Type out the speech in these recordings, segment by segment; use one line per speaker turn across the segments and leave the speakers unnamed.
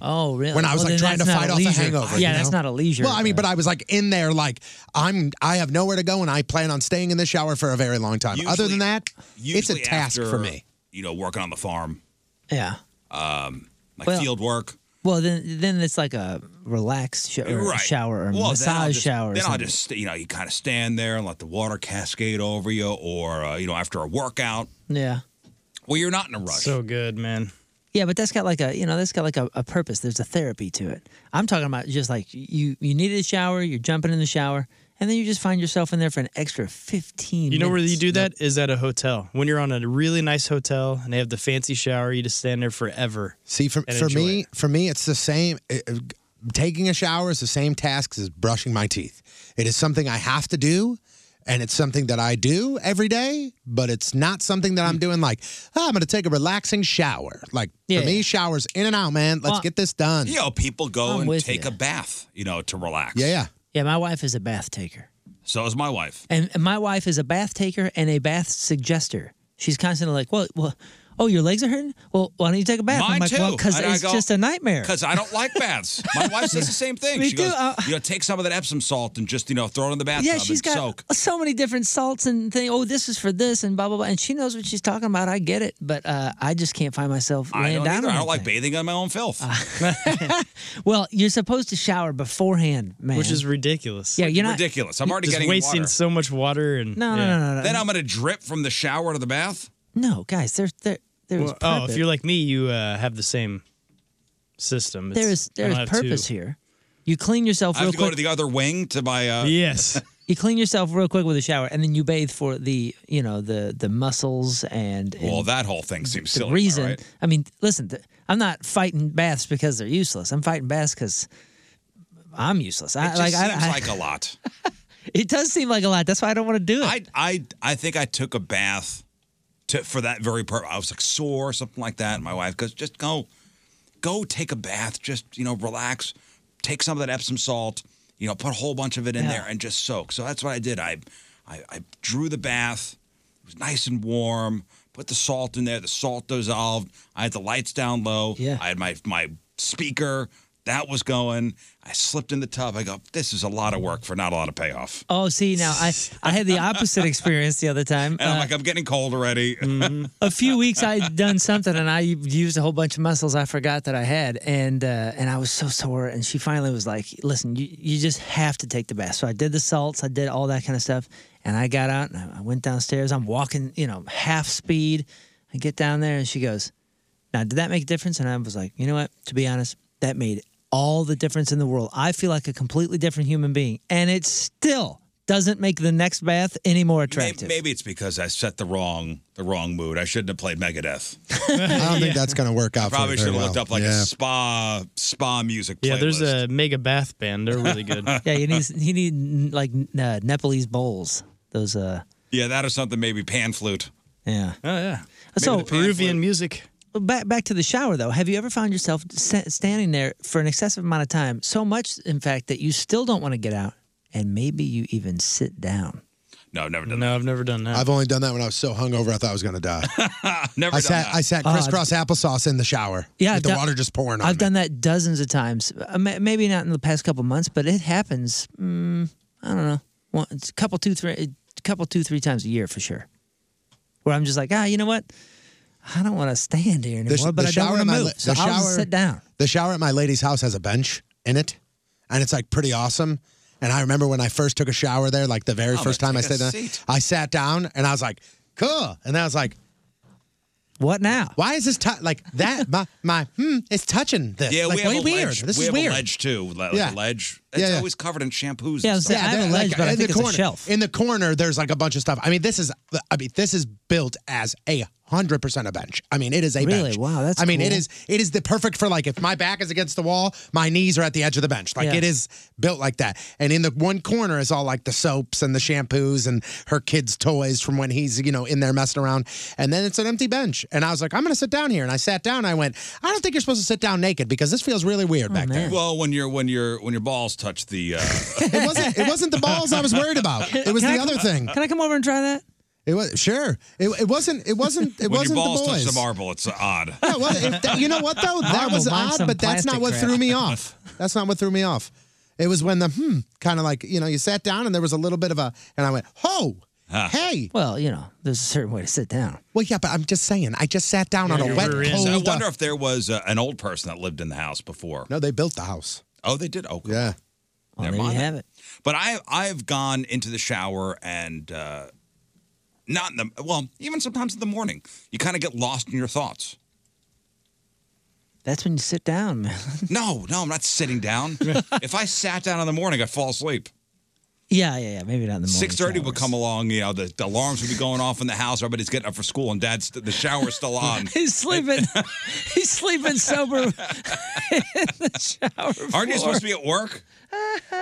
Oh, really?
When I was
Well,
like
then
trying to
that's not
fight off a
leisure.
hangover.
Yeah,
you
that's
know?
not a leisure.
Well, I mean, but I was like in there, like I'm I have nowhere to go, and I plan on staying in the shower for a very long time. Other than
Usually-
that, it's a
Usually
task
after,
for me.
You know, working on the farm, Um,
yeah.
like
Well-
field work.
Well, then then it's like a relaxed sho- or a
right.
shower or
Well, then I'll
massage
just-
shower. or
Then I'll
something.
just, you know, you kind of stand there and let the water cascade over you, or uh, you know, after a workout,
yeah.
well, you're not in a rush.
good, man.
Yeah, but that's got like a you know that's got like a, a purpose. There's a therapy to it. I'm talking about just like you you needed a shower, you're jumping in the shower, and then you just find yourself in there for an extra 15.
You know where you
minutes.
do that is at a hotel. When you're on a really nice hotel and they have the fancy shower, you just stand there forever.
See, for,
and
for
enjoy
me,
it.
for me, it's the same. it- it- taking a shower is the same task as brushing my teeth. It is something I have to do, and it's something that I do every day. But it's not something
Mm.
that I'm doing like "Ah, I'm going to take a relaxing shower. Like
Yeah,
for me,
yeah.
showers in and out, man. Let's
Well,
get this done.
You know, people go
I'm
and
with
take
ya.
a bath, you know, to relax.
Yeah, yeah.
Yeah, my wife is a bath taker,
So is my wife.
and, and my wife is a bath taker and a bath suggester. She's constantly like, well, well,
"Oh, your legs are hurting? Well, why don't you take a bath?"
Mine
I'm like,
too.
because
And I
it's
go,
just a nightmare."
Because I don't like baths. My wife says the same thing.
Me
she
too,
goes,
uh-
you know, take some of that Epsom salt and just you know throw it in the bathtub
yeah, she's got
and soak.
so many different salts and thing. Oh, this is for this and blah blah blah. And she knows what she's talking about. I get it, but uh, I just can't find myself
I
laying
don't
down.
either.
on
I don't
that
like bathing on my own filth.
thing. Uh, Well, you're supposed to shower beforehand, man.
Which is ridiculous.
Yeah, you're not-
ridiculous. I'm already
just
getting
wasting
water.
so much water and
No, no,
yeah.
no, no, no.
Then I'm gonna drip from the shower to the bath.
no, guys. There's there there's
Well, oh, if
purpose.
you're like me, you uh, have the same system. It's-
there is
I don't
there's
have
purpose
two.
here. You clean yourself
I have
real
to go
quick.
to the other wing to my. Uh,
Yes.
you clean yourself real quick with a shower, and then you bathe for the you know the the muscles and, and
Well, that whole thing seems silly.
the
am I
reason.
right?
I mean, listen, th- I'm not fighting baths because they're useless. I'm fighting baths because I'm useless. I,
It just
like, I,
seems
I-
like a lot.
it does seem like a lot. That's why I don't want to do it.
I I I think I took a bath to for that very purpose. I was like sore or something like that. And my wife goes, just go, go take a bath. Just you know, relax. Take some of that Epsom salt. You know, put a whole bunch of it in there and just soak. So that's what I did. I, I I drew the bath. It was nice and warm. Put the salt in there. The salt dissolved. I had the lights down low.
Yeah.
I had my my speaker. That was going. I slipped in the tub. I go, this is a lot of work for not a lot of payoff.
oh, see, now I I had the opposite experience the other time.
And I'm
Uh,
like, I'm getting cold already.
mm,
a few weeks I'd done something and I used a whole bunch of muscles I forgot that I had and uh, and I was so sore and she finally was like listen you, you just have to take the bath so I did the salts I did all that kind of stuff and I got out and I- I went downstairs I'm walking you know half speed I get down there and she goes now did that make a difference and I was like you know what to be honest that made all the difference in the world I feel like a completely different human being and it still doesn't make the next bath any more
May-
attractive
Maybe it's because I set the wrong the wrong mood. I shouldn't have played Megadeth.
I don't think that's going to work out.
Probably
for
should
you
have
very well.
looked up like
yeah.
a spa spa music. Playlist.
Yeah, there's a mega bath band. They're really good.
Yeah, you need you need like uh, Nepalese bowls. Those uh,
yeah that or something maybe pan flute.
yeah.
Oh yeah.
Uh, so uh,
Peruvian music.
back back to the shower though. Have you ever found yourself sta- standing there for an excessive amount of time? So much, in fact, that you still don't want to get out, and maybe you even sit down.
No, I've never done
No, I've never done that.
I've only done that when I was so hungover I thought I was going to die.
that. Never
I
done
sat
that.
I sat
Oh,
crisscross applesauce in the shower.
Yeah,
with the
I've done-
water just pouring on.
I've
me.
done that dozens of times. Uh, ma- Maybe not in the past couple months, but it happens. Mm, I don't know, once, a couple, two, three, a couple, two, three times a year for sure. Where I'm just like, ah, you know what? I don't want to stand here anymore,
sh-
but
the
I don't
shower
want to
in my
move.
li-
so
the
I'll just
shower-
sit down.
The shower at my lady's house has a bench in it, and it's like pretty awesome. And I remember when I first took a shower there, like the very first time I stayed
Oh, take a
there,
seat.
I sat down and I was like, "Cool," and then I was like,
What now?
"Why is this tou- like that? My my hmm, it's touching this.
Yeah,
like,
we have
way
a
weird.
ledge.
This
we
is
have
weird."
a ledge too. Like
Yeah.
a ledge.
Yeah,
It's
yeah.
always covered in shampoos.
Yeah, I'm
and
saying- I
stuff.
have a
there-
ledge, but I
in
think
the
it's a
corner,
shelf.
In the corner, there's like a bunch of stuff. I mean, this is. I mean, this is built as a hundred percent a bench. I mean, it is a
Really?
bench.
Wow, that's
I mean, it
cool.
is. It is the perfect for like if my back is against the wall, my knees are at the edge of the bench. Like
Yeah.
it is built like that. And in the one corner is all like the soaps and the shampoos and her kids' toys from when he's you know in there messing around. And then it's an empty bench. And I was like, I'm gonna sit down here. And I sat down. I went. I don't think you're supposed to sit down naked because this feels really weird
Oh,
back there.
Well, when your when your when your balls touch the uh,
It wasn't. It wasn't the balls I was worried about. It was
Can
the
I-
other thing.
Can I come over and try that?
It was sure. It, it wasn't. It wasn't. It
when your
wasn't
balls
the
touch
boys.
the marble, it's odd.
Yeah, well, if that- you know what though? That
Marble,
was
mine's
odd,
some
but that's not
plastic
what
crap.
threw me off. That's not what threw me off. It was when the hmm kind of like you know you sat down and there was a little bit of a and I went ho hey
Well, you know, there's a certain way to sit down.
well yeah but I'm just saying I just sat down on a wet
were in.
cold.
So I
uh,
wonder if there was uh, an old person that lived in the house before.
no, they built the house.
Oh, they did. Okay.
Yeah,
Well,
Never
there you
mind.
have it.
But I I've gone into the shower and uh, not in the well, even sometimes in the morning, you kind of get lost in your thoughts.
That's when you sit down, man.
No, no, I'm not sitting down. if I sat down in the morning, I'd fall asleep.
yeah, yeah, yeah. Maybe not in the morning.
Six thirty would
showers.
come along. You know, the, the alarms would be going off in the house. Everybody's getting up for school, and Dad's the shower's still on.
He's sleeping. he's sleeping sober in the shower.
Aren't you
floor.
supposed to be at work?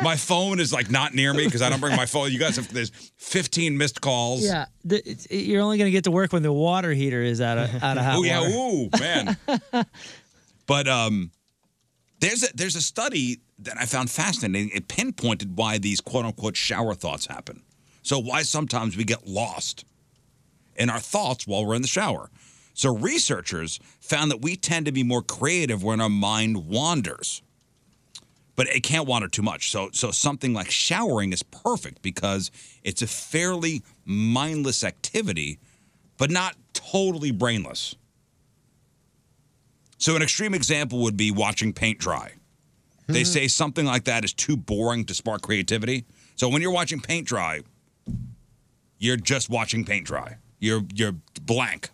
My phone is like not near me because I don't bring my phone. You guys have there's 15 missed calls.
Yeah, th- it's- you're only going to get to work when the water heater is out of out of hot
Oh yeah,
water.
ooh man. but um, there's a there's a study that I found fascinating. It pinpointed why these quote unquote shower thoughts happen. So why sometimes we get lost in our thoughts while we're in the shower. So researchers found that we tend to be more creative when our mind wanders. But it can't wander too much. So so something like showering is perfect because it's a fairly mindless activity, but not totally brainless. So an extreme example would be watching paint dry. They say something like that is too boring to spark creativity. So when you're watching paint dry, you're just watching paint dry. You're you're blank.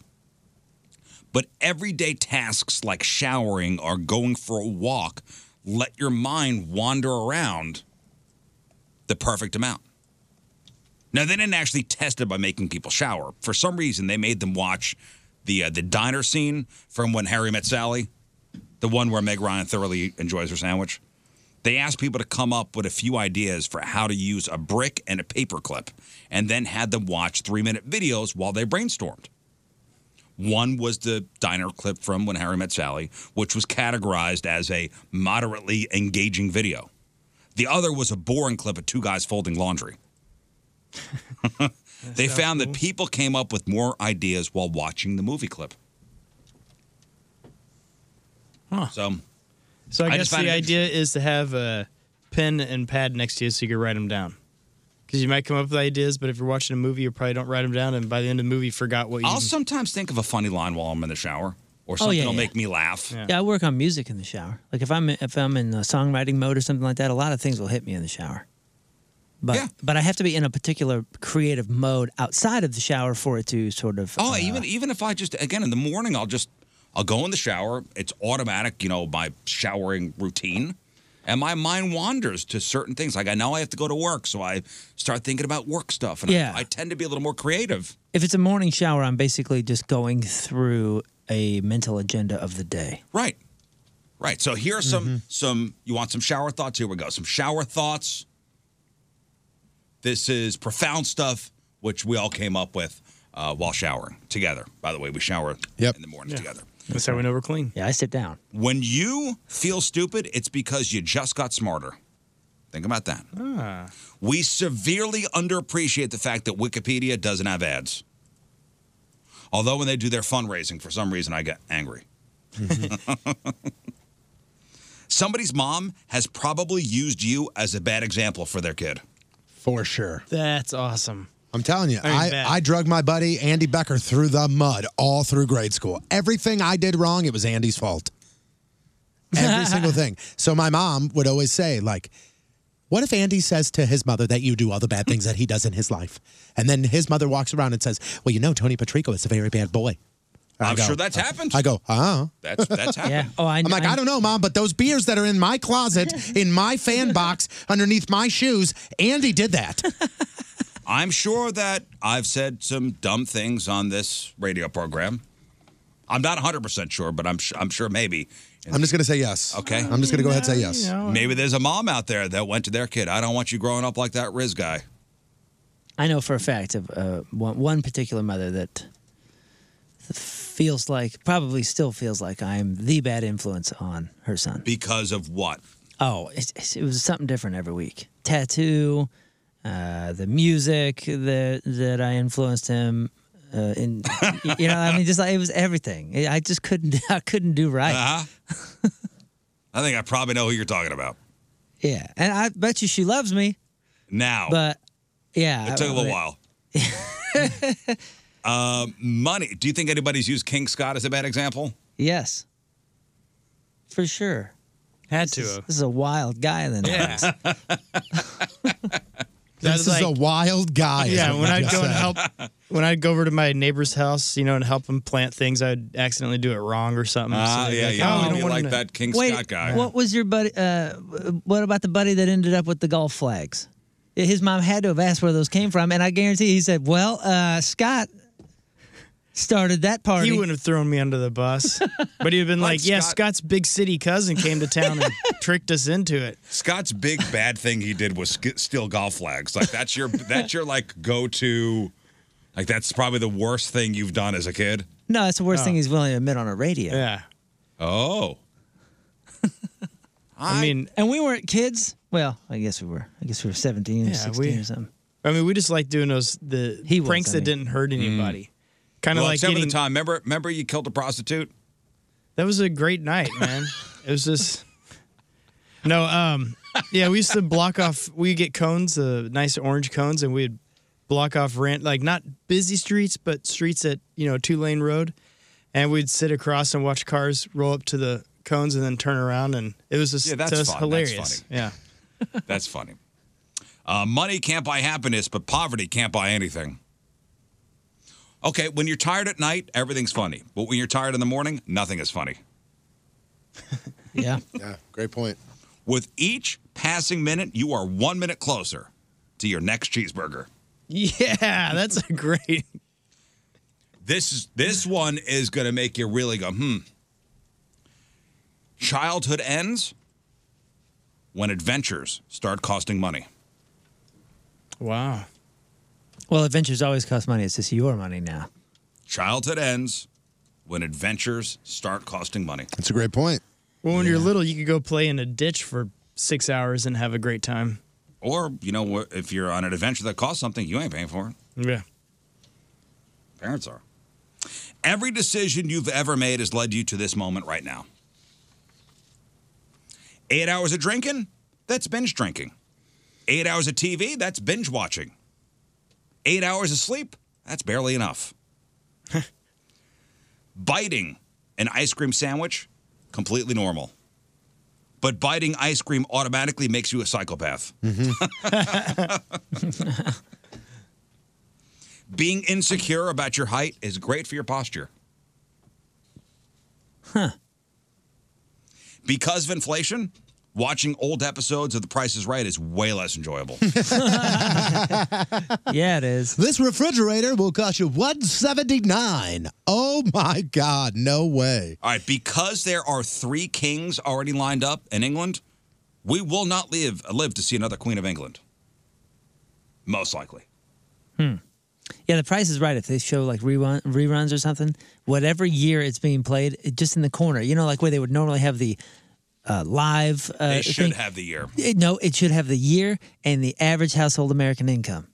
But everyday tasks like showering or going for a walk let your mind wander around the perfect amount. Now they didn't actually test it by making people shower. For some reason, they made them watch the uh, the diner scene from when Harry met Sally, the one where Meg Ryan thoroughly enjoys her sandwich. They asked people to come up with a few ideas for how to use a brick and a paperclip, and then had them watch three minute videos while they brainstormed. One was the diner clip from When Harry Met Sally, which was categorized as a moderately engaging video. The other was a boring clip of two guys folding laundry. they found that people came up with more ideas while watching the movie clip. So,
So I,
I
guess
just find
the
it
idea is to have a pen and pad next to you so you can write them down. Because you might come up with ideas, but if you're watching a movie, you probably don't write them down, and by the end of the movie, you forgot what you.
I'll sometimes think of a funny line while I'm in the shower, or
Oh,
something
yeah,
that'll
yeah.
make me laugh.
Yeah. I work on music in the shower. Like if I'm if I'm in uh, songwriting mode or something like that, a lot of things will hit me in the shower. But but I have to be in a particular creative mode outside of the shower for it to sort of.
Oh,
uh,
even even if I just again in the morning, I'll just I'll go in the shower. It's automatic, you know, my showering routine, and my mind wanders to certain things. Like I know I have to go to work, so I start thinking about work stuff, and I-
Yeah.
I, tend to be a little more creative.
If it's a morning shower, I'm basically just going through a mental agenda of the day.
Right, right. So here are some some you want some shower thoughts. Here we go. Some shower thoughts. This is profound stuff, which we all came up with uh, while showering together. By the way, we shower in the morning together.
That's how we know we're
Hmm.
clean.
Yeah, I sit down.
When you feel stupid, it's because you just got smarter. Think about that.
Ah.
We severely underappreciate the fact that Wikipedia doesn't have ads. Although when they do their fundraising, for some reason I get angry. Somebody's mom has probably used you as a bad example for their kid.
for sure.
That's awesome.
I'm telling you,
I mean,
I,
bad.
I drug my buddy Andy Becker through the mud all through grade school. Everything I did wrong, it was Andy's fault. Every single thing. So my mom would always say, like, what if Andy says to his mother that you do all the bad things that he does in his life? And then his mother walks around and says, Well, you know, Tony Patrico is a very bad boy. I
I'm
go,
sure that's
uh,
happened.
I go, oh.
That's that's happened.
Oh, I,
I'm like, I, don't know, mom, but those beers that are in my closet, in my fan box, underneath my shoes, Andy did that.
I'm sure that I've said some dumb things on this radio program. I'm not 100% sure, but I'm, sh- I'm sure maybe.
I'm just going to say yes.
Okay.
I'm just going to go ahead and say yes.
Maybe there's a mom out there that went to their kid. I don't want you growing up like that Riz guy.
I know for a fact of uh, one, one particular mother that feels like, probably still feels like I'm the bad influence on her son.
Because of what?
Oh, it, it was something different every week. Tattoo, uh, the music that that I influenced him. Uh, in you know, I mean, just like it was everything. I just couldn't, I couldn't do right.
Uh-huh. I think I probably know who you're talking about.
Yeah, and I bet you she loves me,
Now,
but yeah,
Oh. it took a little
I-
while. um, money. Do you think anybody's used King Scott as a bad example?
Yes, for sure.
Had
to. This, is a wild guy in the
Yeah.
house.
This is a wild guy. is
Yeah,
what
when
you
I'd
just
go and
said.
help, when I'd go over to my neighbor's house, you know, and help him plant things, I'd accidentally do it wrong or something.
Ah,
they'd be
yeah,
like, Oh,
yeah.
we
You'd
don't
be
want
like
him to-"
that King Scott guy.
What was your buddy? Uh, what about the buddy that ended up with the golf flags? His mom had to have asked where those came from, and I guarantee he said, "Well, uh, Scott started that party."
He wouldn't have thrown me under the bus, but he'd have been like,
Like
"Yeah,
Scott-
Scott's big city cousin came to town and tricked us into it."
Scott's big bad thing he did was sk- steal golf flags. Like that's your that's your like go to. Like that's probably the worst thing you've done as a kid.
no, that's the worst thing he's willing to admit on a radio.
Oh. Yeah,
Oh,
I, mean,
And we weren't kids. Well, I guess we were. I guess we were seventeen or
Yeah,
sixteen
we-
or something.
I mean, we just like doing those the
He was,
pranks
I
that
mean.
didn't hurt anybody. kind of
Mm. Well,
like
except for
eating-
the time. Remember, remember, you killed a prostitute.
That was a great night, man. it was just no. Um, yeah, we used to block off. We get cones, uh, nice orange cones, and we'd block off rent, like not busy streets, but streets at you know two lane road, and we'd sit across and watch cars roll up to the cones and then turn around, and it was just
Yeah, that's
so it was
fun. That's
hilarious.
funny.
Yeah.
That's funny. Uh, money can't buy happiness, but poverty can't buy anything. Okay, when you're tired at night, everything's funny. But when you're tired in the morning, nothing is funny.
Yeah.
yeah, great point.
With each passing minute, you are one minute closer to your next cheeseburger.
Yeah, that's a great.
This is this one is going to make you really go, hmm. Childhood ends when adventures start costing money.
Wow.
Well, adventures always cost money. It's just your money now.
Childhood ends when adventures start costing money.
That's a great point.
Well, when you're little, you could go play in a ditch for six hours and have a great time.
Or, you know, wh- if you're on an adventure that costs something, you ain't paying for it.
Yeah.
Parents are. Every decision you've ever made has led you to this moment right now. Eight hours of drinking? That's binge drinking. Eight hours of TV? That's binge watching. Eight hours of sleep? That's barely enough. biting an ice cream sandwich? Completely normal. But biting ice cream automatically makes you a psychopath. Being insecure about your height is great for your posture.
Huh.
Because of inflation, watching old episodes of The Price is Right is way less enjoyable.
yeah, it is.
This refrigerator will cost you one seventy nine. Oh my God! No way.
All right, because there are three kings already lined up in England, we will not live live to see another Queen of England. Most likely.
Yeah, the price is right. If they show like rerun, reruns or something, whatever year it's being played, it, just in the corner, you know, like where they would normally have the uh, live. Uh,
They
thing.
should have the year.
It- no, it should have the year and the average household American income.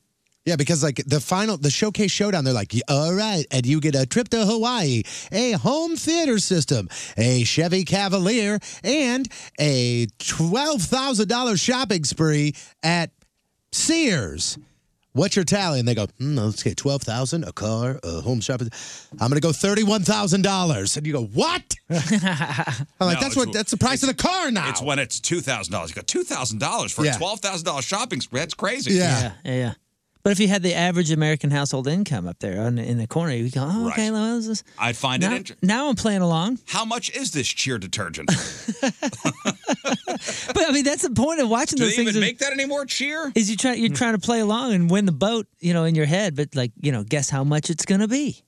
Yeah, because like the final, the showcase showdown, they're like, all right, and you get a trip to Hawaii, a home theater system, a Chevy Cavalier, and a $12,000 shopping spree at Sears. What's your tally? And they go, hmm, let's get 12000 a car, a home shopping. I'm going to go $31,000. And you go, what? I'm like,
No,
that's
it's-
what, that's the price of the car now.
It's when it's two thousand dollars. You got two thousand dollars for
Yeah.
a twelve thousand dollars shopping spree. That's crazy.
yeah.
Yeah, yeah. yeah. But if you had the average American household income up there on, in the corner, you go, oh, okay,
Right.
well, this is-
I find it
now,
interesting.
now I'm playing along.
How much is this cheer detergent?
But I mean, that's the point of watching
Do
those
they
things.
even
is-
make Hmm. that anymore? Cheer?
is you try you're trying to play along and win the boat, you know, in your head, but like, you know, guess how much it's gonna be.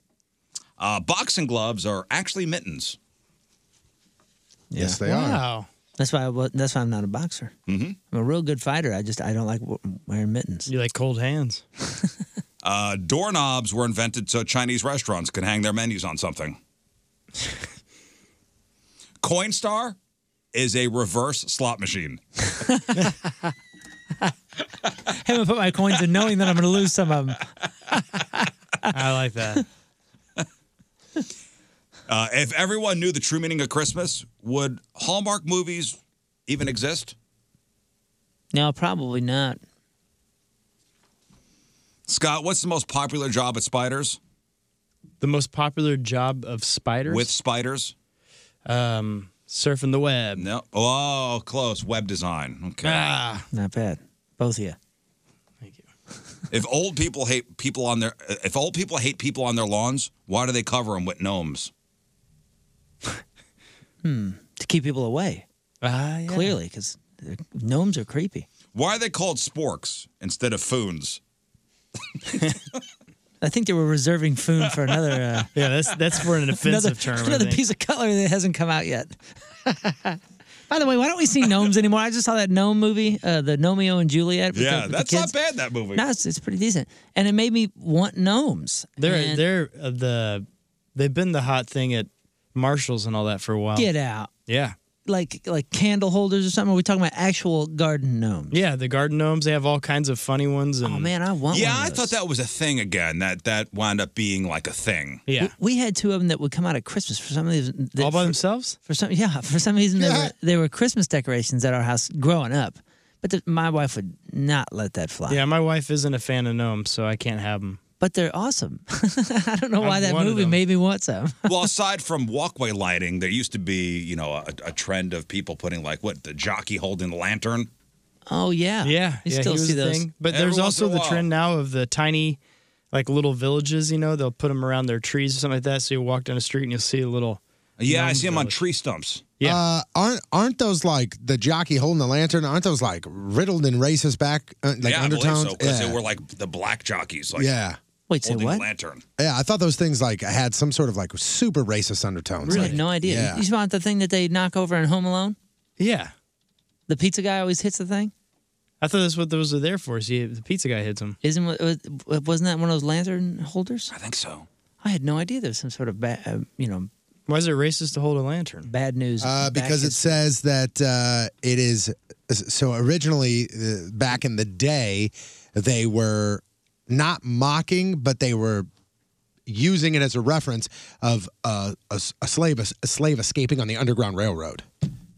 Uh, boxing gloves are actually mittens.
Yes, they are.
Wow.
That's why I, wa- that's why I'm not a boxer. Mm-hmm. I'm a real good fighter. I just I don't like w- wearing mittens.
You like cold hands.
Uh, doorknobs were invented so Chinese restaurants can hang their menus on something. Coinstar is a reverse slot machine.
Haven't put my coins in knowing that I'm gonna lose some of them.
I like that.
Uh, if everyone knew the true meaning of Christmas, would Hallmark movies even exist?
No, probably not.
Scott, what's the most popular job at Spiders?
The most popular job of spiders
With Spiders?
um, surfing the web.
No. Oh, close. Web design. Okay.
Ah,
Not bad. Both of you.
If old people hate people on their if old people hate people on their lawns, why do they cover them with gnomes?
To keep people away.
Uh,
ah yeah.
Clearly, because gnomes are creepy.
Why are they called sporks instead of foons?
I think they were reserving food for another uh,
Yeah, that's that's for an offensive
another,
term. I
another
think.
piece of cutlery that hasn't come out yet. By the way, why don't we see gnomes anymore? I just saw that gnome movie, uh, the Gnomeo and Juliet. with the,
Yeah,
with
that's
the
not
kids.
bad. That movie.
No, it's, it's pretty decent, and it made me want gnomes.
They're
And-
they're uh, the they've been the hot thing at Marshalls and all that for a while.
get out.
Yeah.
like like candle holders or something? Are we talking about actual garden gnomes?
Yeah, the garden gnomes. They have all kinds of funny ones. And
Oh man, I want
yeah,
one.
I thought that was a thing again. That that wound up being like a thing.
yeah,
We had two of them that would come out at Christmas for some reason. that-
all by
for,
themselves.
for some yeah, for some reason they were they were Christmas decorations at our house growing up. But the, my wife would not let that fly.
Yeah, my wife isn't a fan of gnomes, so I can't have them.
But they're awesome. I don't know why
I'm
that
one of
movie
them.
made me want some.
well, aside from walkway lighting, there used to be you know a, a trend of people putting like what the jockey holding the lantern.
Oh yeah.
Yeah,
You
yeah,
still
he was
see
a
those.
thing. But
Every
there's
once
also
in a
the
while.
trend now of the tiny, like little villages. You know, they'll put them around their trees or something like that. So you walk down the street and you'll see a little.
Yeah, I
Gnome
see them on
village.
tree stumps.
Yeah.
Uh, aren't aren't those like the jockey holding the lantern? Aren't those like riddled in racist back uh, like
yeah, I
undertones?
believe so because
yeah.
they were like the black jockeys, like
yeah,
Wait, say
holding
what?
the lantern.
yeah. I thought those things like had some sort of like super racist undertones.
I
Like,
had no idea.
Yeah.
You just want the thing that they knock over in Home Alone?
yeah.
The pizza guy always hits the thing?
I thought that's what those were there for. See, the pizza guy hits them.
Isn't wa- wa- wasn't that one of those lantern holders?
I think so.
I had no idea there was some sort of bad, uh, you know,
Why is it racist to hold a lantern?
bad news.
Uh,
back
because it
is-
says that uh, it is so originally uh, back in the day they were not mocking but they were using it as a reference of uh, a, s- a slave a slave escaping on the underground railroad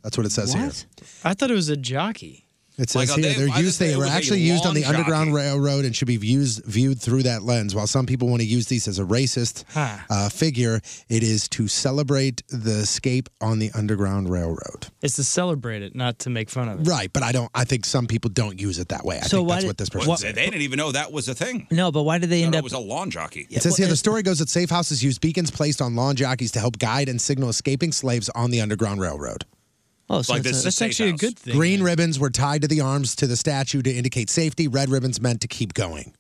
that's what it says here
what?
I thought it was a jockey.
it
Like,
says
uh,
here
they-
they're
I
used
think
they
it
were
was a
actually used on the
lawn
underground
jockey.
railroad and should be views, viewed through that lens while some people want to use these as a racist
Huh.
uh, figure it is to celebrate the escape on the underground railroad
It's to celebrate it, not to make fun of it.
Right, but I don't. I think some people don't use it that way. I
So
think
why
that's
did-
what this
But
person.
they,
said.
they didn't even know that was a thing.
No, but why did they
They
end
thought
up?
it was a lawn jockey.
It says here
Well,
the story goes that safe houses use beacons placed on lawn jockeys to help guide and signal escaping slaves on the Underground Railroad.
oh, so
Like
it's
this
a-
is-
That's actually
Safe
a good thing.
Green ribbons were tied to the arms to the statue to indicate safety. Red ribbons meant to keep going.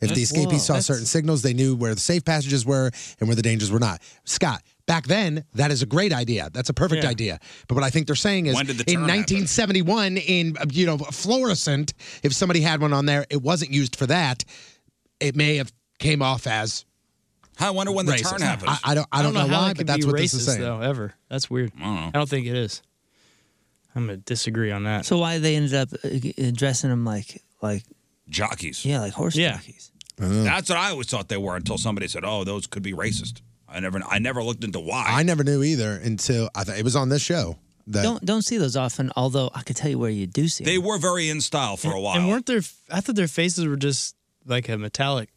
If the escapees
Whoa,
saw
that's-
certain signals, they knew where the safe passages were and where the dangers were not. Scott, back then, that is a great idea. That's a perfect
Yeah.
idea. But what I think they're saying is
When did the
in
turn happen?
1971, in uh, you know Florissant, if somebody had one on there, it wasn't used for that. It may have came off as
I wonder when the
racist.
turn happened.
I, I don't. I
I
don't, know,
how
why,
that
but
could
that's
be
what
racist,
this is saying.
though. Ever. That's weird. I
don't know.
think it is. I'm gonna disagree on that.
so why they ended up uh, dressing them like like
Jockeys.
yeah like horse
Yeah.
jockeys?
That's what I always thought they were until somebody said, "Oh, those could be racist." I never, I never looked into why.
I never knew either until I th- it was on this show. That
Don't don't see those often. Although I could tell you where you do see
they
them.
were very in style for a while.
And weren't their? I thought their faces were just like a metallic,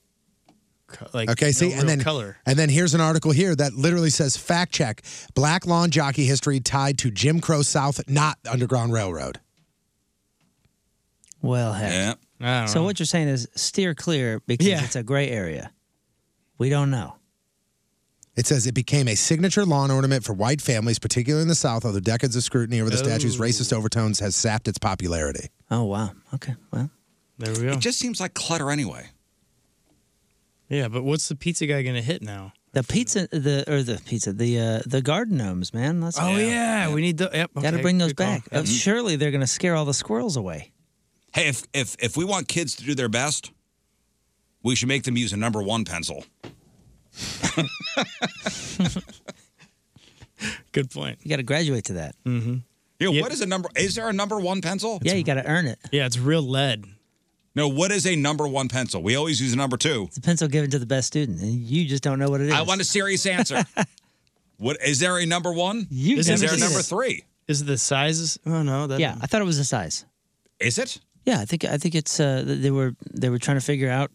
co- like
Okay,
no
see,
real
and then
color.
and then here's an article here that literally says fact check: Black lawn jockey history tied to Jim Crow South, not Underground Railroad.
Well, heck.
yeah.
I don't
So
know.
what you're saying is steer clear because
Yeah.
it's a gray area. We don't know.
It says it became a signature lawn ornament for white families, particularly in the South, although decades of scrutiny over the statue's
Oh.
racist overtones has sapped its popularity.
Oh wow. Okay. Well,
There we go.
It just seems like clutter anyway.
yeah, but what's the pizza guy gonna hit now?
the pizza the or the pizza the uh, the garden gnomes man. Let's
Oh yeah, we need the. Yep,
Got to
okay,
bring those
good call.
back.
Mm-hmm.
Uh, Surely they're going to scare all the squirrels away.
Hey, if if if we want kids to do their best, we should make them use a number one pencil.
Good point.
You got to graduate to that.
Mm-hmm. You know, what is a number? Is there a number one pencil?
yeah, you got to earn it.
Yeah, it's real lead.
No. What is a number one pencil? We always use a number two.
It's a pencil given to the best student, and you just don't know what it is.
I want a serious answer. what is there a number one?
You
is
never
there a
seen
number
it.
three?
Is it the sizes? Oh no, that
Yeah, I thought it was a size.
Is it?
Yeah, I think I think it's uh, th- they were they were trying to figure out,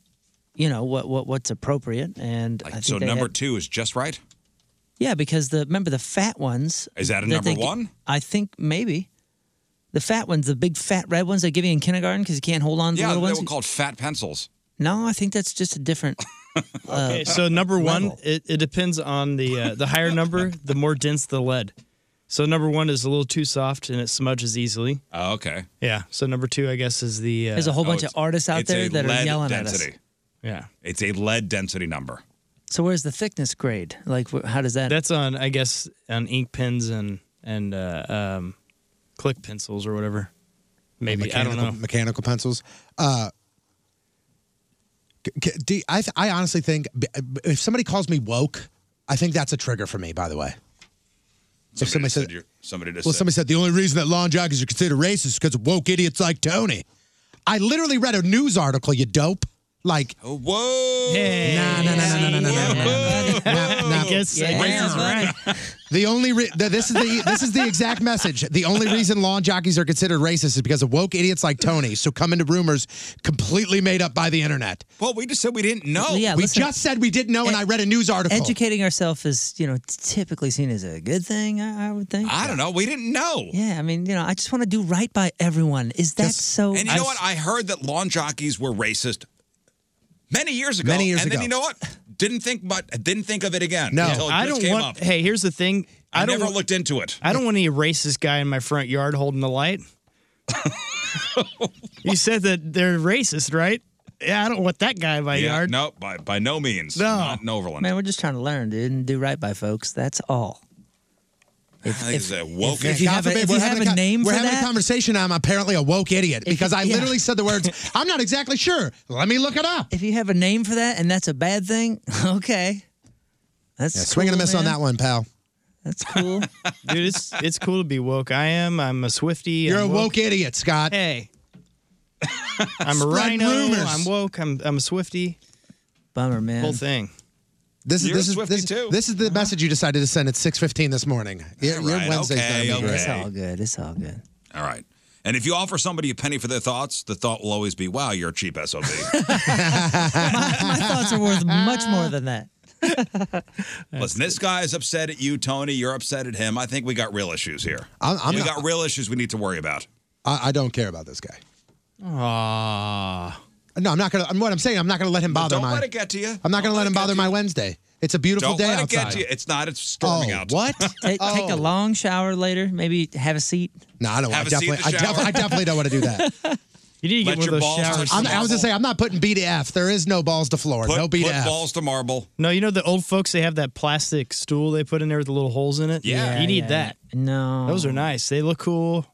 you know, what what what's appropriate, and I
Like,
think
so
they
number
had-
two is just right.
Yeah, because the remember the fat ones.
Is that a
they
number
think-
one?
I think maybe. The fat ones, the big fat red ones they give you in kindergarten because you can't hold on to the
Yeah, they
little ones.
were called fat pencils.
no, I think that's just a different.
Okay, so number one,
level.
it, it depends on the uh, the higher number, the more dense the lead. So number one is a little too soft and it smudges easily.
Oh, okay.
Yeah. So number two, I guess, is the uh,
There's a whole
Oh,
bunch of
it's-
artists out
it's a
there that are
lead
yelling at
density.
us.
yeah.
It's a lead density number.
So where's the thickness grade? Like, wh- how does that?
That's on, I guess, on ink pens and and uh, um, click pencils or whatever. Maybe I don't
mechanical,
know.
Oh, Mechanical pencils. Uh, c- c- do, I, th- I honestly think b- if somebody calls me woke, I think that's a trigger for me. By the way, If somebody
said
said,
you're- somebody just
well,
said-
somebody said the only reason that long joggers are considered racist is because of woke idiots like Tony. I literally read a news article, you dope. Like,
"Oh, whoa.
Nah, nah, nah, nah, nah, nah, nah, nah, nah, nah. The only re- the, this is the this is the exact message. The only reason lawn jockeys are considered racist is because of woke idiots like Tony. So come into rumors completely made up by the internet.
Well, we just said we didn't know.
Yeah,
we
listen.
just said we didn't know, and I read a news article.
Educating ourselves is, you know, typically seen as a good thing. I, I would think.
I don't know. We didn't know.
Yeah, I mean, you know, I just want to do right by everyone. Is that so?
And you know what? I heard that lawn jockeys were racist many years ago.
Many years
and
ago.
then you know what? Didn't think but didn't think of it again.
No.
until it
I don't
just came
Oh.
want.
up.
Hey, here's the thing.
I,
I don't
never
want-
looked into it.
I don't want any racist guy in my front yard holding the light. you said that they're racist, right? Yeah, I don't want that guy in my
Yeah,
yard.
No, by by no means.
No.
Not in Overland.
Man, we're just trying to learn, dude, and do right by folks. That's all.
I think it's a woke.
if you
God
have a-
forbid
if
we're
you
having
have a
co-
name
we're
for
having
that-
a conversation. I'm apparently a woke idiot
If
because
you-
I
yeah.
literally said the words. I'm not exactly sure. Let me look it up.
If you have a name for that and that's a bad thing, okay. That's
Yeah, swing and a
cool,
miss on
man.
that one, pal.
That's cool.
Dude, it's it's cool to be woke. I am. I'm a Swifty.
You're a woke idiot, Scott.
Hey. I'm a
Spread
rhino.
rumors.
I'm woke. I'm I'm a Swifty.
Bummer, man.
Whole thing.
This is
You're
this is
Swiftie
this,
too. Uh-huh.
this is the message you decided to send at 6:15 this morning. Your, your
Right,
Wednesday's
okay,
gonna be great.
It's
okay.
all good. It's all good.
All right. And if you offer somebody a penny for their thoughts, the thought will always be, wow, you're a cheap SOB.
My thoughts are worth much more than that.
Listen, this guy's upset at you, Tony. You're upset at him. I think we got real issues here.
I'm, I'm
we
not,
got real issues we need to worry about.
I, I don't care about this guy.
Aww.
No, I'm not gonna. I'm, what I'm saying, I'm not gonna let him bother
Don't
my.
let it get to you.
I'm not gonna
Don't
let him
it
bother
get
my
to you.
Wednesday. It's a beautiful
Don't
day
let it
outside.
get to you. It's not. It's storming
Oh,
out.
what?
Take, take a
Oh.
long shower later. Maybe have a seat.
No, I don't. I
Have a seat in
definitely,
the
I, def-
shower.
I definitely don't want to do that.
You need to
Let
get one of
your
those
balls
showers.
touch
I'm, I was
Marble.
gonna say I'm not putting B to F. There is no balls to floor.
Put,
no B
put
to F.
balls to marble.
No, you know the old folks they have that plastic stool they put in there with the little holes in it.
Yeah.
you need
yeah.
that.
No,
Those are nice. They look cool.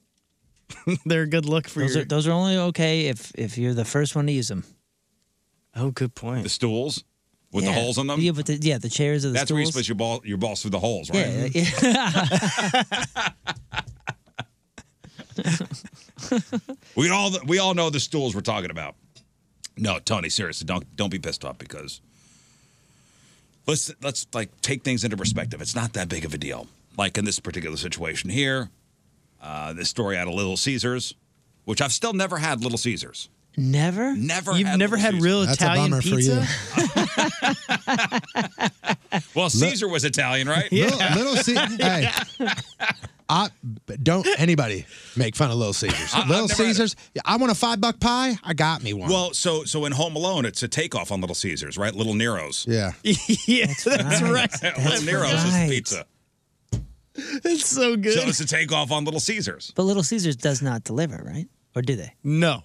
They're a good look for
Those
your.
are those are only okay if if you're the first one to use them.
oh, good point.
The stools with
yeah.
the holes in them.
Yeah, but the, yeah, the chairs are the
That's where you
stools.
split your ball your balls through the holes, right?
yeah, yeah.
We all we all know the stools we're talking about. No, Tony, seriously, don't don't be pissed off because let's let's like take things into perspective. It's not that big of a deal. Like in this particular situation here, uh, this story out of Little Caesars, which I've still never had Little Caesars.
never.
Never.
You've
had
never
Little
had
Caesars.
real
That's a
Italian
bummer for
pizza.
Well, Caesar was Italian, right?
Little, little C. hey, I, don't anybody make fun of Little Caesars.
I- I've
little
never had it.
Caesars. yeah, I want a five buck pie. I got me one.
Well, so so in Home Alone, it's a takeoff on Little Caesars, right? Little Nero's.
yeah.
yeah, that's, right.
Little Nero's
right.
is pizza.
That's so good.
So it's a takeoff on Little Caesars.
But Little Caesars does not deliver, right? Or do they?
no,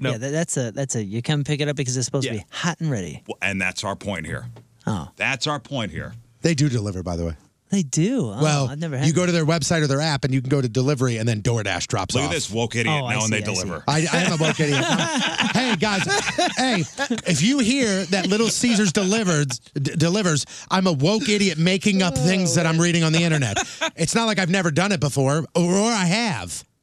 no.
Yeah, that, that's a that's a you come pick it up because it's supposed to
Yeah.
be hot and ready.
Well, and that's our point here.
Oh,
That's our point here.
They do deliver, by the way.
they do. Oh,
Well,
I've never had.
you go
that.
to their website or their app, and you can go to delivery, and then DoorDash drops
Look
off.
at this woke idiot
Oh, I
now, and they
see, I see.
deliver.
I, I am a woke idiot. I'm- hey guys, hey, if you hear that Little Caesars delivered d- delivers, I'm a woke idiot making up things that
Oh.
I'm reading on the internet. It's not like I've never done it before, or, or I have.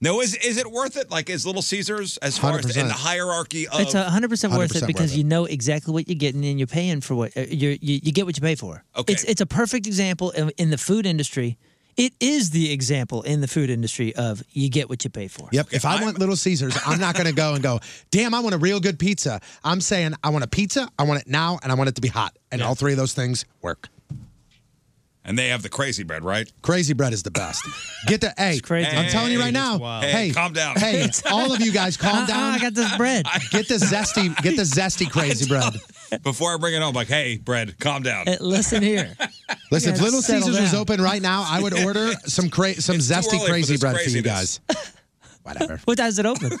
No, is is it worth it? Like, is Little Caesars as far as in
100%.
the hierarchy of?
It's hundred percent worth
100%
it
worth
because
it.
you know exactly what you're getting and you're paying for what uh, you're, you you get what you pay for.
Okay.
it's it's a perfect example in, in the food industry. It is the example in the food industry of you get what you pay for.
Yep. if I want Little Caesars, I'm not going to go and go, damn, I want a real good pizza. I'm saying I want a pizza, I want it now, and I want it to be hot. And all three of those things work.
and they have the crazy bread, right?
Crazy bread is the best. Get the hey,
crazy.
I'm telling you right now.
wild.
Hey,
Hey,
calm down.
Hey, all of you guys, calm
Uh-uh,
down.
I got this bread.
Get the zesty, get the zesty crazy bread.
Before I bring it home, like, hey, bread, calm down.
Uh, Listen here.
Listen,
Yeah,
if Little
settle
Caesars was
down.
open right now, I would order some cra- some
too
zesty
early for
crazy
this
bread for you
craziness.
guys. Whatever.
What time is it open?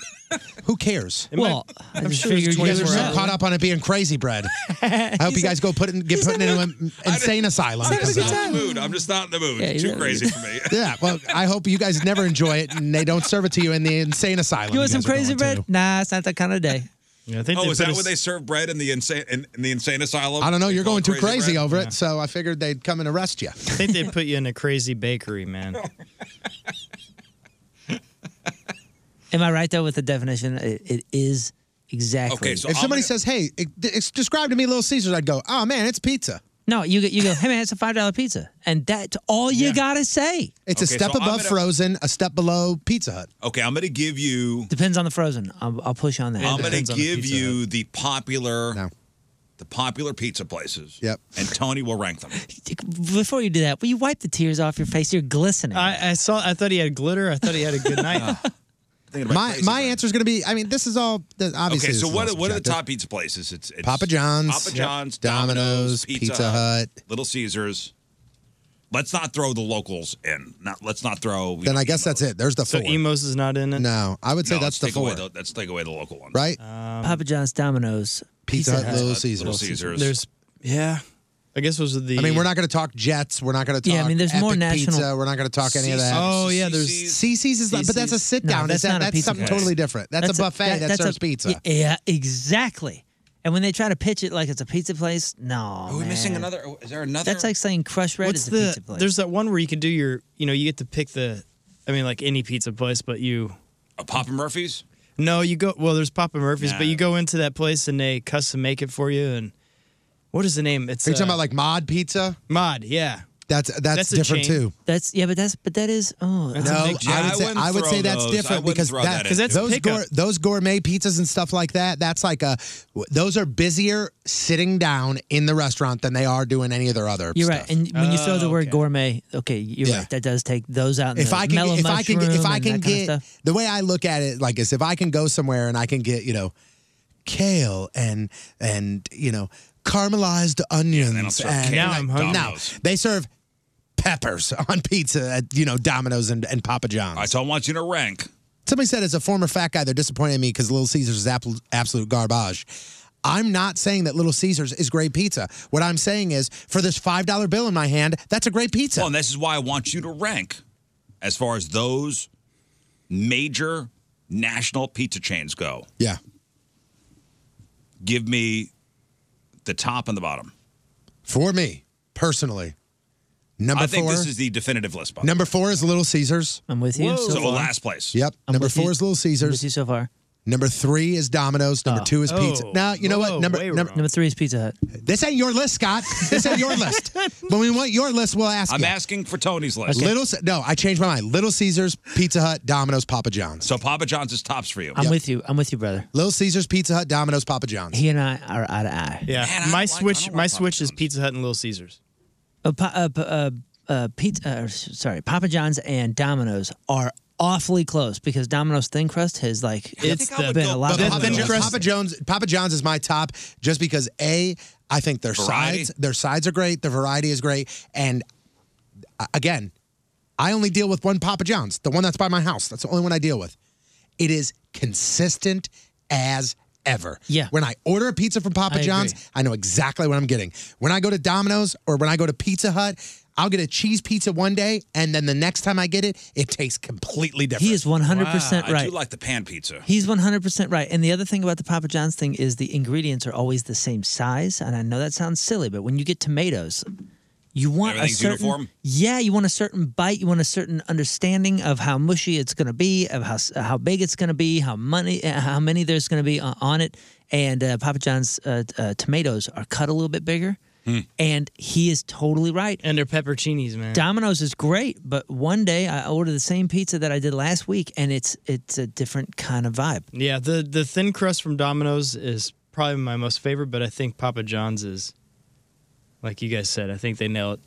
Who cares?
might-
well, I
I'm
just
sure it's
figured you
You guys
guys
are
were
so
out.
caught up on it being crazy bread. I hope you guys go put in, get put into an insane asylum.
I'm
because
just
of
not
that.
in the mood. I'm just not in the mood.
Yeah,
It's
you
Too
know.
crazy for me.
Yeah, well, I hope you guys never enjoy it and they don't serve it to you in the insane asylum.
You want some
guys are
crazy
going
bread?
to.
Nah, it's not that kind of day.
Yeah, I think
oh,
they
is
put
that
a
what they serve bread in the insane in, in the insane asylum?
I don't know.
They
You're
call
going
it
too crazy
bread?
over it, so I figured they'd come and arrest you.
I think they put you in a crazy bakery, man.
Am I right though with the definition? It, it is exactly.
Okay, so
if
I'm
somebody
gonna-
says, "Hey, it, it's, describe to me Little Caesars," I'd go, "Oh man, it's pizza.
no, you go- you go. Hey man, it's a five dollar pizza, and that's all you gotta say.
It's
Okay,
a step
so I'm
above
gonna-
Frozen, a step below Pizza Hut."
Okay, I'm going to give you.
Depends on the frozen. I'll, I'll push you on that.
I'm going
depends
to
on the
give
Pizza
you the popular,
No.
the popular pizza places.
Yep.
And Tony will rank them.
Before you do that, will you wipe the tears off your face? You're glistening.
I, I saw. I thought he had glitter. I thought he had a good night.
Thinking about
My
crazy
my
bread.
answer is going to be. I mean, this is all the- obviously.
Okay,
this
so
is
what
all
are, what are the
subjective.
top pizza places? It's, it's
Papa John's,
Papa John's,
yep, Domino's, Pizza Hut.
Little Caesars. Let's not throw the locals in. Not let's not throw.
Then I guess that's it. There's the
So
four.
Emos is not in it.
no, I would say
No,
that's
let's
the
take away
four,
the- let's take away the local ones.
right?
Um,
Papa John's, Domino's,
Pizza, Hut, Little
Hut, Little
Caesars.
Caesars.
There's. Yeah. I guess those are the.
I mean, we're not going to talk Jets. We're not going to talk.
Yeah, I mean, there's
Epic
more national-
Pizza. We're not going to talk any of that.
Oh yeah. There's.
CC's.
CC's is, like- but that's a
CC's.
sit
No,
down.
that's
is that,
not a
that's
pizza
something
place.
totally different. That's, a buffet that,
that's
serves pizza.
Yeah, exactly. And when they try to pitch it like it's a pizza place, no.
Are we missing
man.
another? Is there another?
That's like saying crushed bread
What's
is a
the?
pizza place.
There's that one where you could do your. You know, you get to pick the. I mean, like any pizza place, but you.
a Papa Murphy's.
No, you go. Well, there's Papa Murphy's,
Nah.
but you go into that place and they custom make it for you. And what is the name? It's
Are you
uh,
talking about like mod pizza?
Mod. Yeah.
That's that's,
That's a
different
chain.
too.
that's yeah, but that's but that is oh
That's
uh,
No,
a big
I
chain.
would say,
wouldn't
I would
throw
say that's
those. I
different
wouldn't
because
throw
that,
that in.
'Cause that's
those,
pickup.
gour- those gourmet pizzas and stuff like that. That's like a those are busier sitting down in the restaurant than they are doing any of their other.
You're
stuff.
right. And when you throw the word
Oh, okay.
gourmet, okay, you're
Yeah.
right. That does take those out. And
if
the
I can,
mellow
if I can, get- if
mushroom
I
and
can
that kinda
get
stuff.
the way I look at it, like is if I can go somewhere and I can get you know kale and and you know caramelized onions.
serve
And
kale
Now at I'm hungry.
Domino's.
No, they serve peppers on pizza at you know Domino's and, and Papa John's.
All right, so I want you to rank.
Somebody said as a former fat guy, they're disappointed in me because Little Caesars is apple, absolute garbage. I'm not saying that Little Caesars is great pizza. What I'm saying is, for this five dollar bill in my hand, that's a great pizza.
Well, and this is why I want you to rank as far as those major national pizza chains go.
yeah,
Give me the top and the bottom.
for me personally, number
I think
four.
this is the definitive list. By the
number four is Little Caesars.
I'm with you. So,
way. so
far.
last place.
Yep.
I'm
number
with
four
you.
is Little
I'm with you
Caesars.
so far.
Number three is Domino's. Number two is pizza.
Oh,
Now you know
whoa,
what? Number,
way
number
wrong.
Number three is Pizza Hut.
this ain't your list, Scott. This ain't your list. When we want your list, we'll ask
I'm
you.
asking for Tony's list.
Little Ce- no, I changed my mind. Little Caesars, Pizza Hut, Domino's, Papa John's.
So Papa John's is tops for you.
I'm with you. I'm with you, brother.
Little Caesars, Pizza Hut, Domino's, Papa John's.
He and I are eye to eye.
Yeah.
Man, I don't
my
like- I
switch.
don't
my
like Papa
switch is
John's.
Pizza Hut and Little Caesars.
Uh, pa- uh, pa- uh, uh, pizza, uh, s- sorry, Papa John's and Domino's are awfully close because Domino's thin crust has like it's
I would
been
go-
a lot.
But
better
Papa,
than
John's,
the rest.
Papa John's, Papa John's is my top, just because a I think their
Variety.
sides, their sides are great, their variety is great, and uh, again, I only deal with one Papa John's, the one that's by my house. That's the only one I deal with. It is consistent as ever.
Yeah.
When I order a pizza from Papa
I
John's,
agree.
I know exactly what I'm getting. When I go to Domino's or when I go to Pizza Hut, I'll get a cheese pizza one day, and then the next time I get it, it tastes completely different.
He is 100 percent
I
right.
do like the pan pizza.
He's 100% right. And the other thing about the Papa John's thing is the ingredients are always the same size. And I know that sounds silly, but when you get tomatoes, you want a
Everything's
certain
uniform?
Yeah, you want a certain bite, you want a certain understanding of how mushy it's going to be, of how s- how big it's going to be, how money uh, how many there's going to be on, on it. And uh, Papa John's uh, t- uh, tomatoes are cut a little bit bigger.
Hmm.
And he is totally right.
And their pepperoncinis, man.
Domino's is great, but one day I ordered the same pizza that I did last week, and it's it's a different kind of vibe.
Yeah, the the thin crust from Domino's is probably my most favorite, but I think Papa John's is, like you guys said, I think they nail it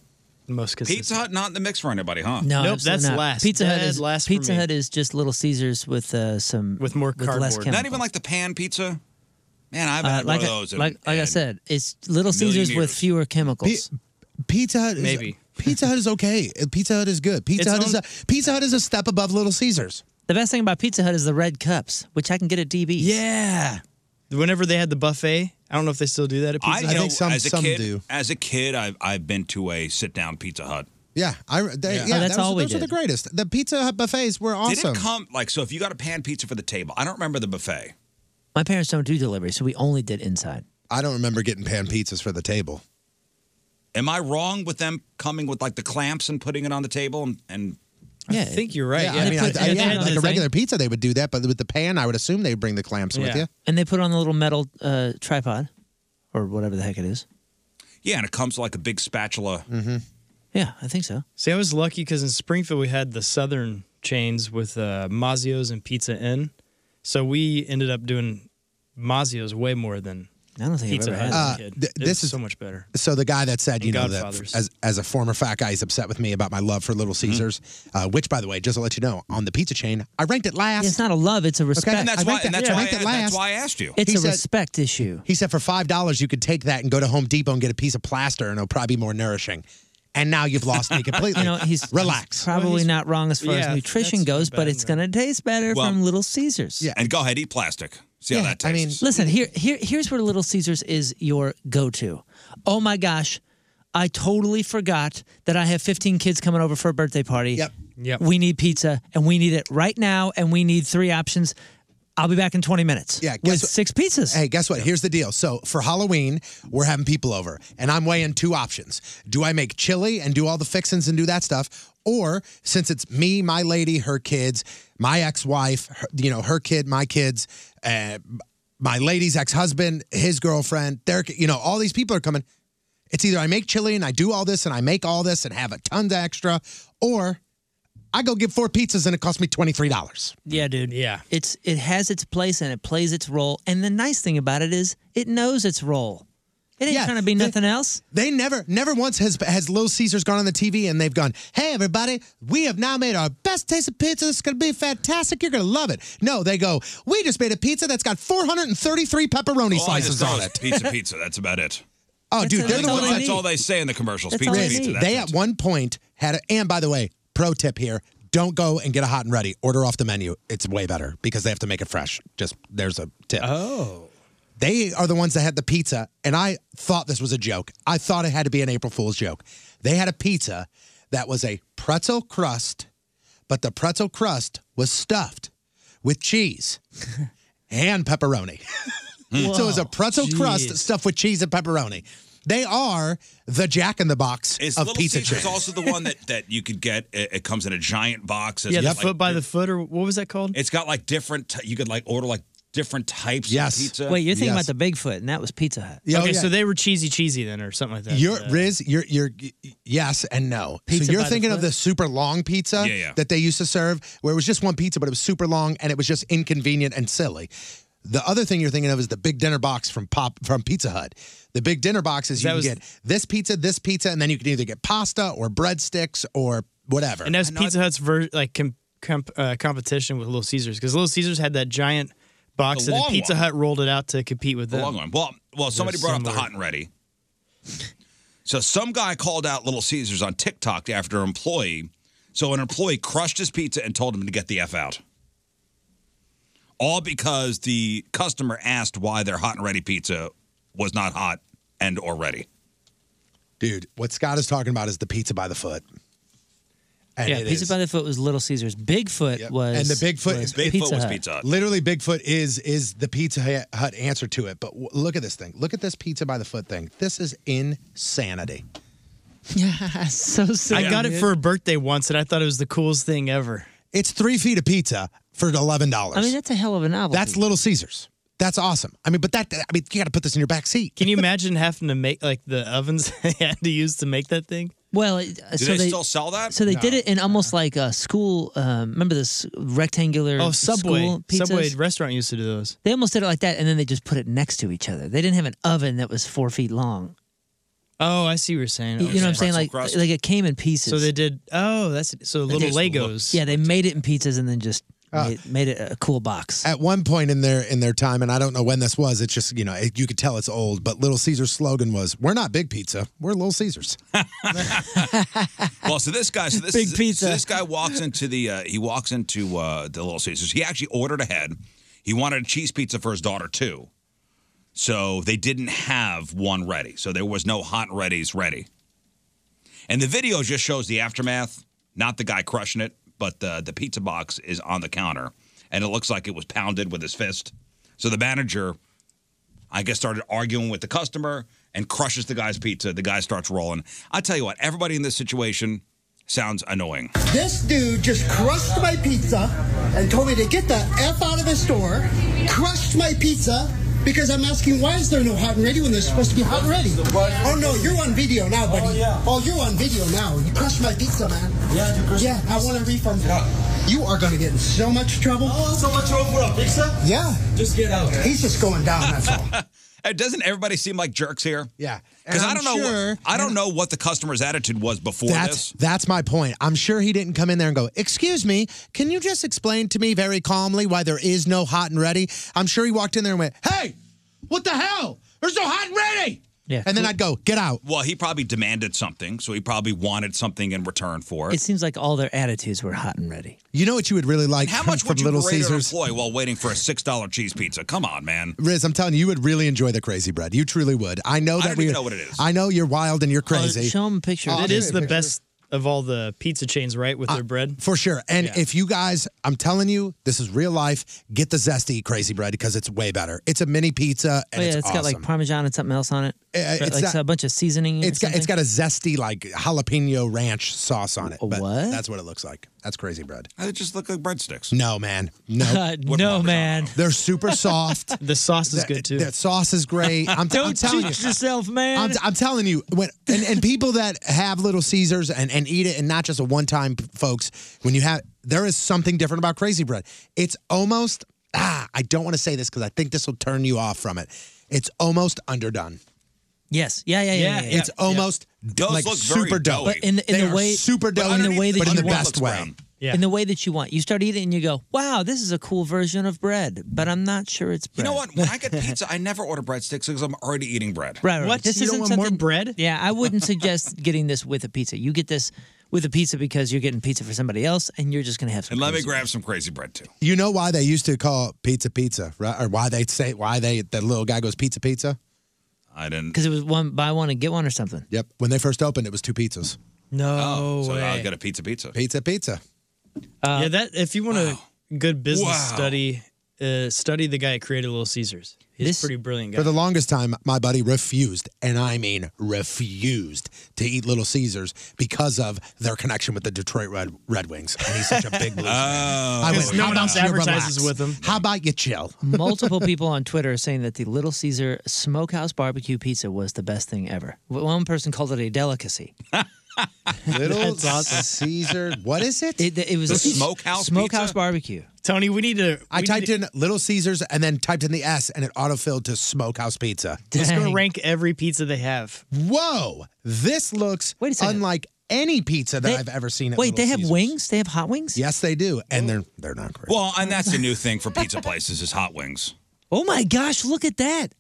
most consistent.
Pizza Hut not in the mix for anybody, huh?
No,
Nope,
absolutely
that's
not.
last.
Pizza Hut
Dead
is
last for
Pizza
me.
Hut is just Little Caesars with uh, some
With more
less
cardboard.
Not
chemicals.
even like the pan pizza. Man, I've
Uh,
had
like,
one
I-
of those. and-
like, like I
and
said, it's Little
million
Caesars with
years.
fewer chemicals.
Pizza Hut is
Maybe.
Pizza Hut is okay. Pizza Hut is good. Pizza
It's
Hut is
on-
a Pizza Hut is a step above Little Caesars.
the best thing about Pizza Hut is the red cups, which I can get at DB.
Yeah. Whenever they had the buffet, I don't know if they still do that at Pizza
I, you
Hut.
know,
think some-
as a
some
kid,
do.
As a kid, I've, I've been to a sit down Pizza Hut.
Yeah, I they, yeah,
Oh, that's
that was-
all we
those were
did.
the greatest. The Pizza Hut buffets were
Did
awesome.
it come like so? If you got a pan pizza for the table, I don't remember the buffet.
My parents don't do delivery, so we only did inside.
I don't remember getting pan pizzas for the table.
Am I wrong with them coming with like the clamps and putting it on the table and? and
Yeah, I
think you're right.
I mean, I, I- yeah, like a regular
eh?
pizza, they would do that, but with the pan, I would assume they bring the clamps with you.
And they put on a little metal uh, tripod or whatever the heck it is.
Yeah, and it comes like a big spatula.
Mm-hmm.
Yeah, I think so.
See, I was lucky because in Springfield we had the Southern chains with uh, Mazio's and Pizza Inn, so we ended up doing Mazio's way more than
I don't think
Pizza
I've
Hut.
ever
as a
had.
Uh,
kid.
th-
It
this
was
is-
so much better.
So the guy that said, you know,
Godfathers. Mm-hmm.
that as as a former fat guy, he's upset with me about my love for Little Caesars, uh, which, by the way, just to let you know, on the pizza chain, I ranked it last.
It's not a love, it's a respect.
And that's
I
why.
ranked it-
And that's
I
why.
ranked it
that's
last.
why I asked you.
it's
he
a
said-
respect issue.
He said for five dollars you could take that and go to Home Depot and get a piece of plaster and it'll probably be more nourishing. And now you've lost me completely.
You know, he's
relax.
he's probably
Well, he's-
not wrong as far
Yeah,
as nutrition
that's
goes, but
bad,
it's
man.
going to taste better
Well-
from Little Caesars.
Yeah.
And go ahead, eat plastic. See
Yeah,
how that tastes.
I mean,
Listen, here, here, here's where Little Caesars is your go-to. Oh my gosh, I totally forgot that I have 15 kids coming over for a birthday party.
Yep.
Yep.
We need pizza, and we need it right now, and we need three options. I'll be back in 20 minutes.
Yeah,
with
guess what-
six pizzas.
Hey, guess what? Here's the deal. So for Halloween, we're having people over, and I'm weighing two options. Do I make chili and do all the fixins and do that stuff? Or since it's me, my lady, her kids, my ex-wife, her, you know, her kid, my kids, uh, my lady's ex-husband, his girlfriend, their, you know, all these people are coming. It's either I make chili and I do all this and I make all this and have a tons of extra, or I go get four pizzas and it costs me twenty three dollars.
Yeah, dude.
Yeah.
It's it has its place and it plays its role. And the nice thing about it is it knows its role. It ain't
Yeah,
trying to be
they-
nothing else.
They never, never once has has Little Caesars gone on the TV and they've gone, "Hey everybody, we have now made our best taste of pizza. It's going to be fantastic. You're going to love it." No, they go, "We just made a pizza that's got 433 pepperoni
All I just
slices
saw
on
was
it."
Pizza, pizza. That's about it.
Oh, dude,
it.
they're the ones
That's all
That's
that
need.
all they say in the commercials.
That's
pizza,
all I
pizza.
need.
That's
they
it.
at one point had. A, and by the way, pro tip here: don't go and get a hot and ready. Order off the menu. It's way better because they have to make it fresh. Just there's a tip.
Oh,
They are the ones that had the pizza, and I thought this was a joke. I thought it had to be an April Fool's joke. They had a pizza that was a pretzel crust, but the pretzel crust was stuffed with cheese and pepperoni. so it was a pretzel crust stuffed with cheese and pepperoni. They are the Jack in the Box
Is
of
Little
pizza
Caesars
chains.
also the one that, that you could get? It, it comes in a giant box. It's
yeah,
got
the
like-
foot by the foot, or what was that called?
It's got like different. T- you could like order like different types
Yes.
of pizza.
Wait, you're thinking
Yes.
about the Bigfoot, and that was Pizza Hut.
Yeah, oh,
uh, okay,
yeah.
so they were cheesy, cheesy then, or something like that.
You're
Yeah.
Riz. You're you're yes and no.
Pizza
so you're
by the
thinking of
foot?
the super long pizza
Yeah, yeah.
that they used to serve, where it was just one pizza, but it was super long and it was just inconvenient and silly. The other thing you're thinking of is the big dinner box from Pop from Pizza Hut. The big dinner box is you
That
can
was-
get this pizza, this pizza, and then you can either get pasta or breadsticks or whatever.
And that's Pizza Hut's ver- like com- com- uh, competition with Little Caesars because Little Caesars had that giant box
The
and then
long
Pizza
one.
Hut rolled it out to compete with
the
them.
long one. Well, well, somebody brought up the
similar.
hot and ready. So some guy called out Little Caesars on TikTok after an employee. So an employee crushed his pizza and told him to get the f out. All because the customer asked why their hot and ready pizza was not hot and or ready.
Dude, what Scott is talking about is the pizza by the foot. And
Yeah,
it
Pizza
is.
by the Foot was Little Caesars. Bigfoot
Yep.
was
And the Bigfoot-
Bigfoot was
Hut.
Pizza Hut.
Literally, Bigfoot is is the Pizza Hut answer to it. But w- look at this thing. Look at this pizza by the foot thing. This is insanity.
Yeah, so silly.
I got it for a birthday once, and I thought it was the coolest thing ever.
It's three feet of pizza for eleven dollars.
I mean, that's a hell of a novel.
that's Little Caesars. That's awesome. I mean, but that I mean, you got to put this in your back seat.
Can you imagine having to make like the ovens they had to use to make that thing?
well. It,
Do
so
they,
they
still sell that?
so they did it in almost like a school. Um, remember this rectangular
Oh, Subway,
school pizzas?
Subway restaurant used to do those.
They almost did it like that, and then they just put it next to each other. They didn't have an oven that was four feet long.
Oh, I see what you're saying.
You- You know what I'm saying?
Pretzel
Like,
crust.
like it came in pieces.
So they did. Oh, that's so little
just look-
Legos.
yeah, they made it in pizzas and then just made, made it a cool box.
Ah. At one point in their in their time, and I don't know when this was. It's just you know it, you could tell it's old. But Little Caesars' slogan was, "We're not Big Pizza. We're Little Caesars."
Well, so this guy, so this
Big
is-
pizza.
So this guy walks into the uh, he walks into uh, the Little Caesars. He actually ordered ahead. He wanted a cheese pizza for his daughter too, so they didn't have one ready. So there was no hot and ready's ready. And the video just shows the aftermath, not the guy crushing it, but the the pizza box is on the counter, and it looks like it was pounded with his fist. So the manager, I guess, started arguing with the customer and crushes the guy's pizza. The guy starts rolling. I tell you what, everybody in this situation sounds annoying.
This dude just crushed my pizza and told me to get the F out of his store, crushed my pizza. Because I'm asking, why is there no hot and ready when there's supposed to be hot and ready? Oh no, you're on video now, buddy. Oh, you're on video now. You crushed my pizza, man. Yeah, you crushed. Yeah, I want a refund. You are gonna get in so much trouble. Oh, so much trouble for a pizza? Yeah. Just get out. He's just going down. That's all.
Uh, Doesn't everybody seem like jerks here?
Yeah,
because
And I'm
I don't know.
sure-
what, I don't know what the customer's attitude was before this.
That's that's my point. I'm sure he didn't come in there and go, "Excuse me, can you just explain to me very calmly why there is no hot and ready?" I'm sure he walked in there and went, "Hey, what the hell? There's no hot and ready." Yeah. And then I'd go, "Get out."
Well, he probably demanded something, so he probably wanted something in return for it.
It seems like all their attitudes were hot and ready.
You know what you would really like
How much
from
would you
Little
berate an
Caesars?
employee while waiting for a six dollar cheese pizza? Come on, man.
Riz, I'm telling you, you would really enjoy the crazy bread. You truly would. I know
I
that
don't
we
even know what it is.
I know you're wild
Uh,
and you're crazy.
him a picture.
Oh,
It
I'll
is
show you
the
a picture.
best of all the pizza chains, right? With their bread.
For sure. And
Yeah.
if you guys, I'm telling you, this is real life. Get the zesty crazy bread because it's way better. It's a mini pizza and
oh, yeah,
it's,
it's got like
awesome.
parmesan and something else on it.
Uh, it's
like
not-
a bunch of seasoning. or
It's got it's
something.
got a zesty like jalapeno ranch sauce on it.
A
but
what?
That's what it looks like. That's crazy bread.
They just look like breadsticks.
No, man. No.
Uh, no, man.
They're super soft.
The sauce is good too.
That sauce is great. I'm, t- I'm
Don't
telling you.
cheat yourself, man.
I'm, I'm telling you, when and, and people that have Little Caesars and, and eat it, and not just a one time, folks. When you have, there is something different about Crazy Bread. It's almost ah, I don't want to say this because I think this will turn you off from it. It's almost underdone.
yes. Yeah, yeah, yeah. yeah,
Yeah,
yeah,
yeah.
It's almost d-
Those
like
look very
super doughy.
doughy. But
in the- in
They
the
are
way-
super
but
doughy,
in the way that
but in
you
the
want.
best
Looks
way.
brown.
yeah.
In the way that you want. You start eating and you go, wow, this is a cool version of bread, but I'm not sure it's
You
bread.
know what? When I get pizza, I never order breadsticks because I'm already eating bread.
Right, right.
What?
This
You don't
isn't
want more
something-
bread?
Yeah, I wouldn't suggest getting this with a pizza. You get this with a pizza because you're getting pizza for somebody else, and you're just gonna have some.
And let me
crazy-
grab some crazy bread too.
You know why they used to call pizza pizza, right? Or why they say why they the little guy goes pizza pizza.
I didn't.
because it was one buy one and get one or something.
Yep. When they first opened, it was two pizzas.
No
Oh, so
way.
I'll get a pizza pizza.
Pizza pizza.
yeah, that if you want a good business
Wow.
study, uh, study the guy that created Little Caesars. He's
This-
a pretty brilliant guy.
For the longest time, my buddy refused, and I mean refused, to eat Little Caesars because of their connection with the Detroit Red, Red Wings. And he's such a big Blues fan. I
Because no
"How
one
about
else
you
advertises
relax?
with them."
How about you chill?
Multiple people on Twitter are saying that the Little Caesar Smokehouse Barbecue Pizza was the best thing ever. W- One person called it a delicacy.
Little Caesar, what is it?
It, it was a
The
s-
Smokehouse
Smokehouse
Pizza?
Barbecue.
Tony, we need to.
I
we
typed
need
in Little Caesars and then typed in the S, and it autofilled to Smokehouse Pizza.
to- Let's go
Dang.
rank every pizza they have.
Whoa, this looks
Wait a second.
unlike any pizza that
They-
I've ever seen. At
Wait,
Little
they have
Caesars.
wings? They have hot wings?
Yes, they do, and they're they're not great.
Well, and that's the new thing for pizza places is hot wings.
Oh my gosh, look at that.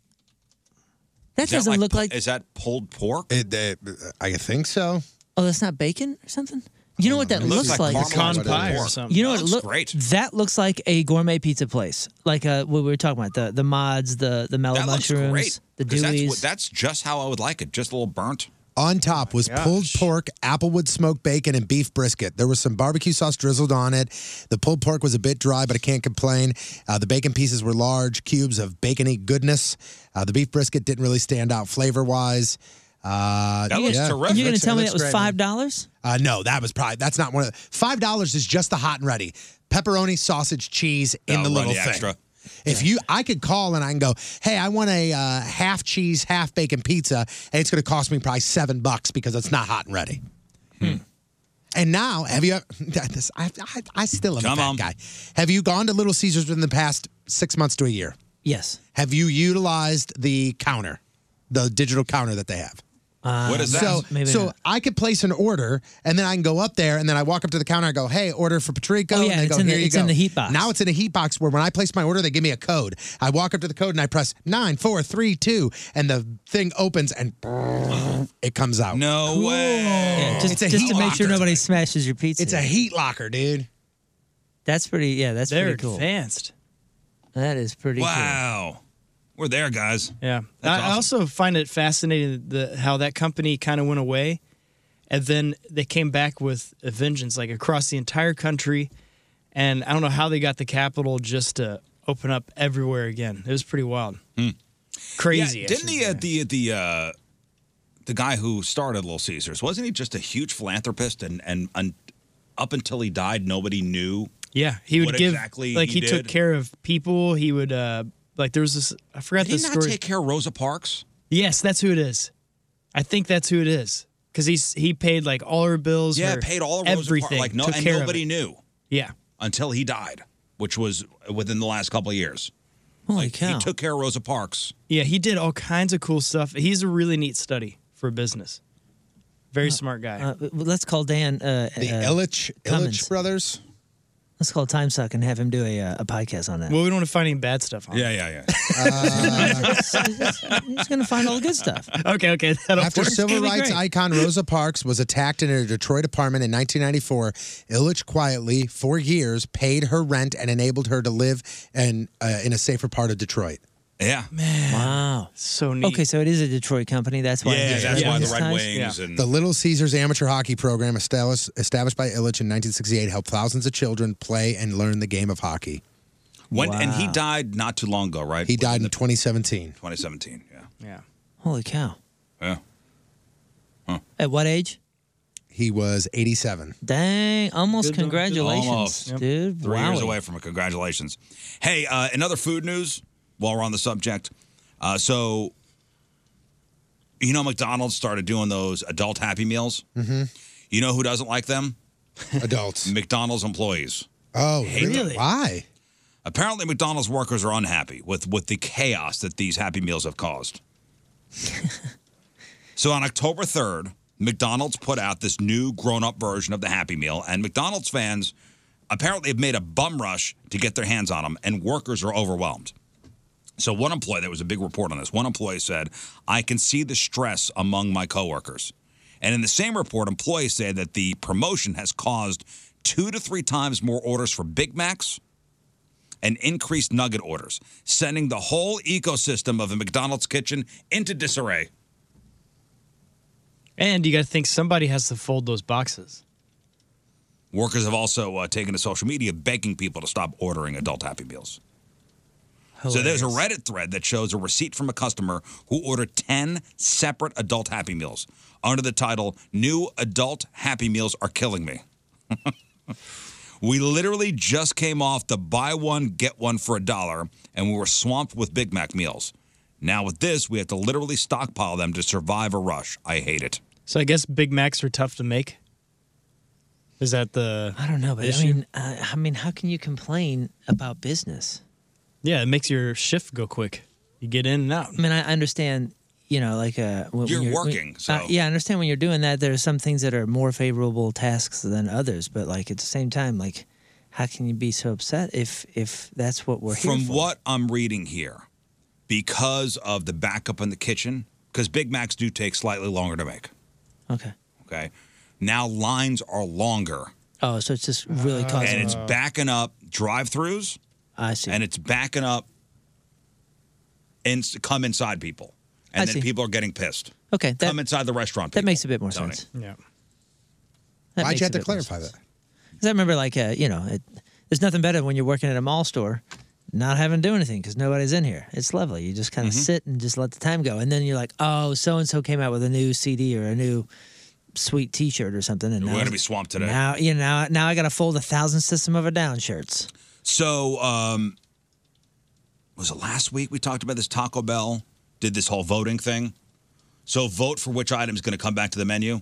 That
Is
doesn't
like,
look like
Is that pulled pork?
It- they- I think so.
Oh, that's not bacon or something? You
Oh,
know what that
It
looks, like?
caramelized
Con
What
pie
it
or
is.
something.
You know
That
what? it
looks
look-
great.
That looks like a gourmet pizza place, like uh, what we were talking about the the mods, the the mellow
That looks
mushrooms,
great.
the
'cause that's,
dewies.
what- that's just how I would like it. Just a little burnt.
On top was pulled pork, applewood smoked bacon, and beef brisket. There was some barbecue sauce drizzled on it. The pulled pork was a bit dry, but I can't complain. Uh, the bacon pieces were large cubes of bacony goodness. Uh, the beef brisket didn't really stand out flavor wise. Uh,
That looks
yeah.
terrific.
and you're going to
Looks-
tell
it
me
looks
that was
great, man.
five dollars?
Uh, no, that was probably that's not one of the five dollars is just the hot and ready pepperoni, sausage, cheese in
That'll
the
run
little
you
thing.
extra.
If you, I could call and I can go, hey, I want a uh, half cheese, half bacon pizza, and it's going to cost me probably seven bucks because it's not hot and ready. And now, have you? This, I, I, I still am
Come
a fat
on.
guy. Have you gone to Little Caesars within the past six months to a year?
Yes.
Have you utilized the counter, the digital counter that they have?
what is that?
So,
maybe
so
not.
I could place an order, and then I can go up there, and then I walk up to the counter. I go, "Hey, order for Patrico."
Oh, yeah,
and they
it's
go,
in the-
"Here you
it's in
go."
the heat box.
Now it's in a heat box where when I place my order, they give me a code. I walk up to the code and I press nine, four, three, two, and the thing opens and it comes out.
no way.
Yeah, just
It's a
just
heat
to make sure
locker.
nobody smashes your pizza.
it's a heat locker, dude.
That's pretty. Yeah, that's
They're
pretty cool.
advanced.
That is pretty cool.
Wow. We're there, guys.
Yeah. I,
That's
I also find it fascinating the how that company kind of went away and then they came back with a vengeance like across the entire country and I don't know how they got the capital just to open up everywhere again. It was pretty wild. Crazy.
Yeah,
I
didn't
should
the uh, the the uh, the guy who started Little Caesars wasn't he just a huge philanthropist and and, and up until he died nobody knew.
Yeah, he would
what
give
exactly
like
he,
he, took
did?
care of people. He would uh like there was this I forgot
Did
the
he not
story.
take care of Rosa Parks?
yes, that's who it is. I think that's who it is because he's he paid like all her bills.
Yeah,
her-
paid all of Rosa
everything.
Parks like no
took
and
care of
nobody
it.
knew
Yeah,
until he died, which was within the last couple of years.
Holy
He took care of Rosa Parks.
yeah, he did all kinds of cool stuff. He's a really neat study for business. Very smart guy.
Uh, w- let's call Dan. Uh,
The
uh,
Illich- Illich
Cummins.
brothers.
Let's call Time Suck and have him do a, uh, a podcast on that.
Well, we don't want to find any bad stuff on.
Yeah, yeah,
He's gonna find all the good stuff.
okay, okay.
After civil rights icon Rosa Parks was attacked in her Detroit apartment in 1994, Illich quietly, for years, paid her rent and enabled her to live and uh, in a safer part of Detroit.
Yeah.
Man. Wow.
So
neat.
Okay, so it is a Detroit company. That's why. it's Red Wings ties.
the Little Caesars amateur hockey program established, established by Illich in 1968 helped thousands of children play and learn the game of hockey.
When and he
Wow.
died not too long ago, right?
He died in 2017.
2017. Yeah.
Yeah.
Holy cow.
Yeah.
At what age?
He was 87.
Dang, almost
Good number.
congratulations,
Almost.
dude.
Three years
Wowie.
away from it. Congratulations. Hey, uh, another food news while we're on the subject. Uh, so, you know, McDonald's started doing those adult Happy Meals.
Mm-hmm.
You know who doesn't like them?
Adults.
McDonald's employees.
Oh,
Hate them.
really? Why?
Apparently, McDonald's workers are unhappy with, with the chaos that these Happy Meals have caused. so, on October 3rd, McDonald's put out this new grown up version of the Happy Meal, and McDonald's fans apparently have made a bum rush to get their hands on them, and workers are overwhelmed. So, one employee, there was a big report on this, one employee said, I can see the stress among my coworkers. And in the same report, employees say that the promotion has caused two to three times more orders for Big Macs and increased nugget orders, sending the whole ecosystem of a McDonald's kitchen into disarray.
And you got to think somebody has to fold those boxes.
Workers have also uh, taken to social media begging people to stop ordering adult Happy Meals. So there's a Reddit thread that shows a receipt from a customer who ordered 10 separate adult Happy Meals under the title New Adult Happy Meals Are Killing Me. we literally just came off the buy one, get one for a dollar, and we were swamped with Big Mac meals. Now, with this, we have to literally stockpile them to survive a rush. I hate it.
So I guess Big Macs are tough to make. Is that the?
I don't know, but I
issue?
mean, uh, I mean, how can you complain about business?
yeah, it makes your shift go quick. You get in and out.
I mean, I understand, you know, like uh, when, when
You're
when-
working, so-
uh, yeah, I understand when you're doing that. There are some things that are more favorable tasks than others, but like at the same time, like how can you be so upset if if that's what we're
From
here for?
what I'm reading here, because of the backup in the kitchen, because Big Macs do take slightly longer to make.
Okay.
Okay. Now lines are longer.
Oh, so it's just really causing.
and it's backing up drive throughs.
I see.
And it's backing up and come inside people. And
I
then
see.
people are getting pissed.
Okay,
come inside the restaurant.
that
people,
makes a bit more
Tony.
sense.
Yeah.
That
Why'd
makes
you
a
have to
bit more
clarify that?
Because I remember, like, uh, you know, it, there's nothing better when you're working at a mall store, not having to do anything because nobody's in here. It's lovely. You just kind
Mm-hmm.
of sit and just let the time go, and then you're like, oh, so and so came out with a new CD or a new sweet T-shirt or something, and
We're
now
gonna be swamped today.
Now you know, now, now I got to fold a thousand system of a down shirts.
So, um, was it last week we talked about this Taco Bell did this whole voting thing? So, vote for which item is going to come back to the menu.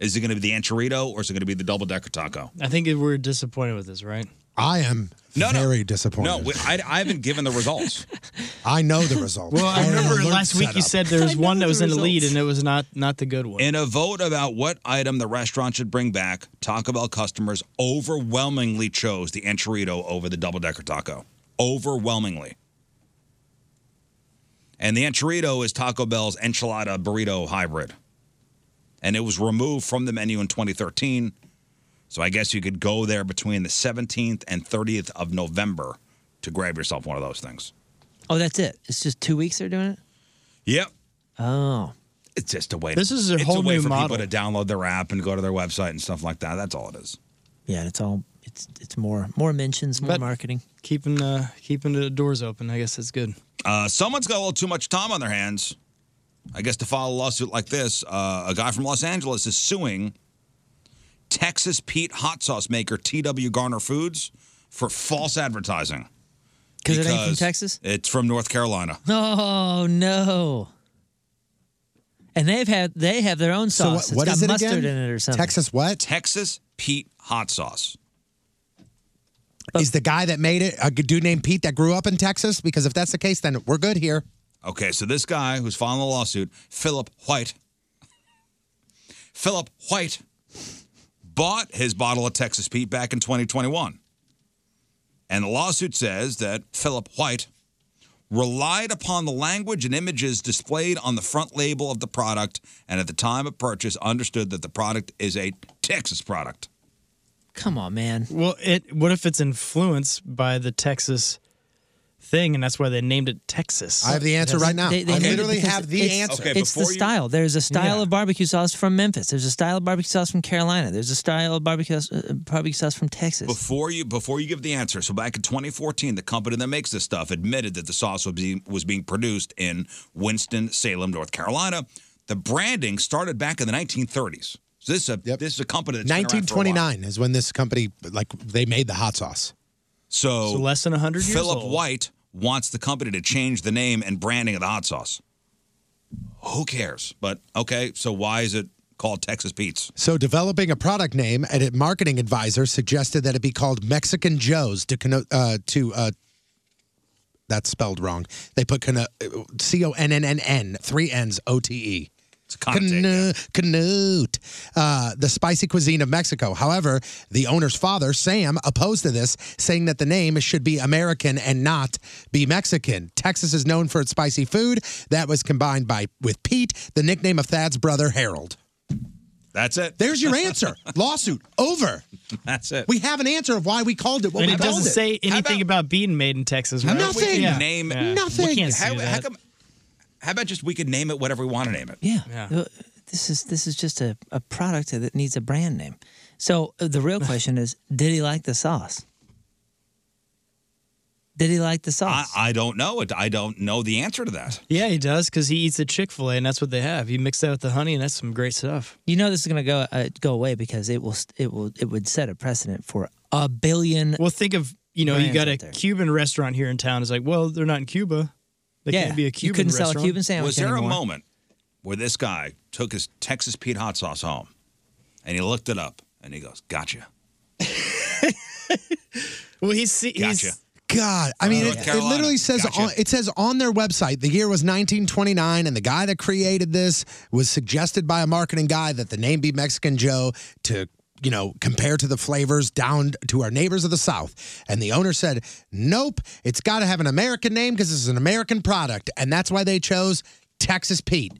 Is it going to be the enchilada or is it going to be the double decker taco?
I think we're disappointed with this, right?
I am very disappointed.
No, we, I, I haven't given the results.
I know the results.
Well, I remember Uh, last week you said there was one that was
the
in the lead
results.
and it was not not the good one.
In a vote about what item the restaurant should bring back, Taco Bell customers overwhelmingly chose the enchilada over the double decker taco. Overwhelmingly. And the enchilada is Taco Bell's enchilada burrito hybrid. And it was removed from the menu in 2013. So I guess you could go there between the 17th and 30th of November to grab yourself one of those things.
Oh, that's it. It's just two weeks they're doing it.
Yep.
Oh.
It's just a way.
This is a
it's
whole
way
new
for
model.
people to download their app and go to their website and stuff like that. That's all it is.
Yeah, and it's all it's it's more more mentions, more
But-
marketing.
Keeping uh, keeping the doors open, I guess that's good.
Uh, someone's got a little too much time on their hands. I guess to file a lawsuit like this, uh, a guy from Los Angeles is suing Texas Pete hot sauce maker TW Garner Foods for false advertising.
'Cause it ain't from
Because
Texas?
It's from North Carolina.
Oh no. And they've had they have their own sauce.
what- what
it's got
is it
mustard
again?
in it or something.
Texas what?
Texas Pete hot sauce.
Is the guy that made it a dude named Pete that grew up in Texas? Because if that's the case, then we're good here.
Okay, so this guy who's filing the lawsuit, Philip White, Philip White bought his bottle of Texas Pete back in 2021. And the lawsuit says that Philip White relied upon the language and images displayed on the front label of the product and at the time of purchase understood that the product is a Texas product.
Come on, man.
Well, it what if it's influenced by the Texas thing, and that's why they named it Texas?
I have the answer right now. I literally have the
It's-
answer.
it's the style. There's a style of barbecue sauce from Memphis. There's a style of barbecue sauce from Carolina. There's a style of barbecue sauce, uh, barbecue sauce from Texas.
Before you before you give the answer, so back in 2014, the company that makes this stuff admitted that the sauce was being, was being produced in Winston Salem, North Carolina. The branding started back in the 1930s. So this is a this is a company that's been around for a while.
1929 is when this company like they made the hot sauce.
So,
So less than 100 years
Philip
old.
White wants the company to change the name and branding of the hot sauce. Who cares? But okay, so why is it called Texas Pete's?
So developing a product name, and a marketing advisor suggested that it be called Mexican Joe's to connote uh, to uh, that's spelled wrong. They put conno- C O N N N N three N's O T E.
It's uh,
Canute, uh, the spicy cuisine of Mexico. However, the owner's father, Sam, opposed to this, saying that the name should be American and not be Mexican. Texas is known for its spicy food. That was combined by with Pete, the nickname of Thad's brother, Harold.
That's it.
There's your answer. Lawsuit over.
That's it.
We have an answer of why we called it what
and
we
it
called
doesn't
it.
say anything about, being made in Texas. Right?
How about we can
Yeah.
Name
Yeah. We can't say
How,
that.
how come? How about just we could name it whatever we want to name it?
Yeah. Uh, This is this is just a, a product that needs a brand name. So uh, the real question is, did he like the sauce? Did he like the
I,
sauce?
I don't know it. I don't know the answer to that.
Yeah, he does because he eats a Chick Fil A, and that's what they have. You mix that with the honey, and that's some great stuff.
you know this is going to go uh, go away because it will it will it would set a precedent for a billion.
Well, think of You know, you
brands
got
out
a
there.
Cuban restaurant here in town. It's like, well, they're not in Cuba. They
Yeah,
can't be
you
a Cuban.
couldn't sell a
restaurant.
Cuban sandwich
Was there a moment where this guy took his Texas Pete hot sauce home and he looked it up and he goes, "Gotcha."
Well, he's he's
Gotcha.
God, I mean,
Uh, North
it, it
Carolina.
literally says
Gotcha.
on, it says on their website the year was 1929, and the guy that created this was suggested by a marketing guy that the name be Mexican Joe to you know compare to the flavors down to our neighbors of the South. And the owner said, "Nope, it's got to have an American name because it's an American product," and that's why they chose Texas Pete.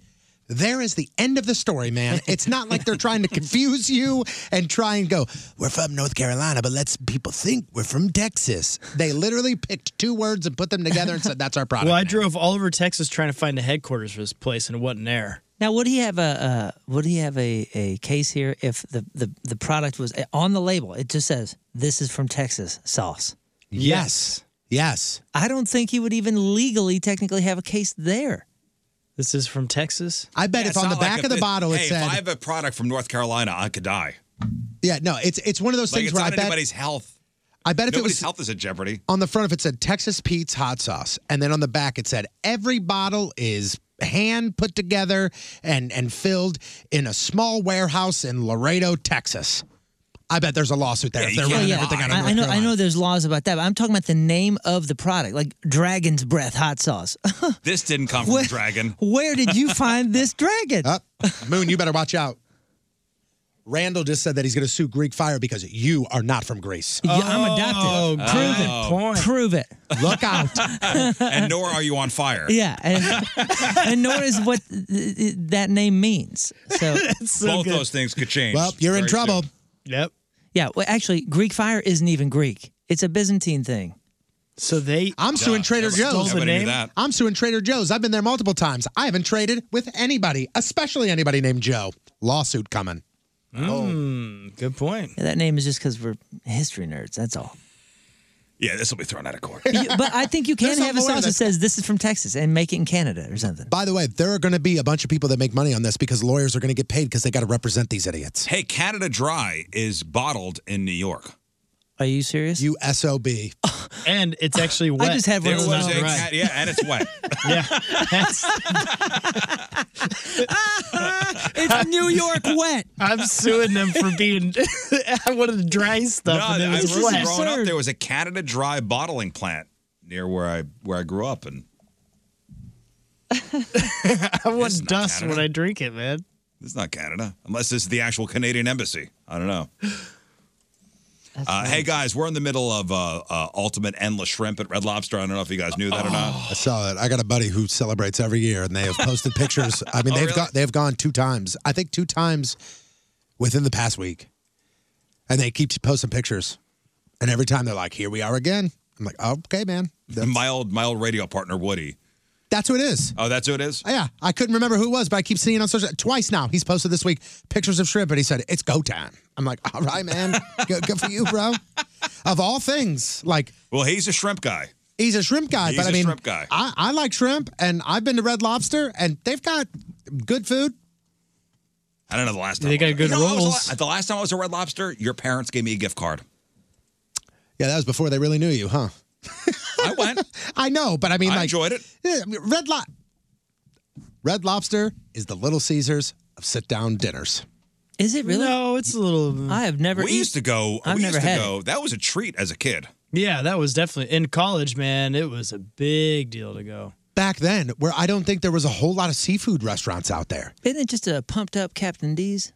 There is the end of the story, man. It's not like they're trying to confuse you and try and go, we're from North Carolina, but let's people think we're from Texas. They literally picked two words and put them together and said, that's our product.
Well, I drove all over Texas trying to find the headquarters for this place, and it wasn't there.
Now, would he have a uh, would he have a, a case here if the, the the product was eh, on the label? It just says this is from Texas sauce.
Yes. Yes.
I don't think he would even legally technically have a case there.
This is from Texas.
I bet
Yeah,
if
it's
on the
not like
back
if
of the
it-
bottle it
hey,
said,
"If I have a product from North Carolina, I could die."
yeah, no, it's it's one of those
Like
things
it's
where I
not
bet,
anybody's health.
I bet if it
Nobody's
was
health is at jeopardy.
on the front of it said Texas Pete's hot sauce, and then on the back it said every bottle is hand put together and and filled in a small warehouse in Laredo, Texas. I bet there's a lawsuit there if they're running everything out of
I,
North
I know. I
Carolina.
know. There's laws about that. But I'm talking about the name of the product, like Dragon's Breath hot sauce.
This didn't come from
Where-
a dragon.
Where did you find this dragon?
Moon, you better watch out. Randall just said that he's going to sue Greek Fire because you are not from Greece.
Yeah, I'm adopted.
Oh,
Prove it.
Oh.
Prove it.
Look out.
and nor are you on fire.
Yeah, and, and nor is what th- th- that name means. So,
Both those things could change.
Well, you're in
very
trouble.
soon.
Yep.
yeah. Well, actually, Greek fire isn't even Greek. It's a Byzantine thing.
So they
I'm suing Trader
everybody-
Joe's.
everybody knew that.
I'm suing Trader Joe's. I've been there multiple times. I haven't traded with anybody, especially anybody named Joe. Lawsuit coming.
Mm, good point.
Yeah, that name is just because we're history nerds. That's all.
Yeah, this will be thrown out of court.
You- but I think you can
There's
have a
something
sauce that
that's-
says this is from Texas and make it in Canada or something.
By the way, there are going to be a bunch of people that make money on this because lawyers are going to get paid because they got to represent these idiots.
Hey, Canada Dry is bottled in New York.
Are you serious?
You sob.
And it's actually wet.
There was a cat- yeah, and it's wet.
yeah.
it's New York wet.
I'm suing them for being I wanted the dry stuff.
No,
and then
I
it was
remember
wet.
growing up, there was a Canada Dry bottling plant near where I where I grew up, and
I want dust when I drink it, man.
It's not Canada, unless it's the actual Canadian embassy. I don't know. Uh, hey guys, we're in the middle of uh, uh, Ultimate Endless Shrimp at Red Lobster. I don't know if you guys knew that or not.
I saw it. I got a buddy who celebrates every year, and they have posted pictures. I mean,
Oh,
they've
really?
got they've gone two times. I think two times within the past week, and they keep posting pictures. And every time they're like, "Here we are again." I'm like, "Okay, man,
My old my old radio partner Woody.
that's who it is."
Oh, that's who it is.
Yeah, I couldn't remember who it was, but I keep seeing it on social twice now. He's posted this week pictures of shrimp, and he said it's go time. I'm like, all right, man, good, good for you, bro. Of all things, like
Well, he's a shrimp guy.
he's a shrimp guy,
He's
but I
a
mean,
shrimp guy.
I, I like shrimp, and I've been to Red Lobster, and they've got good food.
I don't know the last time.
They
I
got
was-
good
you know, I was a
rolls.
lot- the last time I was at Red Lobster, your parents gave me a gift card.
Yeah, that was before they really knew you, huh?
I went.
I know, but I mean,
I
like,
enjoyed it.
Yeah, I mean, Red Lo- Red Lobster is the Little Caesars of sit-down dinners.
Is it really?
No, it's a little.
I have never.
we used to go.
I've
we
never
used to
had
go. That was a treat as a kid.
Yeah, that was definitely in college, man. It was a big deal to go.
Back then, where I don't think there was a whole lot of seafood restaurants out there.
Isn't it just a pumped up Captain D's?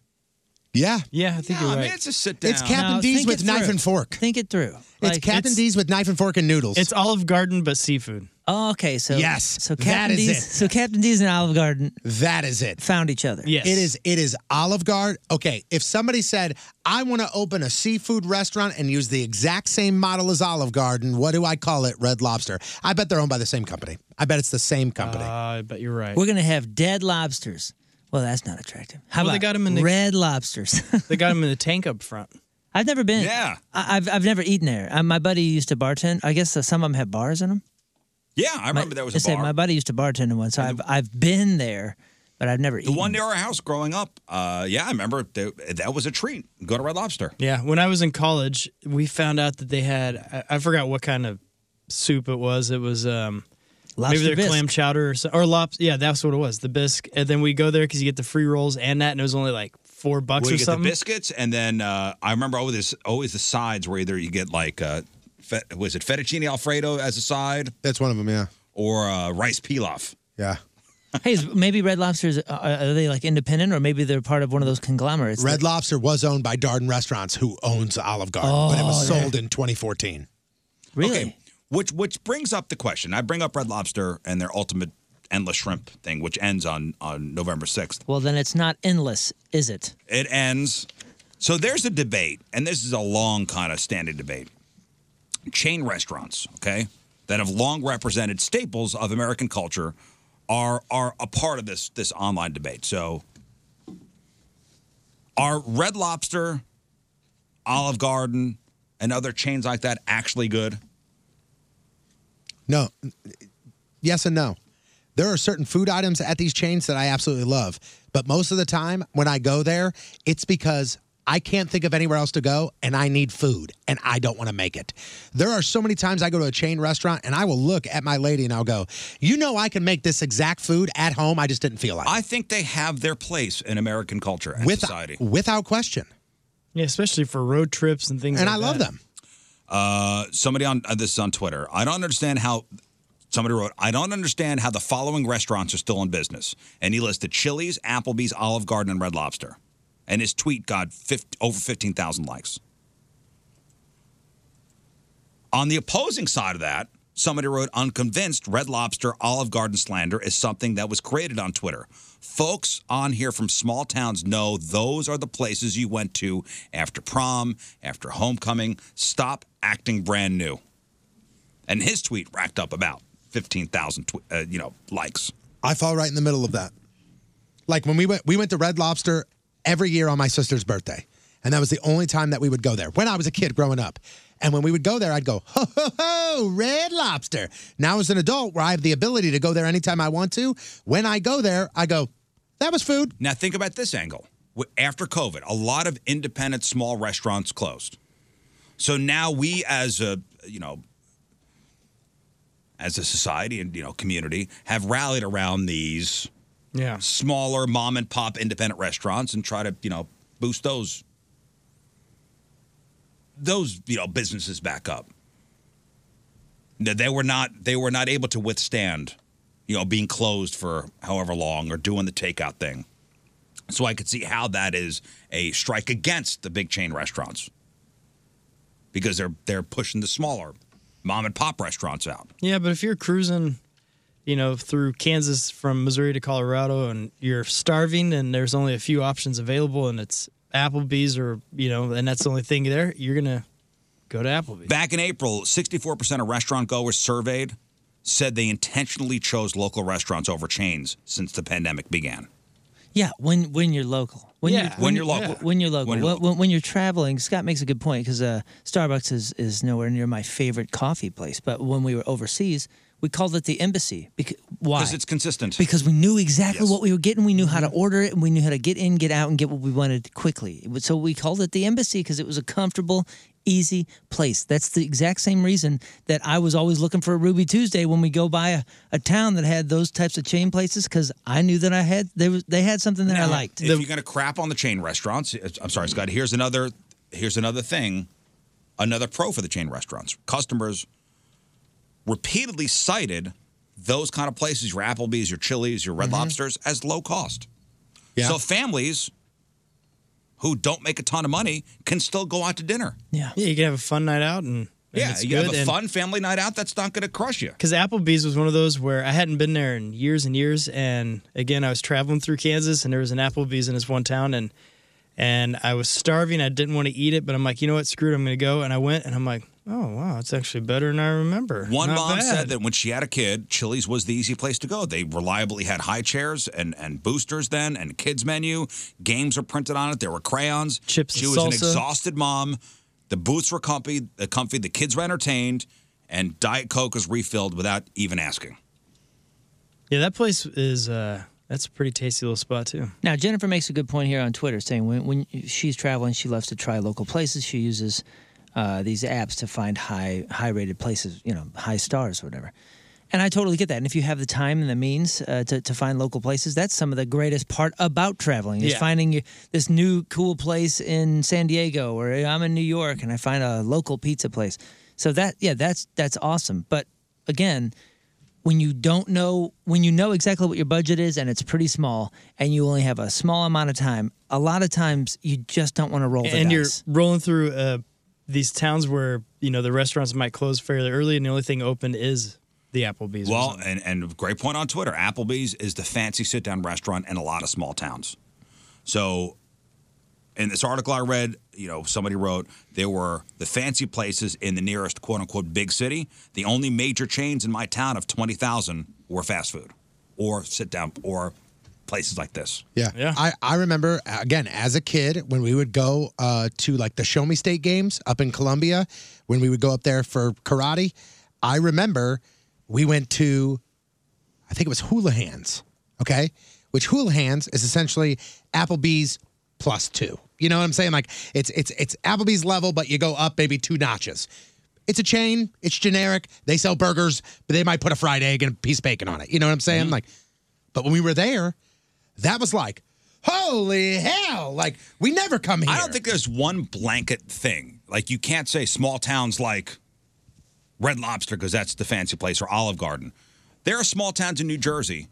Yeah.
Yeah, I think
No, I mean, it's a sit down.
It's Captain
No,
D's
think
with
it
knife
through.
and fork.
Think it through.
It's
Like,
Captain D's with knife and fork and noodles.
It's Olive Garden but seafood.
Oh, okay. So
Yes,
So
that
Captain
is
D's.
it.
So Captain D's and Olive Garden
that is it.
found each other.
Yes.
It is. It is Olive Garden. Okay, if somebody said I want to open a seafood restaurant and use the exact same model as Olive Garden, what do I call it? Red Lobster. I bet they're owned by the same company. I bet it's the same company.
I bet you're right.
We're gonna have dead lobsters. Well, that's not attractive. How
Well, they
about
got 'em in the-
red lobsters?
They got him in the tank up front.
I've never been.
Yeah.
I, I've I've never eaten there. Uh, my buddy used to bartend. I guess uh, some of them have bars in them.
Yeah, I remember there was
I
a
say,
bar.
my buddy used to bartend in one, so I've I've been there, but I've never
the
eaten.
one near our house growing up. Uh, yeah, I remember that, that was a treat. Go to Red Lobster.
Yeah, when I was in college, we found out that they had I, I forgot what kind of soup it was. It was um
Lobster
maybe their
bisque.
clam chowder or so, or lobster. Yeah, that's what it was. The bisque, and then we go there because you get the free rolls and that, and it was only like four bucks or
Well, you get
something.
the biscuits, and then uh, I remember always this, always the sides where either you get like uh, fe- was it fettuccine alfredo as a side
That's one of them. Yeah.
or uh, rice pilaf.
Yeah.
hey, is- maybe Red Lobsters uh, are they like independent, or maybe they're part of one of those conglomerates?
Red Lobster was owned by Darden Restaurants, who owns Olive Garden, but it was sold in 2014.
that, Oh, really?
Okay, which which brings up the question. I bring up Red Lobster and their ultimate endless shrimp thing, which ends on on November sixth.
Well, then it's not endless, is it?
It ends. So there's a debate, and this is a long kind of standing debate. Chain restaurants, okay, that have long represented staples of American culture, are are a part of this this online debate. So, are Red Lobster, Olive Garden, and other chains like that actually good?
No. Yes and no. There are certain food items at these chains that I absolutely love, but most of the time when I go there, it's because I can't think of anywhere else to go and I need food and I don't want to make it. There are so many times I go to a chain restaurant and I will look at my lady and I'll go, "You know I can make this exact food at home, I just didn't feel like." it."
I think they have their place in American culture and
With-
society.
Without question.
yeah, especially for road trips and things.
And
like
I love
that.
them.
Uh, somebody on uh, this is on Twitter. I don't understand how somebody wrote. I don't understand how the following restaurants are still in business. And he listed Chili's, Applebee's, Olive Garden, and Red Lobster. And his tweet got 50, over fifteen thousand likes. On the opposing side of that, somebody wrote, unconvinced Red Lobster Olive Garden slander is something that was created on Twitter. Folks on here from small towns know those are the places you went to after prom, after homecoming. Stop acting brand new. And his tweet racked up about 15,000 tw- uh, you know, likes.
I fall right in the middle of that. Like when we went, we went to Red Lobster
every year on my sister's birthday. And that was the only time that we would go there when I was a kid growing up. And when we would go there, I'd go, ho, ho, ho, red lobster. Now, as an adult, where I have the ability to go there anytime I want to, when I go there, I go, that was food.
Now think about this angle. W- After COVID, a lot of independent small restaurants closed. So now we as a, you know, as a society and, you know, community have rallied around these
Yeah.
smaller mom and pop independent restaurants and try to, you know, boost those those, you know, businesses back up. That They were not they were not able to withstand, you know, being closed for however long or doing the takeout thing. So I could see how that is a strike against the big chain restaurants. Because they're they're pushing the smaller mom and pop restaurants out.
Yeah, but if you're cruising, you know, through Kansas from Missouri to Colorado and you're starving and there's only a few options available and it's Applebee's or, you know, and that's the only thing there, you're going to go to Applebee's.
Back in April, 64% of restaurant goers surveyed said they intentionally chose local restaurants over chains since the pandemic began.
Yeah, when when you're local. When
Yeah. When you're local.
When you're local.
When
When
you're
you're, when, when you're traveling, Scott makes a good point because uh, Starbucks is, is nowhere near my favorite coffee place. But when we were overseas, we called it the embassy. Because, why?
Because it's consistent. Mm-hmm.
Because we knew exactly what we were getting. We knew how to order it, and we knew how to get in, get out, and get what we wanted quickly. It was- So we called it the embassy because it was a comfortable, easy place. That's the exact same reason that I was always looking for a Ruby Tuesday when we go by a, a town that had those types of chain places because I knew that I had they was, they had something that I liked.
If you're going to crap on the chain restaurants, I'm sorry, Scott. Here's another. Here's another thing. Another pro for the chain restaurants. Customers repeatedly cited those kind of places, your Applebee's, your Chili's, your Red
Mm-hmm.
Lobsters, as low cost.
Yeah.
So families who don't make a ton of money can still go out to dinner.
Yeah.
Yeah, you can have a fun night out and. and
yeah,
it's
you have
good,
a
and-
fun family night out. That's not going to crush you.
Because Applebee's was one of those where I hadn't been there in years and years, and again I was traveling through Kansas, and there was an Applebee's in this one town, and and I was starving. I didn't want to eat it, but I'm like, you know what, screw it, I'm gonna go, and I went, and I'm like, oh wow, it's actually better than I remember.
One
Not
mom
bad.
said that when she had a kid, Chili's was the easy place to go. They reliably had high chairs and, and boosters then and kids menu. Games were printed on it. There were crayons.
Chips
She
and
was an
salsa.
exhausted mom. The boots were comfy, uh, comfy. The kids were entertained, and Diet Coke was refilled without even asking.
yeah, that place is uh, that's a pretty tasty little spot too.
Now Jennifer makes a good point here on Twitter, saying when when she's traveling, she loves to try local places. She uses uh, these apps to find high high rated places, you know, high stars or whatever. And I totally get that. And if you have the time and the means uh, to to find local places, that's some of the greatest part about traveling is
Yeah.
finding your, this new cool place in San Diego, or I'm in New York and I find a local pizza place. So that yeah, that's that's awesome. But again, when you don't know when you know exactly what your budget is and it's pretty small and you only have a small amount of time a lot of times you just don't want to roll the
and you're
dice
rolling through uh, these towns where you know the restaurants might close fairly early, and the only thing open is the Applebee's. or
Well,
something.
and, and great point on Twitter. Applebee's is the fancy sit down restaurant in a lot of small towns. So, in this article I read, you know, somebody wrote there were the fancy places in the nearest quote unquote big city. The only major chains in my town of 20,000 were fast food or sit down or places like this.
Yeah. I, I remember, again, as a kid, when we would go uh, to like the Show Me State games up in Columbia, when we would go up there for karate, I remember we went to, I think it was Houlihan's, okay? Which Houlihan's is essentially Applebee's plus two. You know what I'm saying? Like it's it's it's Applebee's level, but you go up maybe two notches. It's a chain. It's generic. They sell burgers, but they might put a fried egg and a piece of bacon on it. You know what I'm saying?
Mm-hmm.
Like, but when we were there, that was like, holy hell! Like we never come here.
I don't think there's one blanket thing. Like you can't say small towns like Red Lobster because that's the fancy place or Olive Garden. There are small towns in New Jersey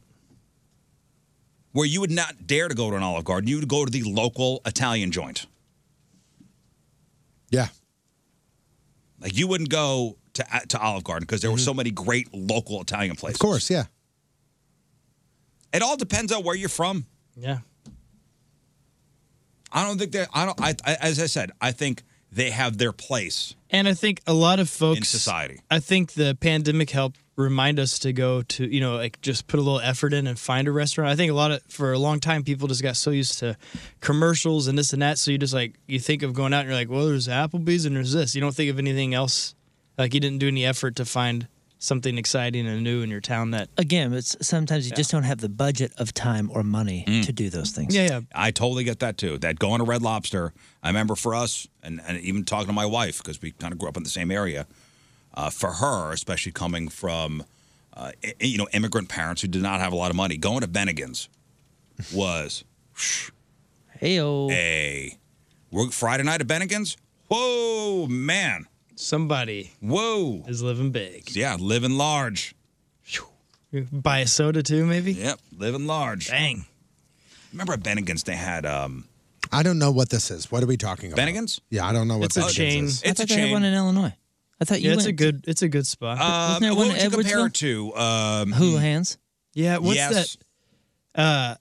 where you would not dare to go to an Olive Garden. You would go to the local Italian joint.
Yeah.
Like you wouldn't go to uh, to Olive Garden because there were so many great local Italian places.
Mm-hmm. Of course, yeah.
It all depends on where you're from.
Yeah.
I don't think that I don't I, I as I said, I think they have their place
And I think a lot of folks
in society.
I think the pandemic helped remind us to go to you know like just put a little effort in and find a restaurant. I think a lot of for a long time people just got so used to commercials and this and that, so you just like you think of going out and you're like, well, there's Applebee's and there's this. You don't think of anything else. Like you didn't do any effort to find something exciting and new in your town that
Again, it's sometimes you just don't have the budget of time or money to do those things.
Yeah, yeah.
I totally get that too. That going to Red Lobster, I remember for us, and, and even talking to my wife because we kind of grew up in the same area. Uh, for her, especially coming from, uh, i- you know, immigrant parents who did not have a lot of money, going to Bennigan's was,
heyo,
hey, we're Friday night at Bennigan's. Whoa, man!
Somebody,
whoa,
is living big.
Yeah, living large.
Buy a soda too, maybe.
Yep, living large.
Dang.
Remember at Bennigan's they had um,
I don't know what this is. What are we talking about?
Bennigan's?
Yeah, I don't know what
It's a
Bennigan's
chain.
is.
It's
I
a
thought they had
chain.
one in Illinois. I thought you
Yeah, it's a
went.
good it's a good spot.
Uh,
Wasn't there
who
one
would you
in
compare it to? Um,
hands?
Yeah, what's
yes.
that? Uh,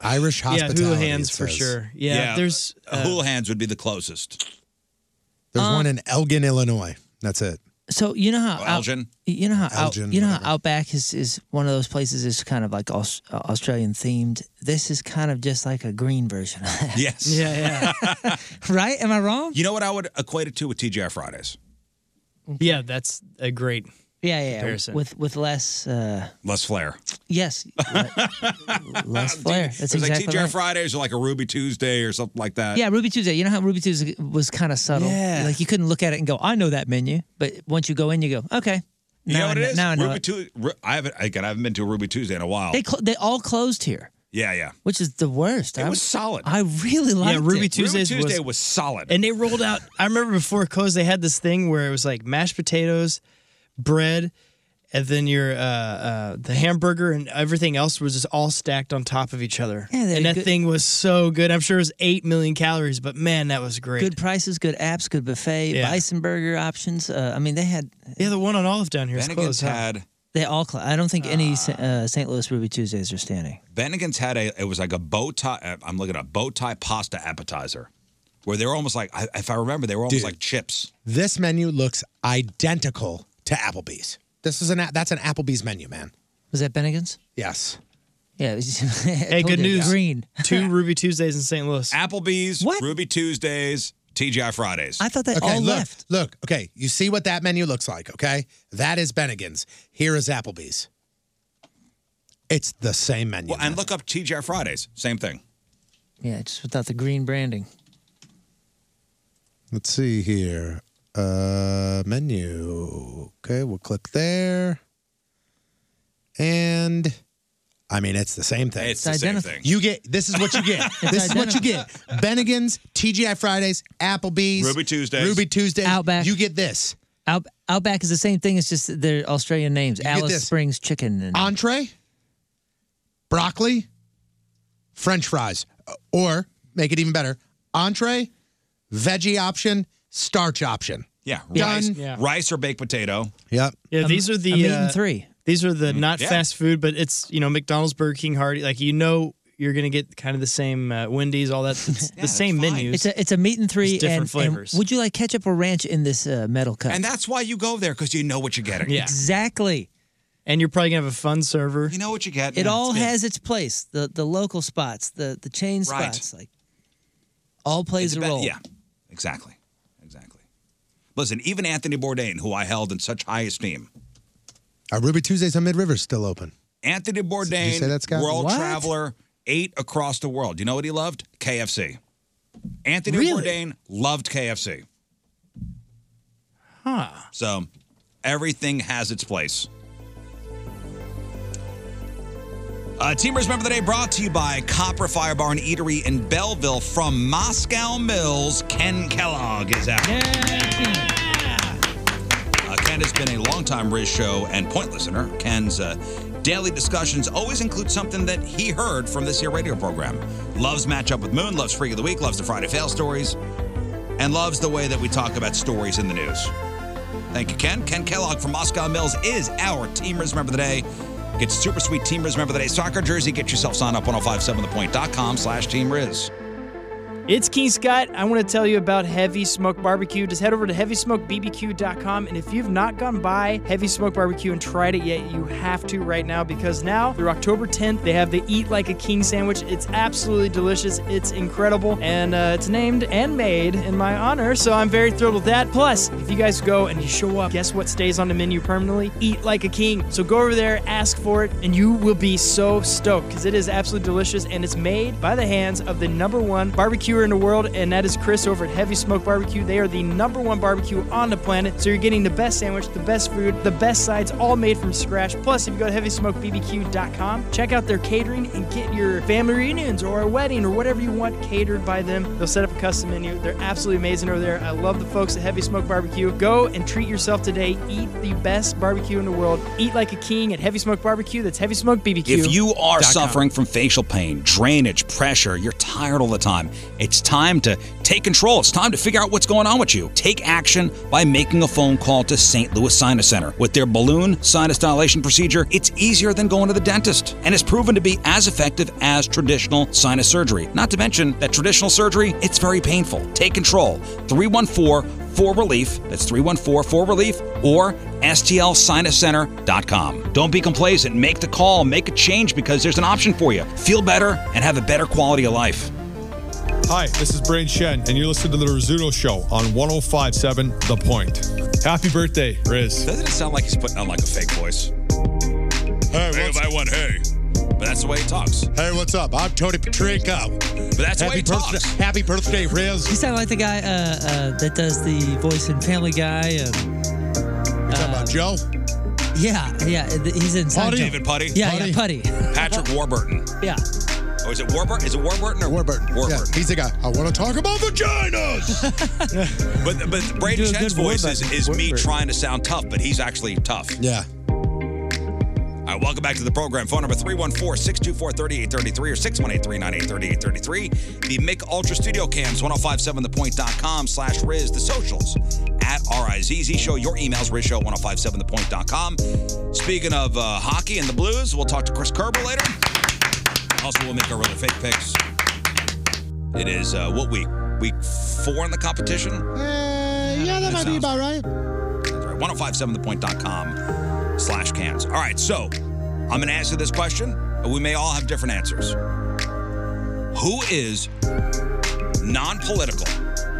Irish hospitality.
yeah, hula
it
hands for
says.
sure. Yeah, there's
uh, hula hands would be the closest.
There's one in Elgin, Illinois. That's it.
So you know how
Oh,
out-
Elgin?
you know how out-
Elgin,
you know how Outback is is one of those places is kind of like Aus- uh, Australian themed. This is kind of just like a green version of that,
Yes.
yeah,
right? Am I wrong?
You know what I would equate it to with TGI Fridays?
yeah, yeah. That's a great.
Yeah, yeah.
Comparison.
With with less, uh,
Less flair.
yes, le- less flair. That's
It's
exactly
like TGI
right.
Fridays or like a Ruby Tuesday or something like that.
Yeah, Ruby Tuesday. You know how Ruby Tuesday was kind of subtle.
Yeah.
Like you couldn't look at it and go, "I know that menu," but once you go in, you go, "Okay."
You
now
know what
I
it
kn-
is?
Now I know.
Ruby
it."
Tuesday. I haven't again. I haven't been to a Ruby Tuesday in a while.
they cl- they all closed here,
yeah, yeah.
which is the worst.
It
I
was solid.
I really liked
yeah, Ruby
it.
Ruby
Tuesdays
Tuesday was,
was,
solid.
and they rolled out. I remember before it closed, they had this thing where it was like mashed potatoes, bread, and then your uh, uh, the hamburger and everything else was just all stacked on top of each other.
Yeah, they're
and that
good-
thing was so good. I'm sure it was eight million calories, but man, that was great.
Good prices, good apps, good buffet,
Yeah.
bison burger options. Uh, I mean, they had
Yeah, the one on Olive down here is
Bennigan's
closed. huh?
had Ah.
they all. Cl- I don't think any Sa- uh, St. Louis Ruby Tuesdays are standing.
Bennigan's had a. It was like a bow tie. uh, I'm looking at a bow tie pasta appetizer, where they were almost like. I- If I remember, they were almost
Dude.
like chips.
This menu looks identical to Applebee's. This is an a- that's an Applebee's menu, man.
Was that Bennigan's?
Yes.
Yeah. hey,
good news.
Green.
Two Ruby Tuesdays in St. Louis.
Applebee's,
What?
Ruby Tuesdays, TGI Fridays.
I thought they
Okay,
all
look,
left.
look. Okay, you see what that menu looks like. Okay, that is Bennigan's. Here is Applebee's. It's the same menu.
well, and
man.
look up TGI Fridays. Same thing.
Yeah, just without the green branding.
Let's see here. Uh, menu. Okay, we'll click there. And I mean, it's the same thing.
It's, the
identical.
same thing.
you get this is what you get. this is what you get. Bennigan's, TGI Fridays, Applebee's,
Ruby Tuesdays.
Ruby Tuesdays,
Outback.
You get this
Out, Outback is the same thing. It's just their Australian names.
get
Alice
this.
Springs Chicken. And,
entree, broccoli, French fries, or make it even better, entree, veggie option, starch option.
Yeah, rice,
Done.
Yeah.
rice or baked potato.
Yep.
yeah, these are the
I'm
uh,
eating three.
These are the not
Yeah.
fast food, but it's you know McDonald's, Burger King, Hardy. Like you know you're gonna get kind of the same uh, Wendy's, all that. It's the same menus.
It's a it's a meat and three
It's different
and, and
flavors.
would you like ketchup or ranch in this uh, metal cup?
And that's why you go there because you know what you're getting.
yeah,
exactly.
and you're probably gonna have a fun server.
You know what you get.
It
Yeah,
all
it's good.
has its place. The the local spots, the the chain
Right.
spots, like all
It's
plays a
about-
role.
Yeah, exactly, exactly. Listen, even Anthony Bourdain, who I held in such high esteem,
Are Ruby Tuesdays on Mid River's still open?
Anthony Bourdain,
say that, Scott?
world
What?
traveler, ate across the world. You know what he loved? KFC. Anthony
Really?
Bourdain loved KFC.
Huh.
So everything has its place. Uh, Teamers Remember the Day brought to you by Copper Fire Bar and Eatery in Belleville from Moscow Mills. Ken Kellogg is out. Uh, Ken has been a longtime Riz Show and Point listener. Ken's uh, daily discussions always include something that he heard from this year radio program. Loves Match Up with Moon, loves Freak of the Week, loves the Friday Fail Stories, and loves the way that we talk about stories in the news. Thank you, Ken. Ken Kellogg from Moscow Mills is our Teamers Remember the Day. Get super sweet oh Teamers Remember the Day soccer jersey. Get yourself signed up 1057thepoint.com slash Team Riz.
It's King Scott. I want to tell you about Heavy Smoke Barbecue. Just head over to heavysmokebbq.com. And if you've not gone by Heavy Smoke Barbecue and tried it yet, you have to right now because now through October 10th, they have the Eat Like a King sandwich. It's absolutely delicious. It's incredible. And uh, it's named and made in my honor. So I'm very thrilled with that. Plus, if you guys go and you show up, guess what stays on the menu permanently? Eat Like a King. So go over there, ask for it, and you will be so stoked because it is absolutely delicious and it's made by the hands of the number one barbecuer in the world, and that is Chris over at Heavy Smoke Barbecue. They are the number one barbecue on the planet. So you're getting the best sandwich, the best food, the best sides, all made from scratch. Plus, if you go to heavysmokebbq.com, check out their catering and get your family reunions or a wedding or whatever you want catered by them. They'll set up a custom menu. They're absolutely amazing over there. I love the folks at Heavy Smoke Barbecue. Go and treat yourself today. Eat the best barbecue in the world. Eat like a king at Heavy Smoke Barbecue. That's Heavy Smoke BBQ.
If you are suffering from facial pain, drainage, pressure, you're tired all the time, it's time to take control. It's time to figure out what's going on with you. Take action by making a phone call to St. Louis Sinus Center. With their balloon sinus dilation procedure, it's easier than going to the dentist and it's proven to be as effective as traditional sinus surgery. Not to mention that traditional surgery, it's very painful. Take control. 314 4 Relief. That's 314 4 Relief or STLSinusCenter.com. Don't be complacent. Make the call, make a change because there's an option for you. Feel better and have a better quality of life.
Hi, this is Brain Shen, and you're listening to The Rizzuto Show on 1057 The Point. Happy birthday, Riz.
Doesn't it sound like he's putting on like a fake voice? Hey, what's I want, hey. But that's the way he talks.
Hey, what's up? I'm Tony Patrico.
But that's
happy birthday, Happy birthday, Riz.
You sound like the guy uh, uh, that does the voice in Family Guy. And,
You talking about Joe?
yeah, yeah, th- he's in. Seinfeld.
Putty? David Putty?
Yeah, yeah, Putty.
Patrick Warburton.
Yeah.
Oh, is it Warburton? Is it Warburton or Warburton? Warburton.
He's the guy. I want to talk about vaginas.
But but Brady
do a
Chen's
good
voice
Warburton.
is, is me
Warburton.
trying to sound tough, but he's actually tough.
yeah.
All right, welcome back to the program. Phone number 314-624-3833 or 618-398-3833. The Mick Ultra Studio Cams, 1057thepoint.com slash Riz, the socials at R-I-Z-Z Show. Your emails, Riz Show, 1057thepoint.com. Speaking of uh, hockey and the Blues, we'll talk to Chris Kerber later. Also, we'll make our other fake picks. It is, uh, what week? Week four in the competition?
Uh, yeah, that
That
might be
sounds-
about right.
That's right. 1057thepoint.com slash cans. All right, so I'm going to answer this question, and we may all have different answers. Who is non political,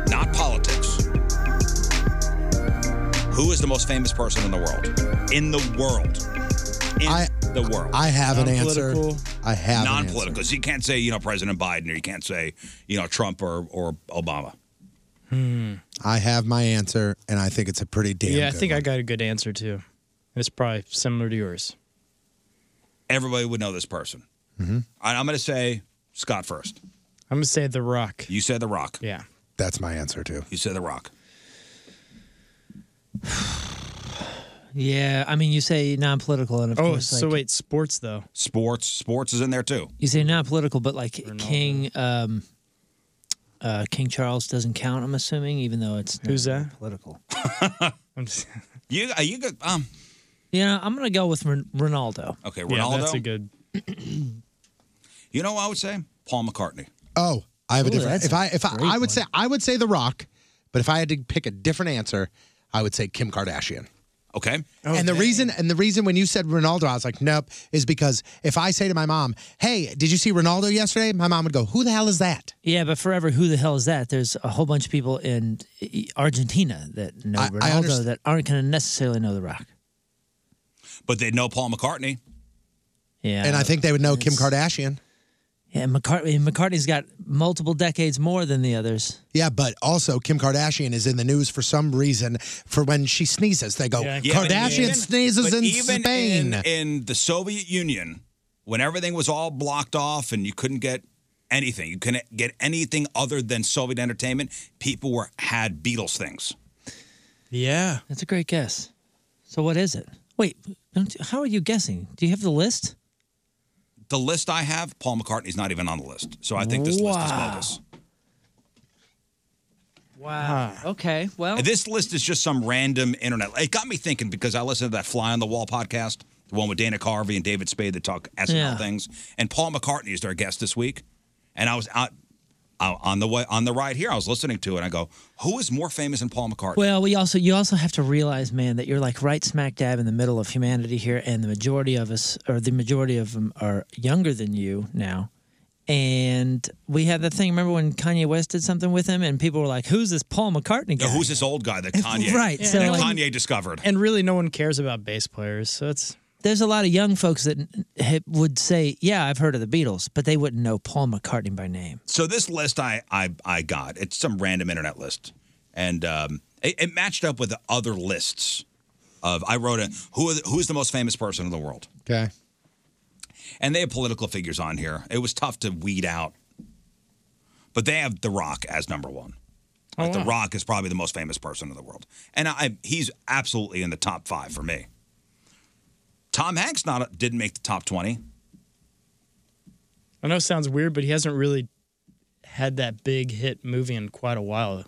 not politics? Who is the most famous person in the world? In the world. In
I-
the world.
I have an answer. I have an answer.
non political. So you can't say, you know, President Biden, or you can't say, you know, Trump or, or Obama.
I have my answer, and I think it's a pretty damn
yeah, I
good
think
one.
I got a good answer too. And it's probably similar to yours.
Everybody would know this person.
Mm-hmm.
Mhm.
All right, I'm going to say Scott first.
I'm going to say The Rock.
You said The Rock.
Yeah.
That's my answer, too.
You said The Rock.
Yeah, I mean, you say non-political, and of
Oh,
course,
so
like,
wait, sports though.
Sports, sports is in there too.
you say non-political, but like King, um, uh, King Charles doesn't count. I'm assuming, even though it's not
Who's that?
Political.
I'm just,
You uh, you could um
Yeah, I'm gonna go with Ron- Ronaldo.
okay, Ronaldo.
Yeah, that's a good.
you know what I would say? Paul McCartney.
Oh, I have
Ooh,
a different.
that's
If
a
I if I,
great
I would
one.
say I would say The Rock, but if I had to pick a different answer, I would say Kim Kardashian.
Okay.
and the reason and the reason when you said Ronaldo, I was like, nope, is because if I say to my mom, "Hey, did you see Ronaldo yesterday?" My mom would go, "Who the hell is that?"
Yeah, but forever, who the hell is that? There's a whole bunch of people in e, Argentina that know
I- I
Ronaldo
underst-
that aren't gonna necessarily know The Rock.
But they know Paul McCartney.
Yeah,
and I think they would know Kim Kardashian.
Yeah, and McCartney, and McCartney's got multiple decades more than the others.
Yeah, but also Kim Kardashian is in the news for some reason for when she sneezes. They go,
but
"Kardashian
even-
sneezes
but
in
even
Spain."
In, in the Soviet Union, when everything was all blocked off and you couldn't get anything, you couldn't get anything other than Soviet entertainment, people were had Beatles things.
Yeah.
That's a great guess. So what is it? Wait, don't you, how are you guessing? Do you have the list?
The list I have, Paul McCartney's not even on the list. So I think this list is
Wow.
bogus.
Wow. Okay. Well,
This list is just some random internet. It got me thinking because I listened to that Fly on the Wall podcast, the one with Dana Carvey and David Spade that talk SNL
Yeah.
things. And Paul McCartney is their guest this week. And I was out. I- on the way on the ride here, I was listening to it. I go, who is more famous than Paul McCartney?
Well, we also you also have to realize, man, that you're like right smack dab in the middle of humanity here, and the majority of us, or the majority of them, are younger than you now. And we had the thing. Remember when Kanye West did something with him, and people were like, "Who's this Paul McCartney guy?"
Yeah, who's this old guy that Kanye
Right, so-
that Kanye discovered?
And really, no one cares about bass players, so it's
There's a lot of young folks that ha- would say, "Yeah, I've heard of the Beatles," but they wouldn't know Paul McCartney by name.
So this list I I, I got it's some random internet list, and um, it, it matched up with the other lists of I wrote it who are the, who's the most famous person in the world,
Okay.
and they have political figures on here. It was tough to weed out, but they have The Rock as number one.
Oh,
Like, The
wow.
Rock is probably the most famous person in the world, and I he's absolutely in the top five for me. Tom Hanks not didn't make the top twenty.
I know it sounds weird, but he hasn't really had that big hit movie in quite a while.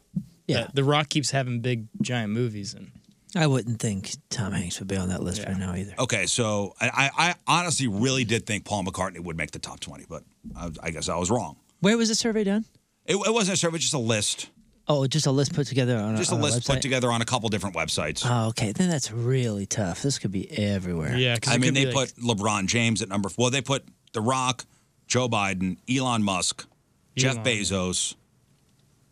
Yeah.
The, The Rock keeps having big giant movies, and
I wouldn't think Tom Hanks would be on that list right now either.
Okay, so I, I I honestly really did think Paul McCartney would make the top 20, but I, I guess I was wrong.
Where was the survey done?
It, it wasn't a survey, just a list.
Oh, just a list put together on
Just a
on
list put
Uh, website?
together on a couple different websites.
Oh, okay. Then that's really tough. This could be everywhere.
I mean, they put LeBron James at number Well, they put The Rock, Joe Biden, Elon Musk, Jeff
Elon,
Bezos,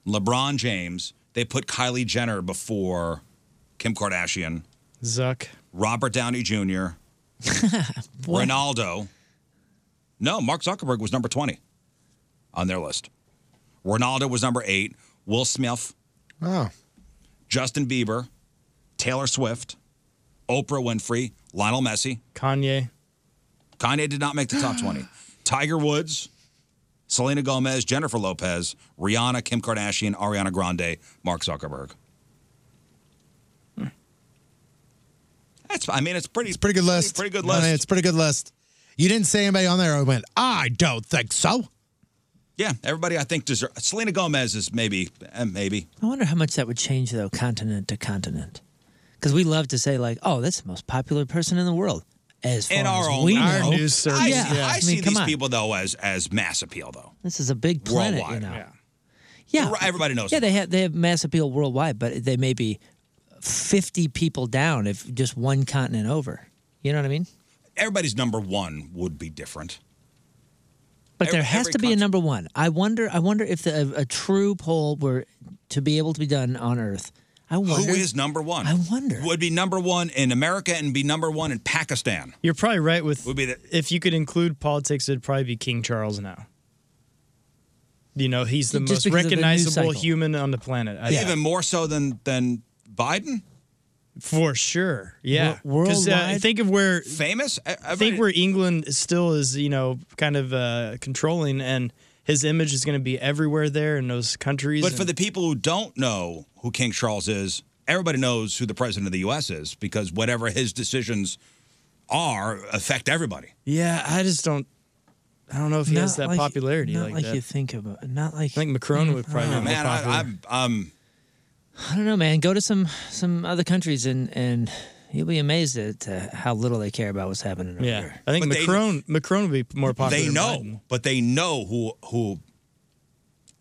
LeBron James. They put Kylie Jenner before Kim Kardashian,
Zuck.
Robert Downey Jr., Ronaldo. No, Mark Zuckerberg was number 20 on their list. Ronaldo was number eight. Will Smith.
Oh.
Justin Bieber. Taylor Swift. Oprah Winfrey. Lionel Messi.
Kanye.
Kanye did not make the top 20. Tiger Woods. Selena Gomez. Jennifer Lopez. Rihanna. Kim Kardashian. Ariana Grande. Mark Zuckerberg.
Hmm.
That's, I mean, it's pretty. It's
pretty good list.
Pretty good
I
list.
mean, it's a pretty good list. You didn't say anybody on there. I went, I don't think so.
Yeah, everybody I think deserves. Selena Gomez is maybe, eh, maybe.
I wonder how much that would change though, continent to continent, because we love to say like, "Oh, that's the most popular person in the world." As far
in our
as
own
we
level.
know,
I,
yeah.
see, I
mean,
see
come
these
on.
people though as as mass appeal though.
This is a big planet,
Worldwide.
you know.
Yeah.
Yeah,
everybody knows
Yeah, they have they have mass appeal worldwide, but they may be fifty people down if just one continent over. You know what I mean?
Everybody's number one would be different.
But there
Every-
has
every
to be a number one. I wonder. I wonder if the, a, a true poll were to be able to be done on Earth. I wonder.
Who is number one?
I wonder.
Would be number one in America and be number one in Pakistan.
You're probably right with.
Would be the,
if you could include politics, it'd probably be King Charles now. You know, he's the
Just
most
because of the news
recognizable
cycle.
human on the planet. I think.
Even more so than than Biden.
For sure. Yeah.
Wor-
'Cause, uh,
worldwide?
think of where
famous. E-, I,
I think where England still is, you know, kind of uh, controlling, and his image is going to be everywhere there in those countries.
But for the people who don't know who King Charles is, everybody knows who the president of the U.S. is because whatever his decisions are affect everybody.
yeah, I just don't. I don't know if he has
Not
that
like-
popularity
Not
like,
like
that.
you think about. Not like I
think Macron would probably be more
Man,
popular.
I, I'm, I'm
I don't know, man. Go to some some other countries and and you'll be amazed at uh, how little they care about what's happening. Over
yeah,
there.
I think
But they-
Macron Macron would be more popular.
they
than
know,
Biden.
but they know who who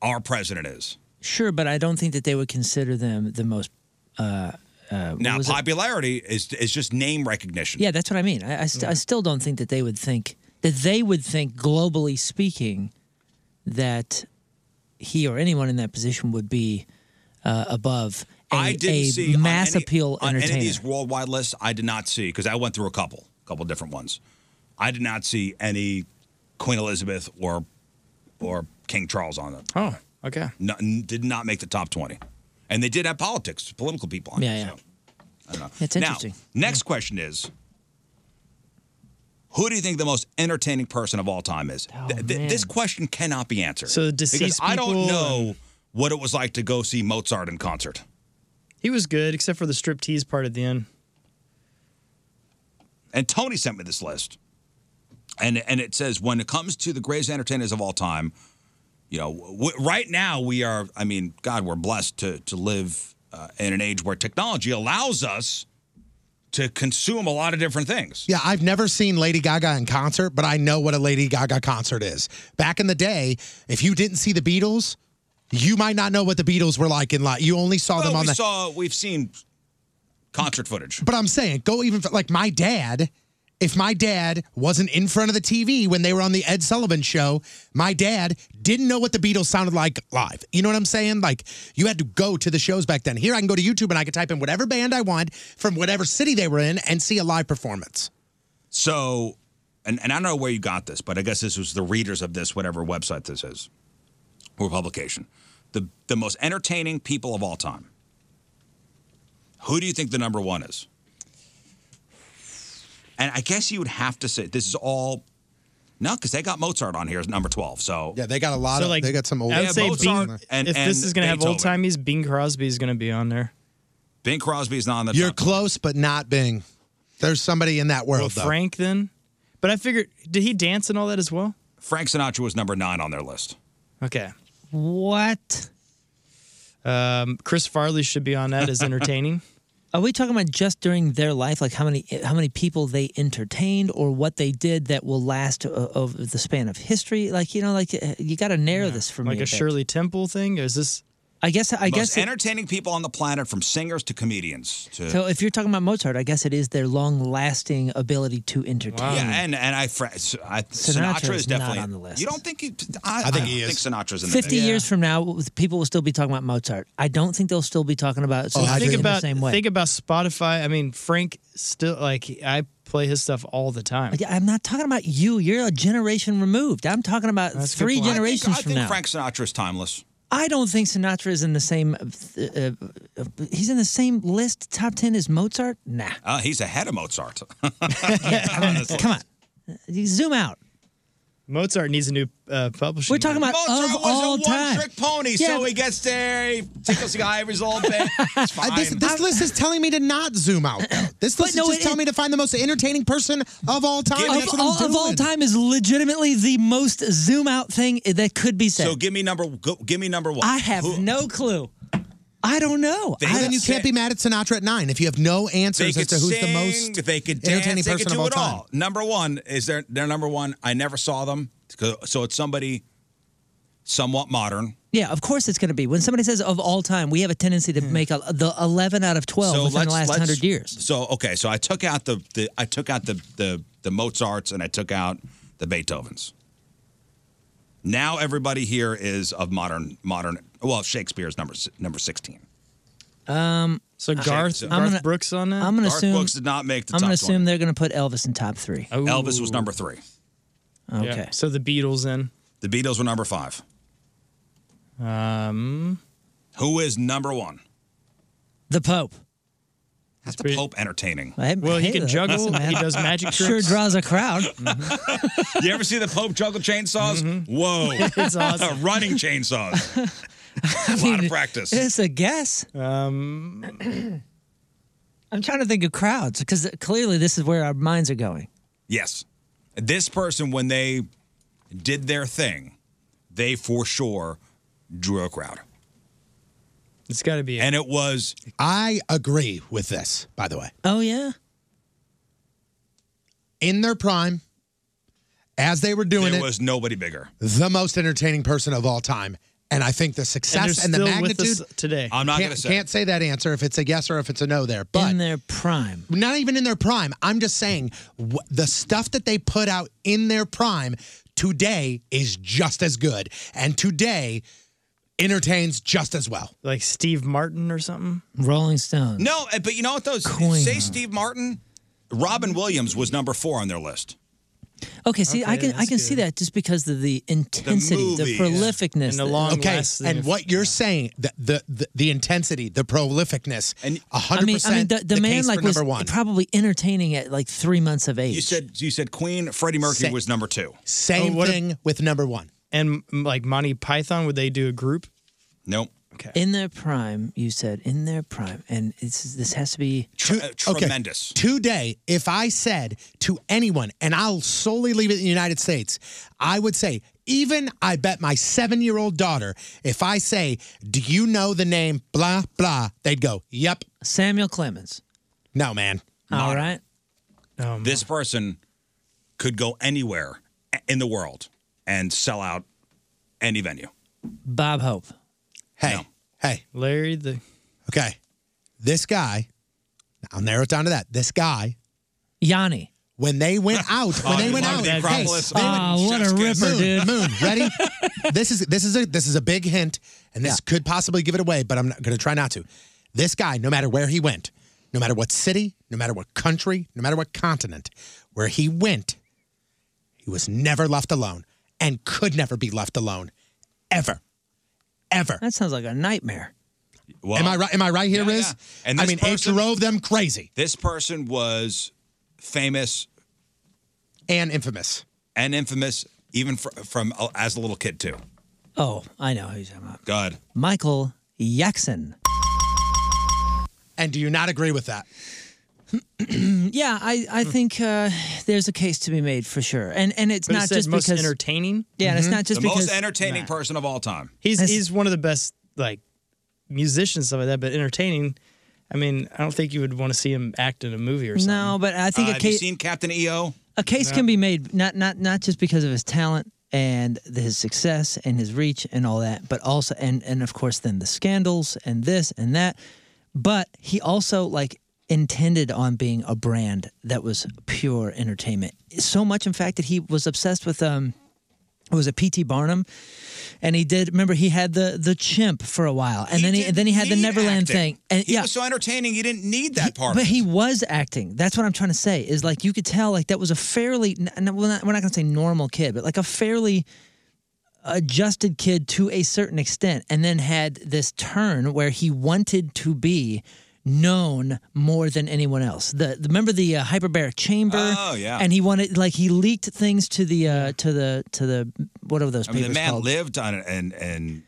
our president is.
Sure, but I don't think that they would consider them the most. Uh, uh, what
Now,
was it?
popularity is is just name recognition.
Yeah, that's what I mean. I, I, st- I still don't think that they would think that they would think, globally speaking, that he or anyone in that position would be uh, above a,
I didn't
a
see on
mass
any-
appeal
on
entertainer.
any of these worldwide lists. I did not see because I went through a couple, couple different ones. I did not see any Queen Elizabeth or or King Charles on them.
Oh, okay.
No, n- did not make the top twenty, and they did have politics, political people on.
Yeah,
it,
yeah.
So, I don't know.
It's interesting.
Now, next question is. Who do you think the most entertaining person of all time is?
Oh,
Th- th- this question cannot be answered.
So
because
deceased
I don't
people
know what it was like to go see Mozart in concert.
He was good, except for the striptease part at the end.
And Tony sent me this list. And and it says when it comes to the greatest entertainers of all time, you know, w- right now we are I mean, god, we're blessed to to live uh, in an age where technology allows us to consume a lot of different things.
Yeah, I've never seen Lady Gaga in concert, but I know what a Lady Gaga concert is. Back in the day, if you didn't see the Beatles, You might not know what the Beatles were like in life. You only saw them
Well,
on
we
the.
saw we've seen concert footage.
But I'm saying, go even f- like my dad. If my dad wasn't in front of the TV when they were on the Ed Sullivan show, my dad didn't know what the Beatles sounded like live. You know what I'm saying? Like you had to go to the shows back then. Here I can go to YouTube and I can type in whatever band I want from whatever city they were in and see a live performance.
So, and, and I don't know where you got this, but I guess this was the readers of this, whatever website this is, or publication. The, the most entertaining people of all time. Who do you think the number one is? And I guess you would have to say this is all. No, because they got Mozart on here as number 12. So,
yeah, they got a lot
So, like, I would say Bing, if this is going to have old timeys, Bing Crosby is going to be on there.
Bing Crosby's not on the
You're close, but not Bing. There's somebody in that world.
Well,
though.
Frank then, but I figured did he dance and all that as well?
Frank Sinatra was number nine on their list.
Okay. What? Um, Chris Farley should be on that as entertaining.
Are we talking about just during their life, like how many how many people they entertained or what they did that will last o- over the span of history? Like you know, like uh, you got to narrow this for me.
like a
bit.
Shirley Temple thing? Or is this?
I guess. I
most
guess. it-
entertaining people on the planet, from singers to comedians. To,
so if you're talking about Mozart, I guess it is their long lasting ability to entertain.
Yeah, and and I, fr- I
Sinatra
Sinatra,
is
is
not
definitely
on the list.
You don't think he? I, I
think
think
he
I Think Sinatra's in the
Fifty
mix.
years from now, people will still be talking about Mozart. I don't think they'll still be talking about.
So
Sinatra
think
in
about
the same way.
think about Spotify. I mean, Frank still like I play his stuff all the time.
Yeah, I'm not talking about you. You're a generation removed. I'm talking about
That's a good
three
point. I think-
generations
I
from
think
now.
Frank Sinatra's timeless.
I don't think Sinatra is in the same. Uh, uh, he's in the same list, top ten as Mozart. Nah,
Uh, he's ahead of Mozart.
come on, you zoom out.
Mozart needs a new uh, publisher.
We're talking about
Mozart
of
was
all
a
time.
one-trick pony,
Yeah,
so he gets there, he tickles the ivories a little bit. It's fine.
I- this this list is telling me to not zoom out. Though. This list
no,
is
it-
just telling me to find the most entertaining person of all time. That's
of,
what I'm
all, of all
doing.
time is legitimately the most zoom out thing that could be said.
so give me number. Go, give me number one.
I have
Who-
no clue. I don't know.
Well, then you can't be mad at Sinatra at nine if you have no
They
answers as
could
to who's
sing.
the most
they could dance.
entertaining
They could
person of
do
all
it
time.
all. Number one is their their number one. I never saw them. So it's somebody somewhat modern.
Yeah, of course it's going to be. When somebody says of all time, we have a tendency
Hmm.
to make a, the 11 out of 12 within the last 100 years.
So okay, so I took out the, the I took out the, the the Mozarts and I took out the Beethovens. Now everybody here is of modern modern. Well, Shakespeare's number s- number sixteen.
Um,
so
Garth-
I'm
Garth
gonna-
Brooks on that.
I'm going to
Garth
assume
Brooks did not make the
I'm
top
gonna assume they're going to put Elvis in top three.
Elvis was number three.
Oh, Okay.
Yeah. So the Beatles then.
The Beatles were number five.
Um,
Who is number one?
the Pope.
How's the Pope entertaining?
Well, he hey, can that- juggle, listen, man. he does magic Sure tricks.
draws a crowd.
Mm-hmm. you ever see the Pope juggle chainsaws? Whoa,
Mm-hmm. It's awesome.
running chainsaws. a lot of practice.
It's a guess. Um, I'm trying to think of crowds because clearly this is where our minds are going.
Yes. This person, when they did their thing, they for sure drew a crowd.
It's got to be.
And it was.
I agree with this, by the way.
Oh, yeah.
In their prime, as they were doing
there
it,
was nobody bigger.
the most entertaining person of all time. And I think the success and, the magnitude
today.
I'm not
can't,
going to say.
can't say that answer if it's a yes or if it's a no there. But
in their prime,
not even in their prime. I'm just saying wh- the stuff that they put out in their prime today is just as good, and today entertains just as well.
Like Steve Martin or something.
Rolling Stone.
No, eh, but you know what, though? Say Steve Martin, Robin Williams was number four on their list.
Okay, see, I can I can see that just because of the intensity, the,
movies.
prolificness, that-
okay, and what you're saying the, the the the intensity, the prolificness, and 100.
I mean, I mean, the, the, man
case
like
for
was
number one.
probably entertaining at like three months of age.
You said you said Queen, Freddie Mercury
Say-
was number two.
Same thing with number one.
And m- like Monty Python, would they do a group?
Nope.
Okay.
In their prime, you said in their prime, and it's this has to be
uh,
Okay, Today, if I said to anyone, and I'll solely leave it in the United States, I would say, even I bet my seven year old daughter, if I say, Do you know the name blah, blah, they'd go, Yep.
Samuel Clemens.
No, man.
All right.
Um,
this person could go anywhere in the world and sell out any venue.
Bob Hope.
Hey, hey.
Larry the.
Okay. This guy, I'll narrow it down to that. This guy,
Yanni.
When they went out, when
Oh,
they
you
went
love
out,
the
hey,
Acropolis.
they went-
Ah, what a Chef's kiss. ripper,
Moon,
dude.
Moon, ready? this is this is a this is a big hint, and this could possibly give it away, but I'm not going to try not to. This guy, no matter where he went, no matter what city, no matter what country, no matter what continent, where he went, he was never left alone and could never be left alone, ever, ever.
That sounds like a nightmare.
am I right? Am I right here, Riz?
And
I
this
mean,
person-
it drove them crazy
This person was famous
and infamous,
and infamous even fr- from uh, as a little kid too.
Oh, I know who you're talking about.
God,
Michael Jackson.
and do you not agree with that?
Mm, yeah, I, I think uh, there's a case to be made for sure, and and it's
But it
not
said
just
most
because
entertaining?
Yeah, and it's
Mm-hmm.
not just
the
because
most entertaining person of all time.
He's he's one of the best like musicians stuff like that, but entertaining. I mean, I don't think you would want to see him act in a movie or something.
No, but I
Uh,
think a
a
case
Captain E EO?
a case
No.
can be made not not not just because of his talent and the- his success and his reach and all that, but also and and of course then the scandals and this and that, but he also like intended on being a brand that was pure entertainment. So much in fact that he was obsessed with um it was a PT Barnum, and he did. Remember, he had the the chimp for a while, and then he and then he had the
need
Neverland
acting.
thing, and
he
yeah,
was so entertaining. You didn't need that part. of
but
it.
he was acting. That's what I'm trying to say. Is like you could tell like that was a fairly n- n- we're not, we're not going to say normal kid, but like a fairly adjusted kid to a certain extent, and then had this turn where he wanted to be known more than anyone else. The remember the uh, hyperbaric chamber.
Oh, yeah.
and he wanted like he leaked things to the uh, to the to the what are those
I mean,
papers
the man
called?
lived on an, an, an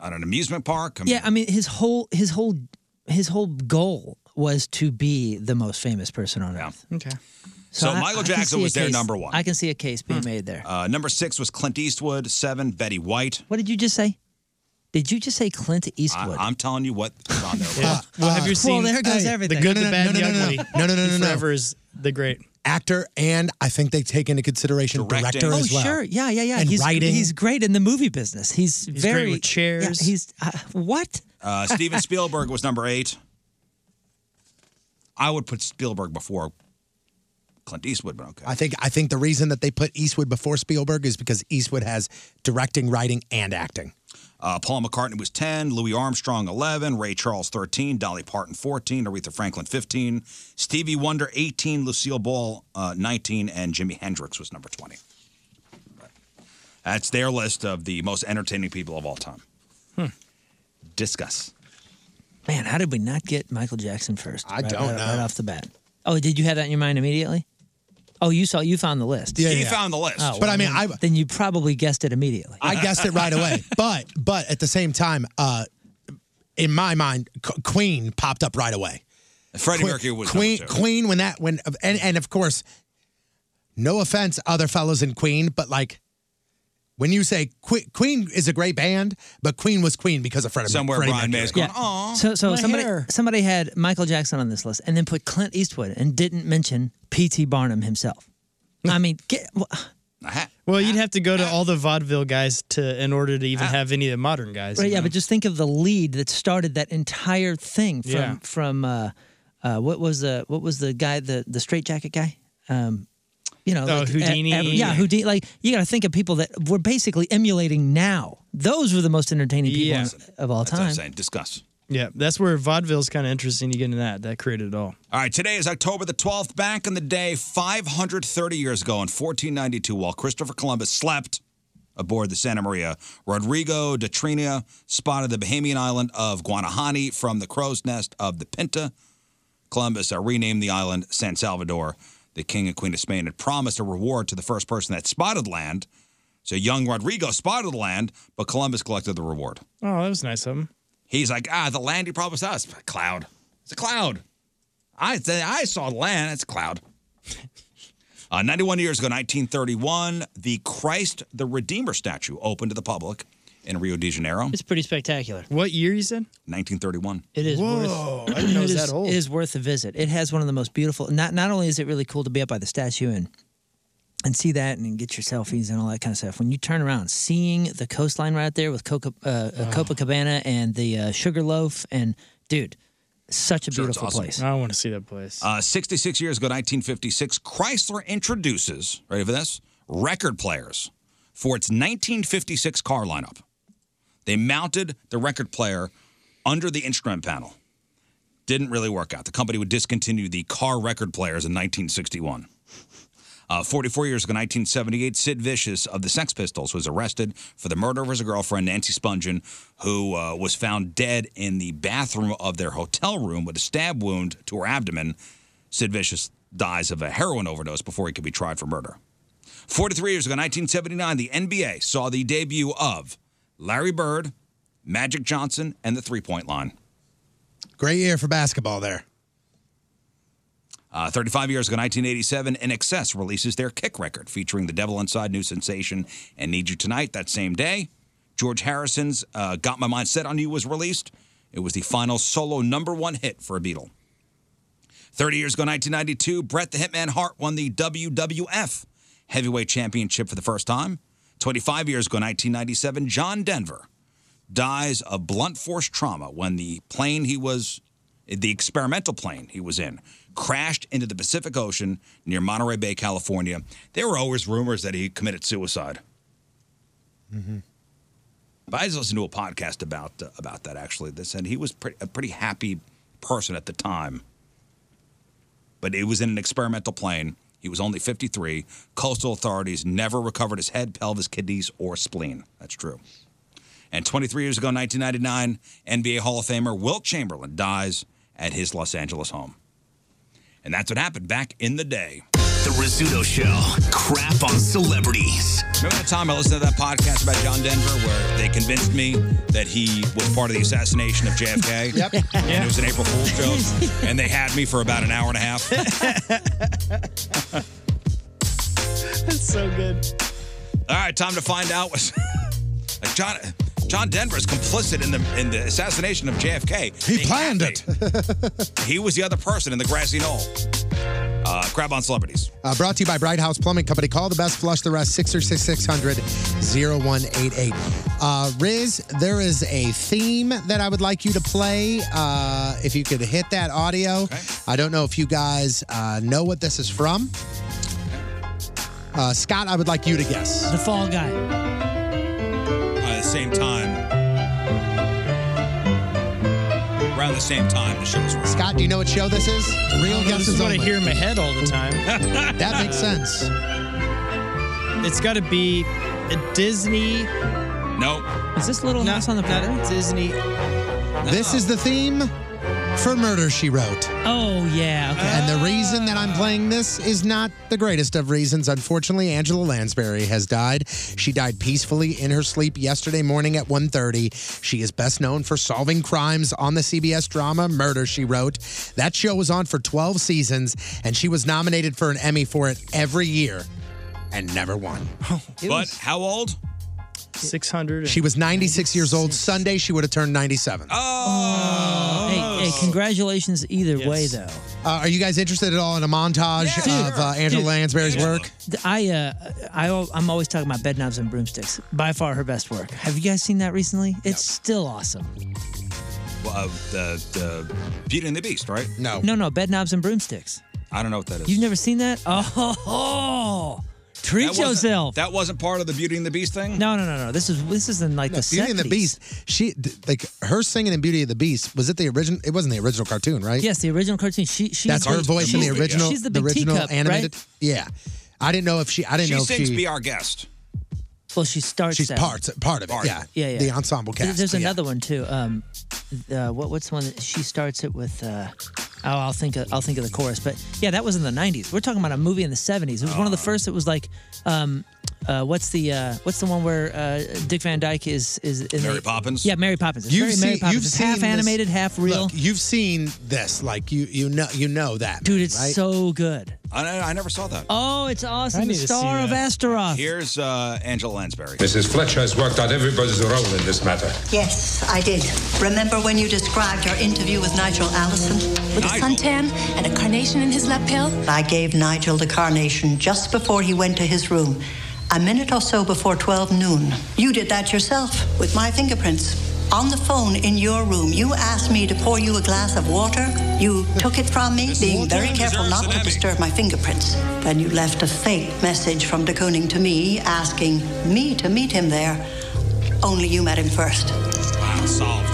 on an amusement park. I mean,
yeah, I mean his whole his whole his whole goal was to be the most famous person on earth.
Okay.
So Michael
can
Jackson
see
was
a
their
case-
number one.
I can see a case being made there.
Uh, number six was Clint Eastwood. Seven, Betty White.
What did you just say? Did you just say Clint Eastwood?
I, am telling you what is on there.
Well, have you seen- there goes everything.
The good,
No,
the
no,
bad,
no,
the
no, no,
ugly.
no.
No, no, no, no, no.
Forever is the great.
Actor, and I think they take into consideration director
oh,
as well.
sure. Yeah, yeah, yeah.
And
he's,
writing.
He's great in the movie business. He's,
great
very
with chairs.
Yeah, he's uh, what?
Uh, Steven Spielberg was number eight. I would put Spielberg before Clint Eastwood, but okay.
I think I think the reason that they put Eastwood before Spielberg is because Eastwood has directing, writing, and acting.
Uh, Paul McCartney was 10, Louis Armstrong 11, Ray Charles 13, Dolly Parton 14, Aretha Franklin 15, Stevie Wonder 18, Lucille Ball uh, 19, and Jimi Hendrix was number 20. That's their list of the most entertaining people of all time.
Hmm.
Discuss.
Man, how did we not get Michael Jackson first? I
don't
right,
know.
Right off the bat. Oh, did you have that in your mind immediately? Oh, you saw you found the list.
Yeah, He yeah. found the list. But I mean, I-
Oh, then you probably guessed it immediately.
I guessed it right away. But but at the same time, uh, in my mind, Q- Queen popped up right away.
Freddie
Queen-
Mercury was
Queen.
number two.
Queen when that when and and of course, no offense, other fellows in Queen, but like. When you say que- Queen is a great band, but Queen was Queen because of Freddie
Somewhere
Freddie
Brian
Mercury.
May's going,
So, so somebody somebody had Michael Jackson on this list and then put Clint Eastwood and didn't mention P.T. Barnum himself. I mean, get, wha-
Well, you'd have to go to all the vaudeville guys to in order to even have any of the modern guys.
Uh, right,
you
yeah,
know?
but just think of the lead that started that entire thing from
Yeah.
from uh, uh, what was the what was the guy the the straight jacket guy. Um, you know,
Oh,
like, e-
Houdini.
ev- yeah, Houdini. Like you got to think of people that we're basically emulating now. Those were the most entertaining people
Yeah.
of all time.
Discuss.
yeah, that's where vaudeville's kind of interesting. You get into that. That created it all.
All right, today is October the 12th. Back in the day, 530 years ago in 1492, while Christopher Columbus slept aboard the Santa Maria, Rodrigo de Trina spotted the Bahamian island of Guanahani from the crow's nest of the Pinta. Columbus uh, renamed the island San Salvador. The king and queen of Spain had promised a reward to the first person that spotted land. So young Rodrigo spotted the land, but Columbus collected the reward.
Oh, that was nice of him.
He's like, ah, the land he promised us, cloud. It's a cloud. I said I saw land. It's a cloud. Uh, 91 years ago, 1931, the Christ the Redeemer statue opened to the public in Rio de Janeiro,
It's pretty spectacular.
What year you said?
1931.
It is
Whoa,
worth.
I didn't know it was
is-
that old.
It is worth a visit. It has one of the most beautiful. Not not only is it really cool to be up by the statue and and see that and get your selfies and all that kind of stuff. When you turn around, seeing the coastline right there with Coca, uh, uh,
Ah.
Copacabana and the uh, Sugar Loaf, and dude, such a
Sure, it's
beautiful
awesome.
place.
I
want to see that place.
Uh, 66 years ago, 1956, Chrysler introduces, ready for this, record players for its 1956 car lineup. They mounted the record player under the instrument panel. Didn't really work out. The company would discontinue the car record players in 1961. Uh, 44 years ago, 1978, Sid Vicious of the Sex Pistols was arrested for the murder of his girlfriend, Nancy Spungen, who uh, was found dead in the bathroom of their hotel room with a stab wound to her abdomen. Sid Vicious dies of a heroin overdose before he could be tried for murder. 43 years ago, 1979, the NBA saw the debut of Larry Bird, Magic Johnson, and the three point line.
Great year for basketball there.
Uh, 35 years ago, 1987, In Excess releases their kick record featuring The Devil Inside, New Sensation, and Need You Tonight that same day. George Harrison's uh, Got My Mind Set on You was released. It was the final solo number one hit for a Beatle. 30 years ago, 1992, Bret the Hitman Hart won the WWF Heavyweight Championship for the first time. 25 years ago, 1997, John Denver dies of blunt force trauma when the plane he was, the experimental plane he was in, crashed into the Pacific Ocean near Monterey Bay, California. There were always rumors that he committed suicide. But I just listened to a podcast about uh, about that actually. That said he was pretty, a pretty happy person at the time, but it was in an experimental plane. He was only 53. Coastal authorities never recovered his head, pelvis, kidneys, or spleen. That's true. And 23 years ago, 1999, NBA Hall of Famer Wilt Chamberlain dies at his Los Angeles home. And that's what happened back in the day.
The Rizzuto Show. Crap on celebrities.
Remember that time I listened to that podcast about John Denver where they convinced me that he was part of the assassination of JFK? yep. And it was an April Fool's joke. and they had me for about an hour and a half.
That's so good.
All right, time to find out what's like John John Denver is complicit in the in the assassination of JFK. He planned it. he was the other person in the grassy knoll. Uh, crab on celebrities.
Uh, brought to you by Bright House Plumbing Company. Call the best, flush the rest, 666-600-0188. Uh, Riz, there is a theme that I would like you to play. Uh, if you could hit that audio. I don't know if you guys uh, know what this is from. Uh, Scott, I would like you to guess.
The Fall Guy.
Uh, the same time. Around the same time, the shows were.
Scott, do you know what show this is? Real
This
guesses
is what I
only.
hear in my head all the time.
that makes sense.
It's got to be a Disney.
Nope.
Is this Little House on the Prairie? Disney.
This is the theme for Murder, She Wrote.
Oh, yeah.
And the reason that I'm playing this is not the greatest of reasons. Unfortunately, Angela Lansbury has died. She died peacefully in her sleep yesterday morning at 1:30. She is best known for solving crimes on the CBS drama Murder, She Wrote. That show was on for 12 seasons and she was nominated for an Emmy for it every year and never won.
But how old?
600.
She was 96 years old Sunday. She would have turned 97.
Oh,
Hey,
Oh.
hey, congratulations either way, though.
Uh, are you guys interested at all in a montage of uh, Angela Lansbury's work?
Th- I, uh, I, al- I'm always talking about bed knobs and broomsticks. By far her best work. Have you guys seen that recently? It's still awesome.
Well, uh, the the Beauty and the Beast, right?
No, no, bed knobs and broomsticks.
I don't know what that is.
You've never seen that? Oh, treat
That wasn't-
yourself.
That wasn't part of the Beauty and the Beast thing.
No, no, no, no. This is this is in like
No,
the
Beauty
set
and the
piece.
Beast. She d- like her singing in Beauty and the Beast. Was it the original? It wasn't the original cartoon, right?
Yes, the original cartoon. She, she
that's her voice in the
she's
original.
She's the big
original
teacup,
animated.
Right?
Yeah, I didn't know if she. I didn't
she
know if
sings
she.
"Be Our Guest."
Well, she starts.
she's
that.
parts part of it.
Part of
Yeah,
it. Yeah, yeah.
The ensemble
There-
cast.
There's
yeah.
another one too. Um, uh, what what's the one that she starts it with? Uh, oh, I'll think of, I'll think of the chorus. But yeah, that was in the '90s. We're talking about a movie in the '70s. It was one of the first that was like um, Uh, what's the uh, what's the one where uh, Dick Van Dyke is is in
Mary
the,
Poppins?
Yeah, Mary Poppins. It's very Mary Poppins. It's half
this-
animated, half real.
Look, you've seen this, like you you know you know that,
Dude, it's so good.
I, I never saw that.
Oh, it's
I
awesome. The
need to see
star of
that.
Astaroth.
Here's uh, Angela Lansbury.
Mrs. Fletcher has worked out everybody's role in this matter.
Yes, I did. Remember when you described your interview with Nigel Allison?
With a Nigel.
suntan and a carnation in his lap pill? I gave Nigel the carnation just before he went to his room, a minute or so before 12 noon. You did that yourself with my fingerprints. On the phone in your room, you asked me to pour you a glass of water. You took it from me, being very careful not to disturb my fingerprints. Then you left a fake message from de Kooning to me, asking me to meet him there. Only you met him first.
Wow, solved.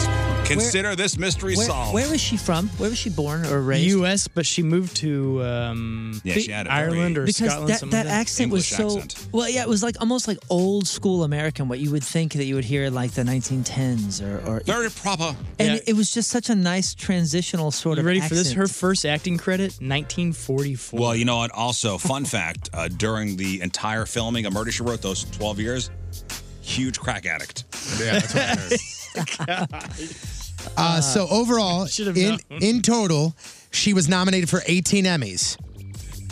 Consider this mystery
Where,
solved.
where was she from? Where was she born or raised?
U.S., but she moved to um,
Yeah, she had a very-
Ireland or
because
Scotland.
that,
something
that
like
accent was so well yeah it was like almost like old school american what you would think that you would hear in, like the 1910s or, or
very proper
and it was just such a nice transitional sort
You
of
ready for this? Her
accent.
first acting credit, 1944.
Well, you know what? Also, fun fact uh, during the entire filming of Murder She Wrote, those 12 years, huge crack addict.
Yeah, that's what I heard.
Uh,
Uh, so overall,
should've
in
known.
in total, she was nominated for 18 Emmys.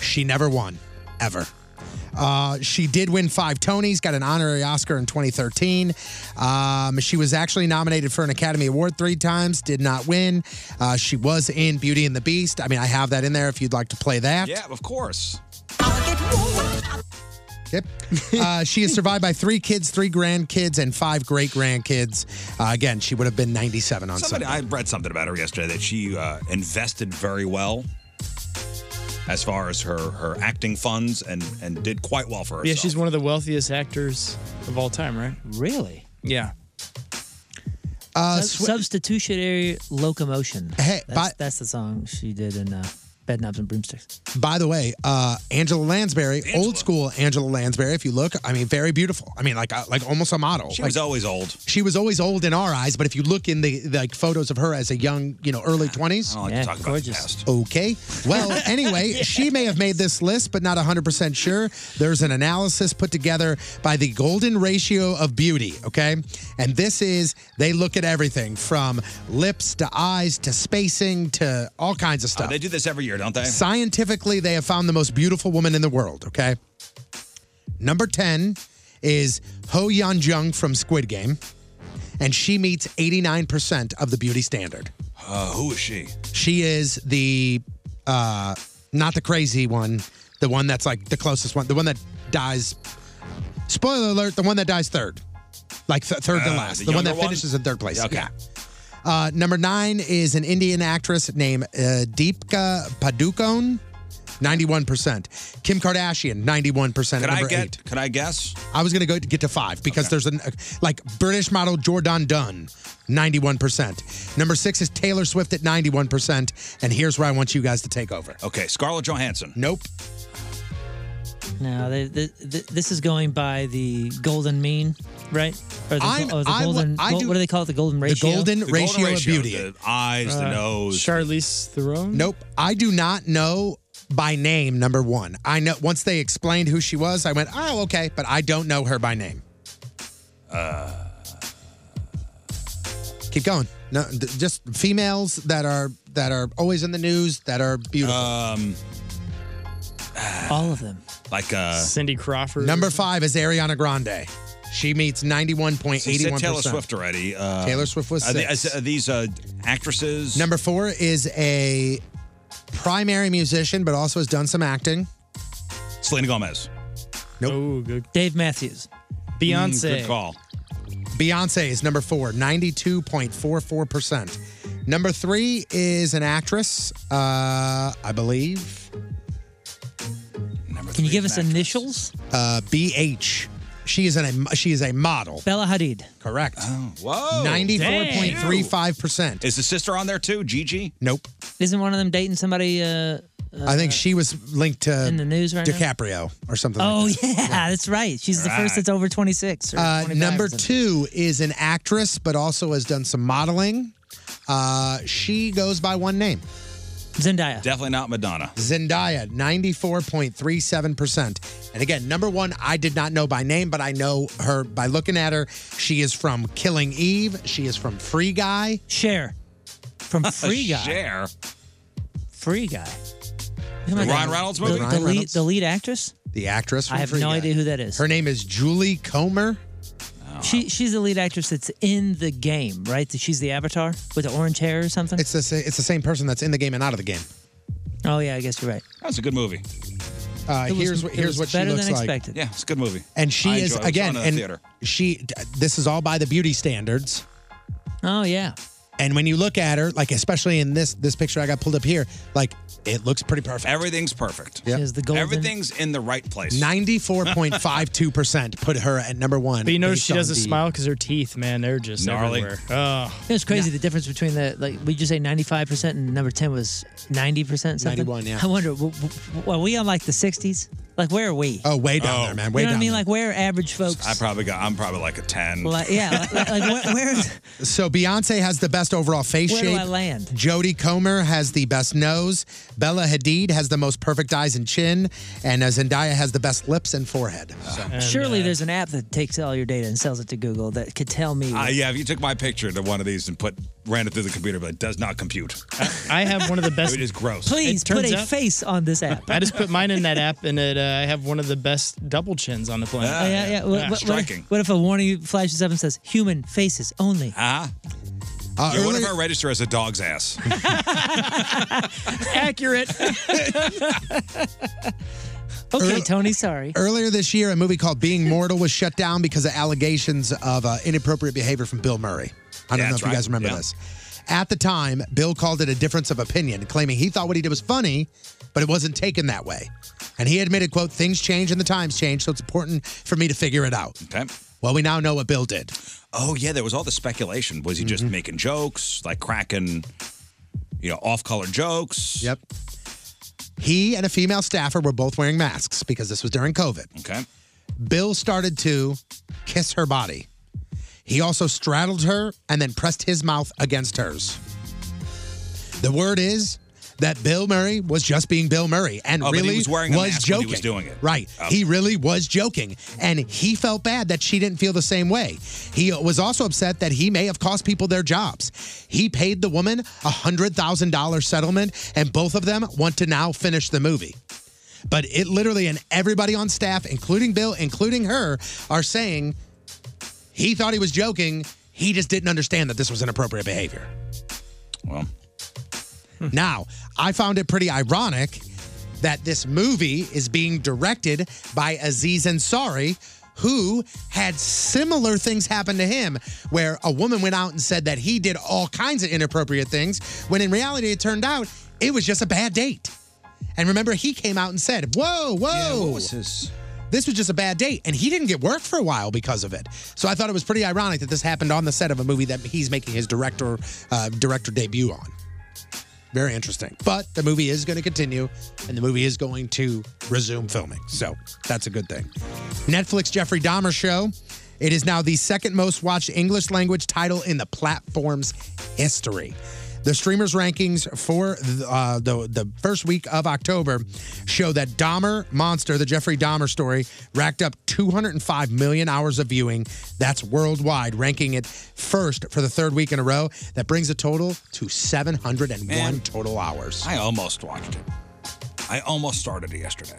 She never won, ever. Uh, she did win five Tonys, got an honorary Oscar in 2013. Um, she was actually nominated for an Academy Award three times, did not win. Uh, she was in Beauty and the Beast. I mean, I have that in there if you'd like to play that.
Yeah, of course.
Yep. Uh, she is survived by three kids, three grandkids, and five great grandkids. Uh, again, she would have been 97 on
Somebody,
Sunday.
I read something about her yesterday that she uh, invested very well as far as her, her acting funds and, and did quite well for herself.
yeah, she's one of the wealthiest actors of all time, right?
Really?
Yeah.
Uh,
Sub- substitutionary locomotion
hey
that's, that's the song she did in uh, bed knobs and broomsticks
By the way, uh, Angela Lansbury, old school Angela Lansbury. If you look, I mean, very beautiful. I mean, like uh, like almost a model.
She
like,
was always old.
She was always old in our eyes, but if you look in the, the, like photos of her as a young, you know, early twenties.
I don't like to talk about the past.
Okay. Well, anyway, she may have made this list, but not 100% sure. There's an analysis put together by the Golden Ratio of Beauty, okay? And this is, they look at everything from lips to eyes to spacing to all kinds of
Uh,
stuff.
they do this every year, don't they?
Scientifically, they have found the most beautiful woman in the world, okay? Number 10 is Ho Oh, Yan Jung from Squid Game, and she meets 89% of the beauty standard.
Uh, who is she?
She is the, uh, not the crazy one, the one that's like the closest one, the one that dies, spoiler alert, the one that dies third, like th- third to
Uh,
last,
the
the, one that
younger one?
finishes in third place.
Yeah, okay.
Yeah. Uh, number nine is an Indian actress named uh, Deepika Padukone, 91%. Kim Kardashian, 91%.
Could
at
I
number
get?
eight.
Could I guess?
I was going to go to get to five because there's an, like British model Jordan Dunn, 91%. Number six is Taylor Swift at 91%. And here's where I want you guys to take over.
Okay, Scarlett Johansson.
Nope.
no they, they, th this is going by the golden mean right or the,
I'm-
go- or the
I'm-
golden
I
what,
do-
what do they call it the golden ratio
golden The golden ratio of ratio, beauty.
The eyes, the
Uh,
nose.
Charlize Theron.
Nope. I do not know by name, number one. I know once they explained who she was, I went, oh, okay, but I don't know her by name.
Uh,
Keep going. No, th- just females that are that are always in the news that are beautiful.
Um,
all of them.
like uh,
Cindy Crawford.
Number five is Ariana Grande. She meets ninety one point
so you
eighty
said
one
Taylor
percent.
Swift already. Uh,
Taylor Swift was
Are, the-
six.
is- are these uh, actresses?
Number four is a primary musician, but also has done some acting.
Selena Gomez.
Nope.
dave matthews
Beyonce.
Mm, good call.
Beyonce is number four, 92.44%. Number three is an actress, uh, I believe.
can you give us initials
Uh, BH. She is an, a she is a model.
bella hadid
Correct.
Oh, Whoa.
94.35%.
Is the sister on there too? Gigi.
Nope.
Isn't one of them dating somebody? Uh,
I think she was linked to
in the news right now?
Uh, DiCaprio or something.
oh
like that.
yeah, that's right. She's the
Right.
first that's over twenty six.
Uh, number two is an actress, but also has done some modeling. Uh, she goes by one name.
Zendaya.
Definitely not Madonna.
Zendaya, 94.37%. And again, number one, I did not know by name, but I know her by looking at her. She is from Killing Eve. She is from Free Guy.
Share. From Free Guy.
Cher.
Free guy.
The
Who am
Ryan
I thinking?
Reynolds
The-
movie?
The,
Ryan
lead,
Reynolds?
the lead actress?
The actress from
I have
Free
no
Guy.
idea who that is.
Her name is Julie Comer. Oh.
She she's the lead actress that's in the game, right? That She's the avatar with the orange hair or something.
It's the sa- it's the same person that's in the game and out of the game.
Oh yeah, I guess you're right.
That's a good movie.
Uh, here's what here's what she looks like.
Yeah, it's a good movie.
And she
I
is
enjoyed it. It was
again,
on in the
and
theater.
she. This is all by the beauty standards.
Oh yeah.
And when you look at her, like especially in this this picture I got pulled up here, like it looks pretty perfect.
Everything's perfect.
Yep. She has the golden-
Everything's in the right place.
Ninety-four point five two percent put her at number one.
But you know
based
she
on
doesn't
the-
smile because her teeth, man, they're just
Gnarly.
everywhere. Oh.
It's crazy the difference between the like we just say 95 percent and number 10 was 90 percent.
91, yeah.
I wonder, w- w- are we on like the 60s? Like where are we?
Oh, way down
Oh.
there, man. Way
you know
down.
what I mean? Like where are average folks?
I probably got. I'm probably like a ten.
Like, yeah, like, like where, where is
So Beyonce has the best overall face
Where do
shape.
I land?
Jodie Comer has the best nose. Bella Hadid has the most perfect eyes and chin, and uh, Zendaya has the best lips and forehead. So.
surely there's an app that takes all your data and sells it to Google that could tell me.
Uh, yeah, if you took my picture to one of these and put ran it through the computer, but it does not compute.
I have one of the best.
it is gross.
Please
It
put
turns
a
out-
face on this app.
I just put mine in that app, and it, uh, I have one of the best double chins on the planet.
Oh, yeah, yeah. What, what- what if- What, if a warning flashes up and says "human faces only"?
Ah.
Uh,
You're one of our register as a dog's ass.
Accurate.
okay, Tony. Sorry.
Earlier this year, a movie called Being Mortal was shut down because of allegations of uh, inappropriate behavior from Bill Murray. I don't
Yeah,
know
that's
if you
right.
guys remember
Yeah.
this. At the time, Bill called it a difference of opinion, claiming he thought what he did was funny, but it wasn't taken that way. And he admitted, quote, things change and the times change, so it's important for me to figure it out.
Okay.
Well, we now know what Bill did. Mm-hmm.
Oh yeah, there was all the speculation. Was he just making jokes, like cracking, you know, off-color jokes?
Yep. He and a female staffer were both wearing masks because this was during COVID.
Okay.
Bill started to kiss her body. He also straddled her and then pressed his mouth against hers. The word is that Bill Murray was just being Bill Murray and
Oh, but he
really
was wearing a mask when
joking.
he was doing it. Oh,
Right. He really was joking. And he felt bad that she didn't feel the same way. He was also upset that he may have cost people their jobs. He paid the woman a $100,000 settlement, and both of them want to now finish the movie. But it literally, and everybody on staff, including Bill, including her, are saying he thought he was joking. He just didn't understand that this was inappropriate behavior.
Well,
now, I found it pretty ironic that this movie is being directed by Aziz Ansari, who had similar things happen to him, where a woman went out and said that he did all kinds of inappropriate things, when in reality, it turned out it was just a bad date. And remember, he came out and said, Whoa, whoa. This was just a bad date. And he didn't get work for a while because of it. So I thought it was pretty ironic that this happened on the set of a movie that he's making his director uh, director debut on. Very interesting. But the movie is going to continue and the movie is going to resume filming. So that's a good thing. Netflix Jeffrey Dahmer show. It is now the second most watched English language title in the platform's history. The streamer's rankings for uh, the, the first week of October show that Dahmer Monster, the Jeffrey Dahmer story, racked up 205 million hours of viewing. That's worldwide, ranking it first for the third week in a row. That brings the total to 701
Man.
total hours.
I almost watched it. I almost started it yesterday.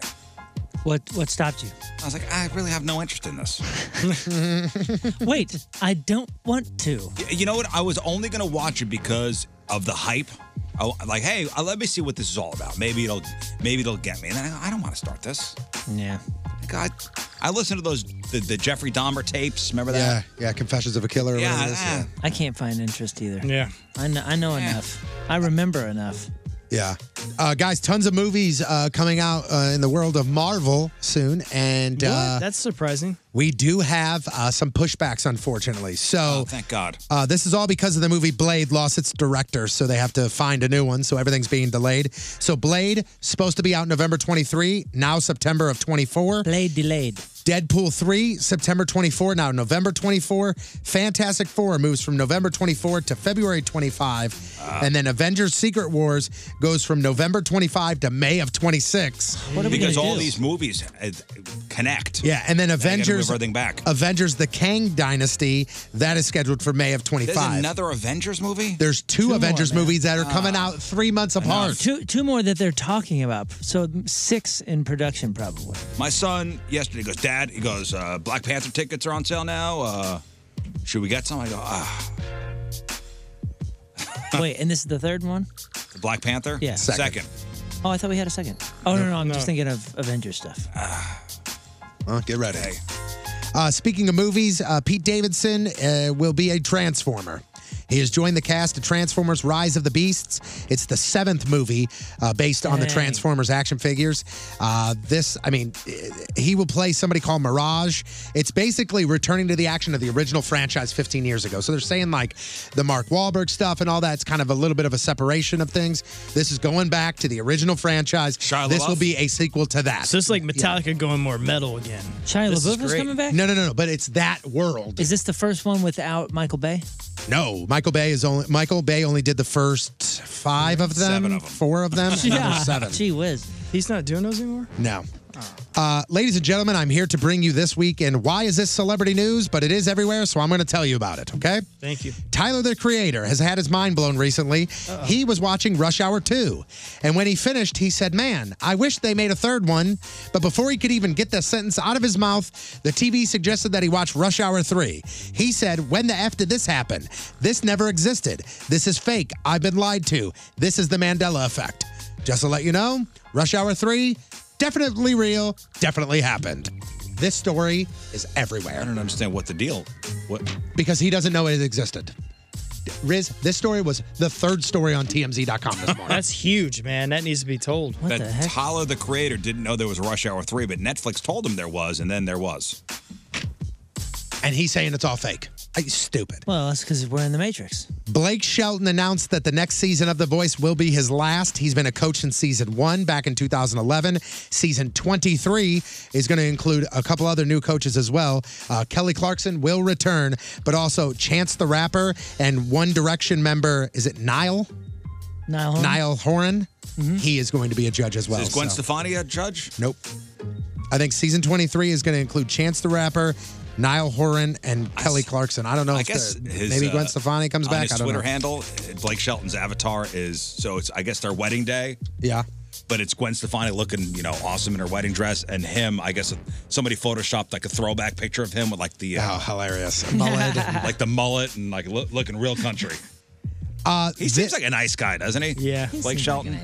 What what stopped you?
I was like, I really have no interest in this.
Wait, I don't want to.
Y- You know what? I was only going to watch it because of the hype. I, w- like, hey, uh, let me see what this is all about. Maybe it'll, maybe it'll get me. And then I, go, I don't want to start this.
Yeah.
God, I listened to those the, the Jeffrey Dahmer tapes. Remember that?
Yeah, yeah, Confessions of a Killer. Or
Yeah,
whatever it is, yeah.
I can't find interest either.
Yeah.
I know, I know enough. I remember enough.
Yeah. Uh, guys, tons of movies uh, coming out uh, in the world of Marvel soon, and uh,
What? That's surprising.
we do have uh, some pushbacks, unfortunately. So
Oh, Thank God.
uh, this is all because of the movie Blade lost its director, so they have to find a new one. So everything's being delayed. So Blade supposed to be out November 23, now September of 24.
Blade delayed.
Deadpool 3, September 24, now November 24. Fantastic Four moves from November 24 to February 25. And then Avengers Secret Wars goes from November 25 to May of 26.
because all these movies uh, connect.
Yeah, and then
Now you gotta
Avengers.
move everything back.
Avengers: The Kang Dynasty that is scheduled for May of
There's
25.
another Avengers movie.
There's two,
more,
Avengers
man.
movies that are
Ah.
coming out three months apart.
Two two more that they're talking about. So six in production probably.
My son yesterday goes, Dad, he goes, uh, Black Panther tickets are on sale now. Uh, should we get some? I go, ah,
Wait, and this is the third one?
the Black Panther?
Yeah.
Second.
Second. Oh, I thought we had a second. Oh no, no, I'm
No.
just thinking of Avengers stuff.
Well, get ready. Uh, speaking of movies, uh, Pete Davidson uh, will be a Transformer. He has joined the cast of Transformers Rise of the Beasts. It's the seventh movie uh, based on the
Dang.
Transformers action figures. Uh, this, I mean, eh, he will play somebody called Mirage. It's basically returning to the action of the original franchise 15 years ago. So they're saying like the Mark Wahlberg stuff and all that's kind of a little bit of a separation of things. This is going back to the original franchise. this
LaBeouf?
will be a sequel to that.
So it's like Metallica going more metal again.
Shia
This is
LaBeouf is
great.
coming back?
No, no, no, no. But it's that world.
Is this the first one without Michael Bay?
No, Michael Bay is only Michael Bay only did the first five of them,
Seven of them.
four of them, and now there's seven.
Gee whiz.
He's not doing those anymore?
No. Uh, ladies and gentlemen, I'm here to bring you this week, and why is this celebrity news? But it is everywhere, so I'm going to tell you about it. Okay.
Thank you.
Tyler, the creator, has had his mind blown recently. He was watching Rush Hour 2. And when he finished, he said, Man, I wish they made a third one. But before he could even get the sentence out of his mouth, the TV suggested that he watch Rush Hour 3. He said, When the F did this happen? This never existed. This is fake. I've been lied to. This is the Mandela effect. Just to let you know, Rush Hour 3, definitely real, definitely happened. This story is everywhere. I
don't understand what the deal. What?
Because he doesn't know it existed. Riz, this story was the third story on TMZ.com this morning.
That's huge, man. That needs to be told.
that Tyler the creator didn't know there was a Rush Hour 3, but Netflix told him there was, and then there was.
and he's saying it's all fake. I, stupid.
Well, that's because we're in the Matrix.
Blake Shelton announced that the next season of The Voice will be his last. He's been a coach in season one back in 2011. Season 23 is going to include a couple other new coaches as well. Uh, Kelly Clarkson will return, but also Chance the Rapper and One Direction member, is it Nile?
Niall.
Niall Horan. He is going to be a judge as well.
is Gwen
so-
Stefani a judge?
Nope. I think season 23 is going to include Chance the Rapper, Niall Horan, and Kelly Clarkson. I don't know
I
if
guess
the-
his,
maybe Gwen
uh,
Stefani comes
on
back.
His
I don't
Twitter
know.
handle, Blake Shelton's avatar is so it's I guess their wedding day.
Yeah.
But it's Gwen Stefani looking, you know, awesome in her wedding dress, and him. I guess somebody photoshopped like a throwback picture of him with like the uh,
hilarious mullet,
like the mullet, and like loo- looking real country.
Uh,
He seems like a nice guy, doesn't he? Yeah,
He
Blake
seems
Shelton.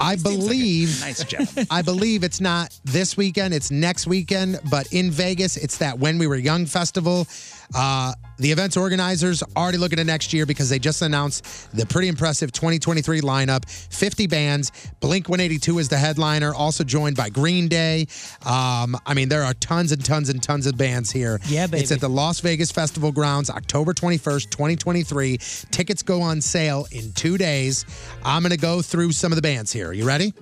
I believe
nice gentleman.
I believe it's not this weekend, it's next weekend, but in Vegas, it's that When We Were Young festival. Uh, the event's organizers are already looking at next year because they just announced the pretty impressive 2023 lineup 50 bands. Blink 182 is the headliner, also joined by Green Day. Um, I mean, there are tons and tons and tons of bands here. Yeah,
baby.
It's at the Las Vegas Festival Grounds, October 21st, 2023. Tickets go on sale in two days. I'm going to go through some of the bands here. You ready?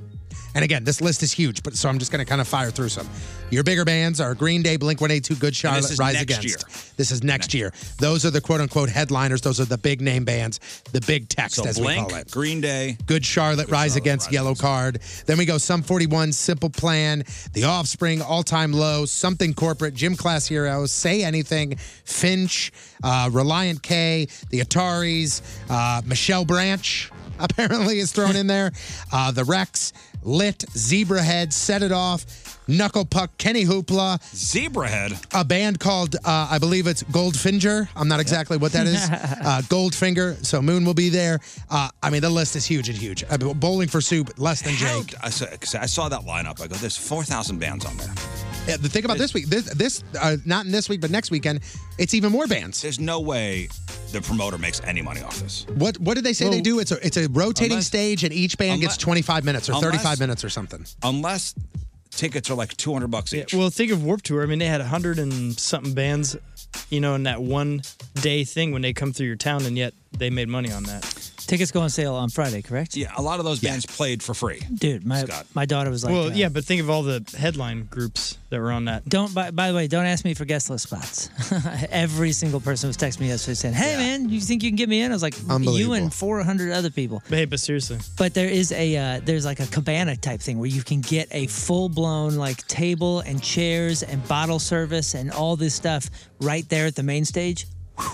And again, this list is huge, but so I'm just going to kind of fire through some. Your bigger bands are Green Day, Blink 182, Good Charlotte,
is
Rise
next
Against.
year.
This is next, year. Those are the quote unquote headliners. Those are the big name bands, the big text,
So
as we call it.
Blink, Green Day,
Good Charlotte, Rise Against, Yellow Card. Then we go Sum 41, Simple Plan, The Offspring, All Time Low, Something Corporate, Gym Class Heroes, Say Anything, Finch, uh, Reliant K, The Ataris, uh, Michelle Branch apparently is thrown in there, uh, The Rex, Lit, Zebrahead, Set It Off, Knuckle Puck, Kenny Hoopla,
Zebrahead.
a band called uh, I believe it's Goldfinger. I'm not exactly what that is. uh, Goldfinger. So Moon will be there. Uh, I mean, the list is huge and huge. Uh, Bowling for Soup, less than Jake.
I saw, 'cause I saw that lineup. I go, there's four thousand bands on there.
Yeah, the thing about this week, this, this uh, not in this week, but next weekend, it's even more bands.
There's no way the promoter makes any money off this.
What What did they say they
Well,
do? It's a it's a rotating
unless-
stage, and each band
unless-
gets 25 minutes or
unless-
35 minutes or something.
Unless tickets are like 200 bucks each.
Well, think of Warp Tour. I mean, they had a hundred and something bands, you know, in that one day thing when they come through your town, and yet they made money on that.
Tickets go on sale on Friday, correct?
Yeah, a lot of those bands played for free.
Dude, my my daughter was like,
well,
uh,
yeah, but think of all the headline groups that were on that.
Don't. By, by the way, don't ask me for guest list spots. Every single person was texting me yesterday saying, "Hey, man, you think you can get me in?" I was like, "You and 400 other people."
But hey, but seriously,
But there is a uh, there's like a cabana type thing where you can get a full blown like table and chairs and bottle service and all this stuff right there at the main stage. Whew.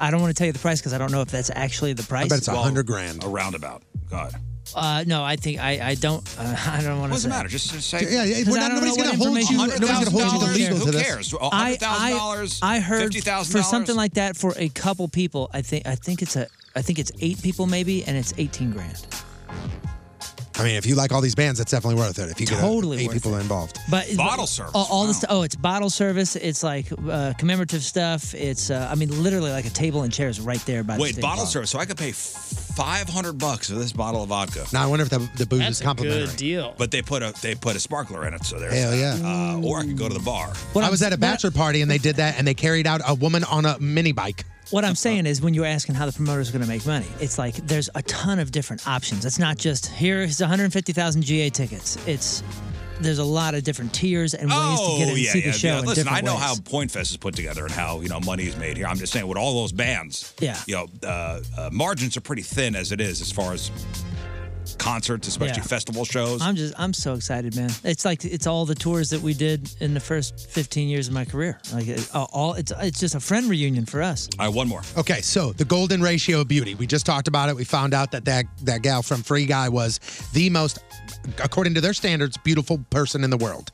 I don't want to tell you the price because I don't know if that's actually the price.
Well, A roundabout. God.
Uh, no, I think I I don't uh, I don't want to.
What's the matter? Just, just say.
Yeah, yeah, we're not- nobody's gonna hold you- nobody's gonna hold you to legal
Who
to this.
cares?
I-
$100,000, $50,000.
I heard for something like that for a couple people. I think I think it's a I think it's eight people maybe, and it's eighteen grand.
I mean, if you like all these bands, that's definitely worth it. If you get
Totally
totally eight
worth
people involved,
But but- all, all the st- oh, it's bottle service. It's like uh, commemorative stuff. It's uh, I mean, literally like a table and chairs right there by the
Wait,
stage.
bottle service. So I could pay 500 bucks for this bottle of vodka.
Now I wonder if the, the booze is complimentary.
deal.
But they put a they put a sparkler in it, so there's
Hell
that.
yeah.
Uh, or I could go to the bar.
I was at a bachelor party and they did that, and they carried out a woman on a mini bike.
What I'm saying is, when you're asking how the promoters are going to make money, it's like there's a ton of different options. It's not just here's 150,000 GA tickets. It's there's a lot of different tiers and ways
Oh,
to get in and see the show. in
Listen,
different
I know
ways.
how Point Fest is put together and how you know money is made here. I'm just saying with all those bands,
Yeah.
you know, uh, uh, margins are pretty thin as it is as far as concerts, especially
Yeah.
festival shows.
I'm just I'm so excited, man. It's like it's all the tours that we did in the first 15 years of my career. Like it, all it's it's just a friend reunion for us.
All right, one more.
Oh,
Okay, so Oh, the golden ratio of beauty. We just talked about it. We found out that that, that gal from Free Guy was the most, according to their standards, beautiful person in the world.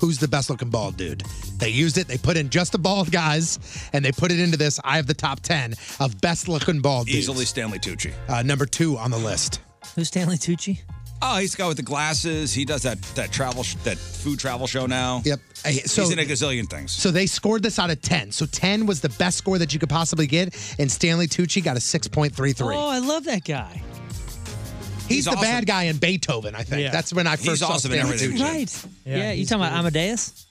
Who's the best looking bald dude? They used it. They put in just the bald guys, and they put it into this. I have the top ten of best looking bald dudes.
Easily Stanley Tucci.
Uh, number two on the list.
Who's Stanley Tucci?
Oh, he's the guy with the glasses. He does that that travel sh- that food travel show now.
Yep. Hey, so-
he's in a gazillion things.
So they scored this out of ten. So ten was the best score that you could possibly get, and Stanley Tucci got a six point three three.
Oh, I love that guy.
He's, the bad guy in Beethoven, I think.
Yeah.
That's when I first
He's
saw
awesome in
Stanley
everything.
Tucci.
Right.
Yeah,
Yeah, you
he's
talking about
cool.
Amadeus?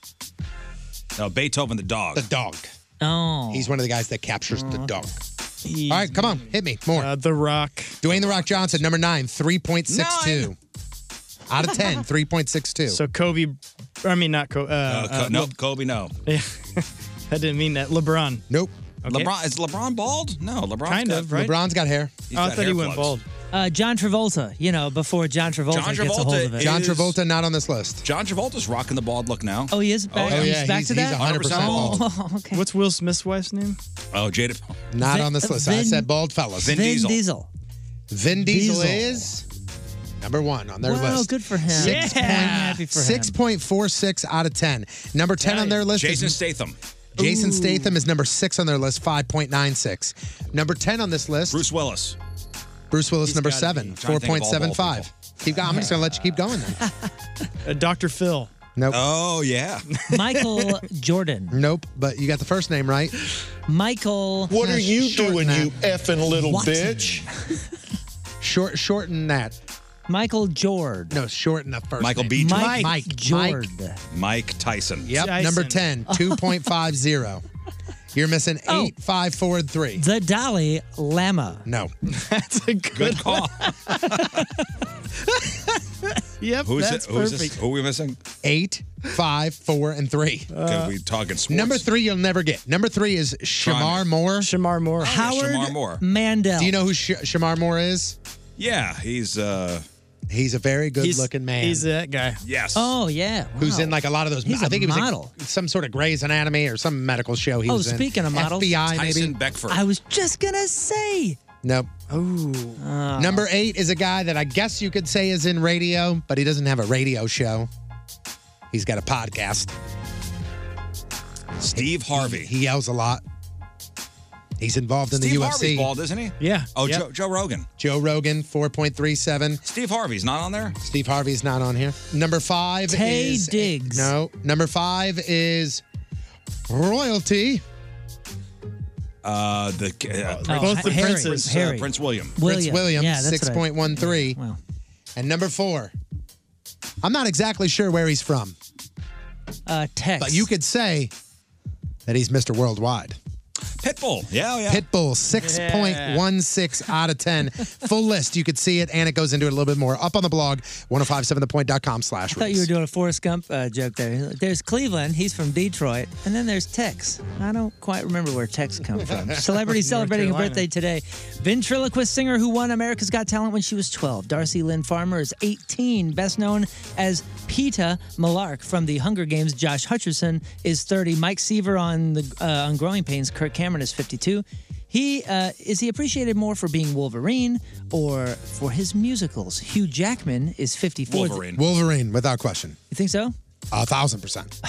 No, Beethoven the dog. The
dog.
Oh.
He's one of the guys that captures the dog. All right, come on, hit me more.
Uh,
Uh, the Rock.
Dwayne the Rock Johnson, number nine, 3.62. Out of 10, 3.62.
So Kobe, I mean not Kobe. Uh,
Uh, Co-
uh,
no,
Le-
Kobe, no.
Yeah, I didn't mean that. LeBron.
Nope.
LeBron is LeBron bald? No, LeBron
Kind of, right?
LeBron's got hair.
He's got hair plugs.
Uh, John Travolta, you know, before John Travolta,
John
gets a hold of
Travolta.
it.
is-
not on this list.
John Travolta's rocking the bald look now.
Oh, he is back. he's back to that. Oh, okay.
What's Will Smith's wife's name?
Oh, Jada.
Not on this list. I said bald fellas.
Vin Vin Diesel. Diesel.
Vin Diesel,
Diesel.
is number one on their
Wow,
list.
good for him.
Six
Yeah.
point-
Happy for him.
6.46 out of 10. Number 10 on their list
Jason
is
Statham.
Jason Statham is number six on their list, 5.96. Number 10 on this list,
Bruce Willis.
Bruce Willis,
He's
number
gotta be.
seven,
I'm trying to think of all bald
4.75. Keep going. I'm just going to let you keep going then.
Uh, Dr. Phil.
Nope.
Oh, yeah.
Michael Jordan.
Nope, but you got the first name right.
Michael.
What
are you doing, you
effing
little Watson. bitch?
Short, shorten that.
Michael Jord.
No, shorten the first.
Michael
name.
B. Jordan.
Mike, Mike Jord.
Mike,
Mike Tyson.
Yep, number 10,
Oh,
2.50. You're missing eight, five, four, and three.
Oh. The Dalai Lama.
No.
That's a good,
call.
yep,
Who's
that's
it? Who's this?
perfect.
Who are we missing?
Eight, five, four, and three.
Because we talking sports.
Number three, you'll never get. Number three is Shamar Moore.
Shamar
Oh,
Moore.
Howard Shamar Moore.
Mandel.
Do you know who Sh- Shamar Moore is?
Yeah, he's uh
He's a very good-looking man.
He's that guy.
Yes.
Oh yeah.
Who's
Wow.
in like a lot of those?
He's
I
a
think he was
model.
in some sort of Grey's Anatomy or some medical show. He
oh,
was in.
speaking of models,
FBI maybe.
I was just gonna say.
Nope.
Oh.
Number eight is a guy that I guess you could say is in radio, but he doesn't have a radio show. He's got a podcast.
Steve Harvey.
He, yells a lot. He's involved in
Steve
the UFC.
Harvey's bald, isn't he?
Yeah.
Oh, Joe, Joe Rogan.
Joe Rogan, 4.37.
Steve Harvey's not on there?
Steve Harvey's not on here. Number five
Tay
is.
Diggs.
No. Number five is Royalty.
Uh, the uh,
Both the
Harry.
princes.
Prince,
Harry.
uh, Prince William.
Prince William, 6.13. And number four. I'm not exactly sure where he's from.
Uh, Tex.
But you could say that he's Mr. Worldwide.
Pitbull. Yeah, yeah.
Pitbull, 6.16 out of 10. Full list. You could see it, and it goes into it a little bit more up on the blog, 1057thepoint.com slash
I thought you were doing a Forrest Gump uh, joke there. There's Cleveland, he's from Detroit, and then there's Tex. I don't quite remember where Tex comes from. Celebrity
North
celebrating a
Carolina.
birthday today. Ventriloquist singer who won America's Got Talent when she was 12. Darcy Lynn Farmer is 18, best known as Peta Malark from The Hunger Games. Josh Hutcherson is 30. Mike Seaver on the uh, on Growing Pains. Kirk Cameron is 52. He uh, is he appreciated more for being Wolverine or for his musicals? Hugh Jackman is 54.
Wolverine, without question.
You think so?
A thousand percent.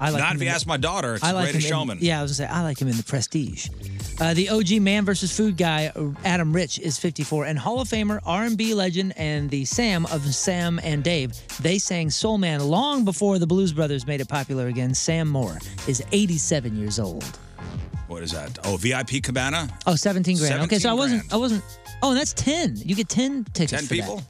I like
Not
him
if
in
you
the-
ask my daughter. It's
I
the
like
greatest
him in-
showman.
yeah, I was gonna say I like him in the Prestige. Uh, the OG man versus food guy Adam Rich is 54, and Hall of Famer R&B legend and the Sam of Sam and Dave. They sang Soul Man long before the Blues Brothers made it popular again. Sam Moore is 87 years old.
What is that? Oh, VIP Cabana.
Oh, 17 grand. okay, so I wasn't. I wasn't. Oh, and that's 10. You get 10 tickets.
Ten
for that.
people.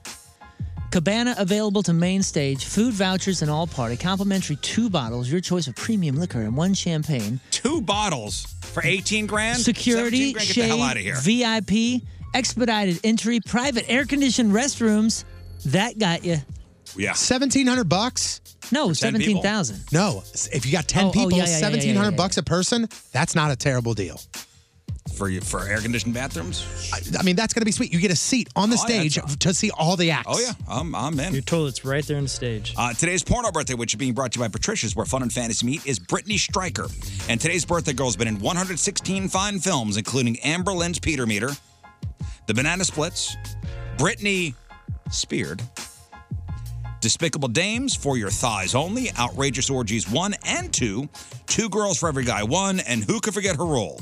Cabana available to main stage, food vouchers and all party, complimentary two bottles, your choice of premium liquor and one champagne.
Two bottles for eighteen grand.
Security,
17 grand? Get
shade,
the hell out of here.
VIP, expedited entry, private air conditioned restrooms. That got you.
Yeah.
1700 bucks?
No, 17,000.
No, if you got 10
Oh, oh,
people,
yeah, yeah, yeah, yeah,
1700
yeah, yeah.
bucks a person, that's not a terrible deal.
for you for air conditioned bathrooms.
I, I mean, that's going to be sweet. You get a seat on the
Oh, yeah,
stage to see all the acts.
Oh yeah, I'm I'm in.
Your toilet's right there on the stage.
Uh, today's porno birthday, which is being brought to you by Patricia's, where fun and fantasy meet, is Brittany Stryker. And today's birthday girl has been in 116 fine films, including Amber Lynn's Peter Meter, The Banana Splits, Brittany Speared, Despicable Dames, For Your Thighs Only, Outrageous Orgies 1 and 2, Two Girls for Every Guy 1, and Who Could Forget Her Role?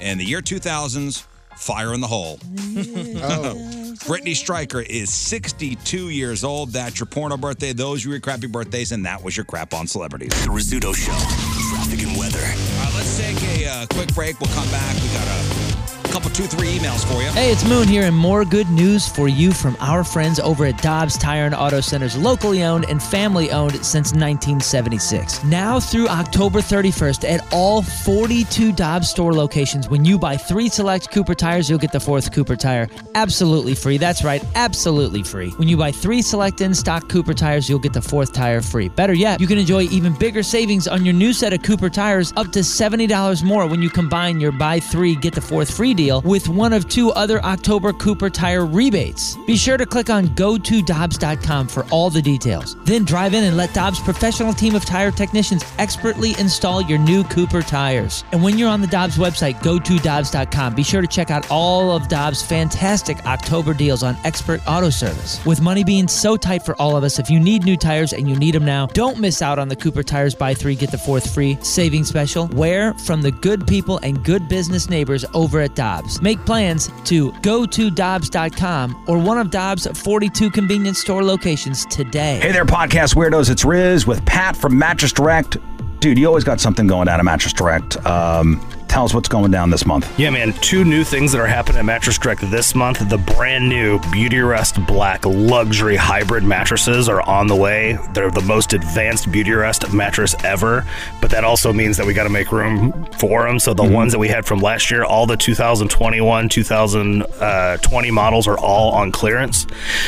And the year 2000's Fire in the Hole. Brittany Stryker is 62 years old. That's your porno birthday. Those were your crappy birthdays, and that was your crap on celebrities. The Rizzuto Show. Traffic and weather. All right, let's take a uh, quick break. We'll come back. We got a couple, two, three emails for you.
Hey, it's Moon here, and more good news for you from our friends over at Dobbs Tire and Auto Centers, locally owned and family owned since 1976. Now through October 31st, at all 42 Dobbs store locations, when you buy three select Cooper tires, you'll get the fourth Cooper tire absolutely free. That's right, absolutely free. When you buy three select in stock Cooper tires, you'll get the fourth tire free. Better yet, you can enjoy even bigger savings on your new set of Cooper tires up to $70 more when you combine your buy three, get the fourth free deal with one of two other October Cooper tire rebates. Be sure to click on go to Dobbs.com for all the details. Then drive in and let Dobbs' professional team of tire technicians expertly install your new Cooper tires. And when you're on the Dobbs website, go to Dobbs.com. Be sure to check out all of Dobbs' fantastic October deals on expert auto service. With money being so tight for all of us, if you need new tires and you need them now, don't miss out on the Cooper Tires Buy Three, Get the Fourth Free saving special. Where from the good people and good business neighbors over at Dobbs. Make plans to go to Dobbs.com or one of Dobbs' 42 convenience store locations today.
Hey there, podcast weirdos. It's Riz with Pat from Mattress Direct. Dude, you always got something going down at Mattress Direct. Um, tell us what's going down this month.
Yeah, man. Two new things that are happening at Mattress Direct this month. The brand new Beautyrest Black luxury hybrid mattresses are on the way. They're the most advanced Beautyrest mattress ever, but that also means that we got to make room for them. So the ones that we had from last year, all the 2021, 2020 uh, models are all on clearance.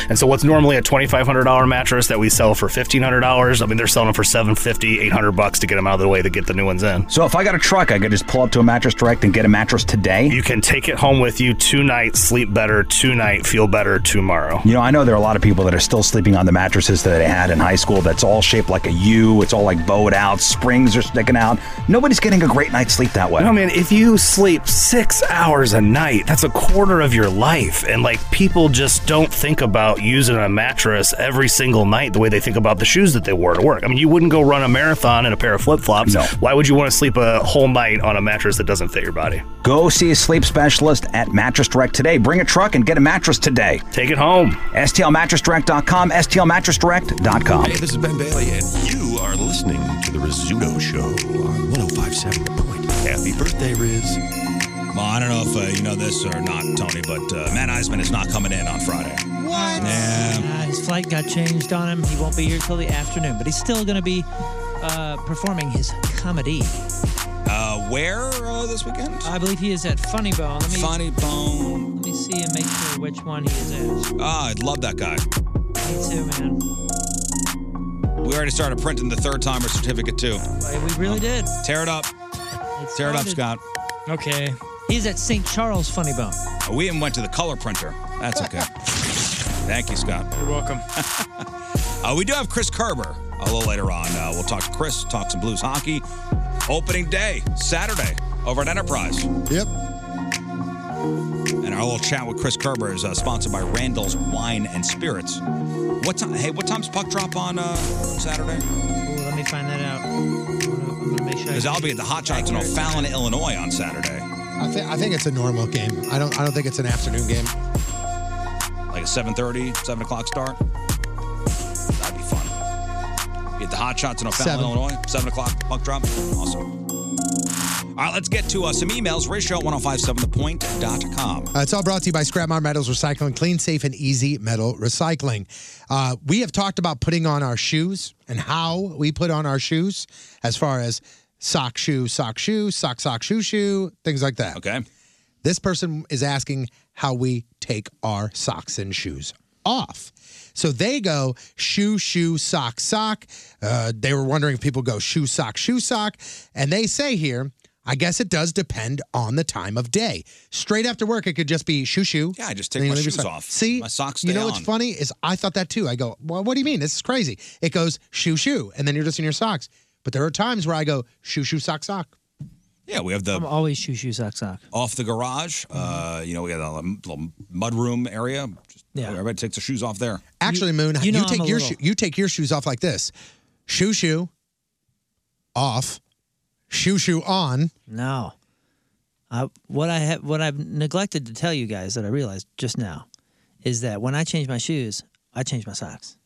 And so what's normally a $2,500 mattress that we sell for $1,500, I mean, they're selling them for 750, 800 bucks to get them out of the way to get the new ones in.
So if I got a truck, I could just pull up to a Mattress Direct and get a mattress today.
You can take it home with you tonight, sleep better tonight, feel better tomorrow.
You know, I know there are a lot of people that are still sleeping on the mattresses that they had in high school that's all shaped like a U, it's all like bowed out, springs are sticking out. Nobody's getting a great night's sleep that way.
No, man, if you sleep six hours a night, that's a quarter of your life. And like people just don't think about using a mattress every single night the way they think about the shoes that they wore to work. I mean, you wouldn't go run a marathon in a pair of flip flops.
No.
Why would you want to sleep a whole night on a mattress that doesn't fit your body?
Go see a sleep specialist at Mattress Direct today. Bring a truck and get a mattress today.
Take it home.
STLmattressdirect.com, STLmattressdirect.com.
Hey, this is Ben Bailey, and you are oh listening to The Rizzuto Show on 1057 The Point. Happy birthday, Riz.
Well, I don't know if uh, you know this or not, Tony, but uh, Matt Eisman is not coming in on Friday.
What?
Yeah.
Uh, his flight got changed on him. He won't be here till the afternoon, but he's still going to be uh, performing his comedy.
Uh, where uh, this weekend?
I believe he is at Funny Bone. Let me,
Funny Bone.
Let me see and make sure which one he is at.
Ah, I'd love that guy.
Me too, man.
We already started printing the third timer certificate, too.
Like, We really did.
Tear it up. Tear it up,
started.
Scott.
Okay. He's at St. Charles Funny Bone.
Oh, We even went to the color printer. That's okay. Thank you, Scott.
You're welcome.
Uh, we do have Chris Kerber a little later on. Uh, we'll talk to Chris, talk some blues hockey. Opening day, Saturday, over at Enterprise.
Yep.
And our little chat with Chris Kerber is uh, sponsored by Randall's Wine and Spirits. What time? Hey, what time's puck drop on uh, Saturday?
Ooh, let me find that out. I'm gonna- I'm gonna make sure. I
Because
get
I'll be at the Hot Shots in O'Fallon, Illinois on Saturday,
I, thi- I think it's a normal game. I don't. I don't think it's an afternoon game.
like a 7.30, 7 o'clock start. That'd be fun. Be at the Hot Shots in O'Fallon,
Seven.
Illinois, 7 o'clock puck drop. Awesome. All right, let's get to uh, some emails. Ratio at 1057thepoint.com.
Uh, it's all brought to you by Scrapmar Metals Recycling, clean, safe, and easy metal recycling. Uh, we have talked about putting on our shoes and how we put on our shoes, as far as sock, shoe, sock, shoe, sock, sock, shoe, shoe, things like that.
Okay.
This person is asking how we take our socks and shoes off. So they go shoe, shoe, sock, sock. Uh, they were wondering if people go shoe, sock, shoe, sock. And they say here, I guess it does depend on the time of day. Straight after work, it could just be shoe, shoe.
Yeah, I just take
Then you
my
leave your
shoes
sock.
off.
See,
My socks
You
stay
know what's
on.
funny is I thought that too. I go, well, what do you mean? This is crazy. It goes shoe, shoe, and then you're just in your socks. But there are times where I go shoe, shoe, sock, sock.
Yeah, we have the
I'm always shoe shoe sock sock.
off the garage. Uh, you know, we got a little mud room area. Just, Everybody takes their shoes off there.
Actually, Moon, you,
you know I'm
take
a
your
little-
shoe, you take your shoes off like this: shoe shoe off, shoe shoe on.
No. I, what I have, what I've neglected to tell you guys that I realized just now, is that when I change my shoes, I change my socks.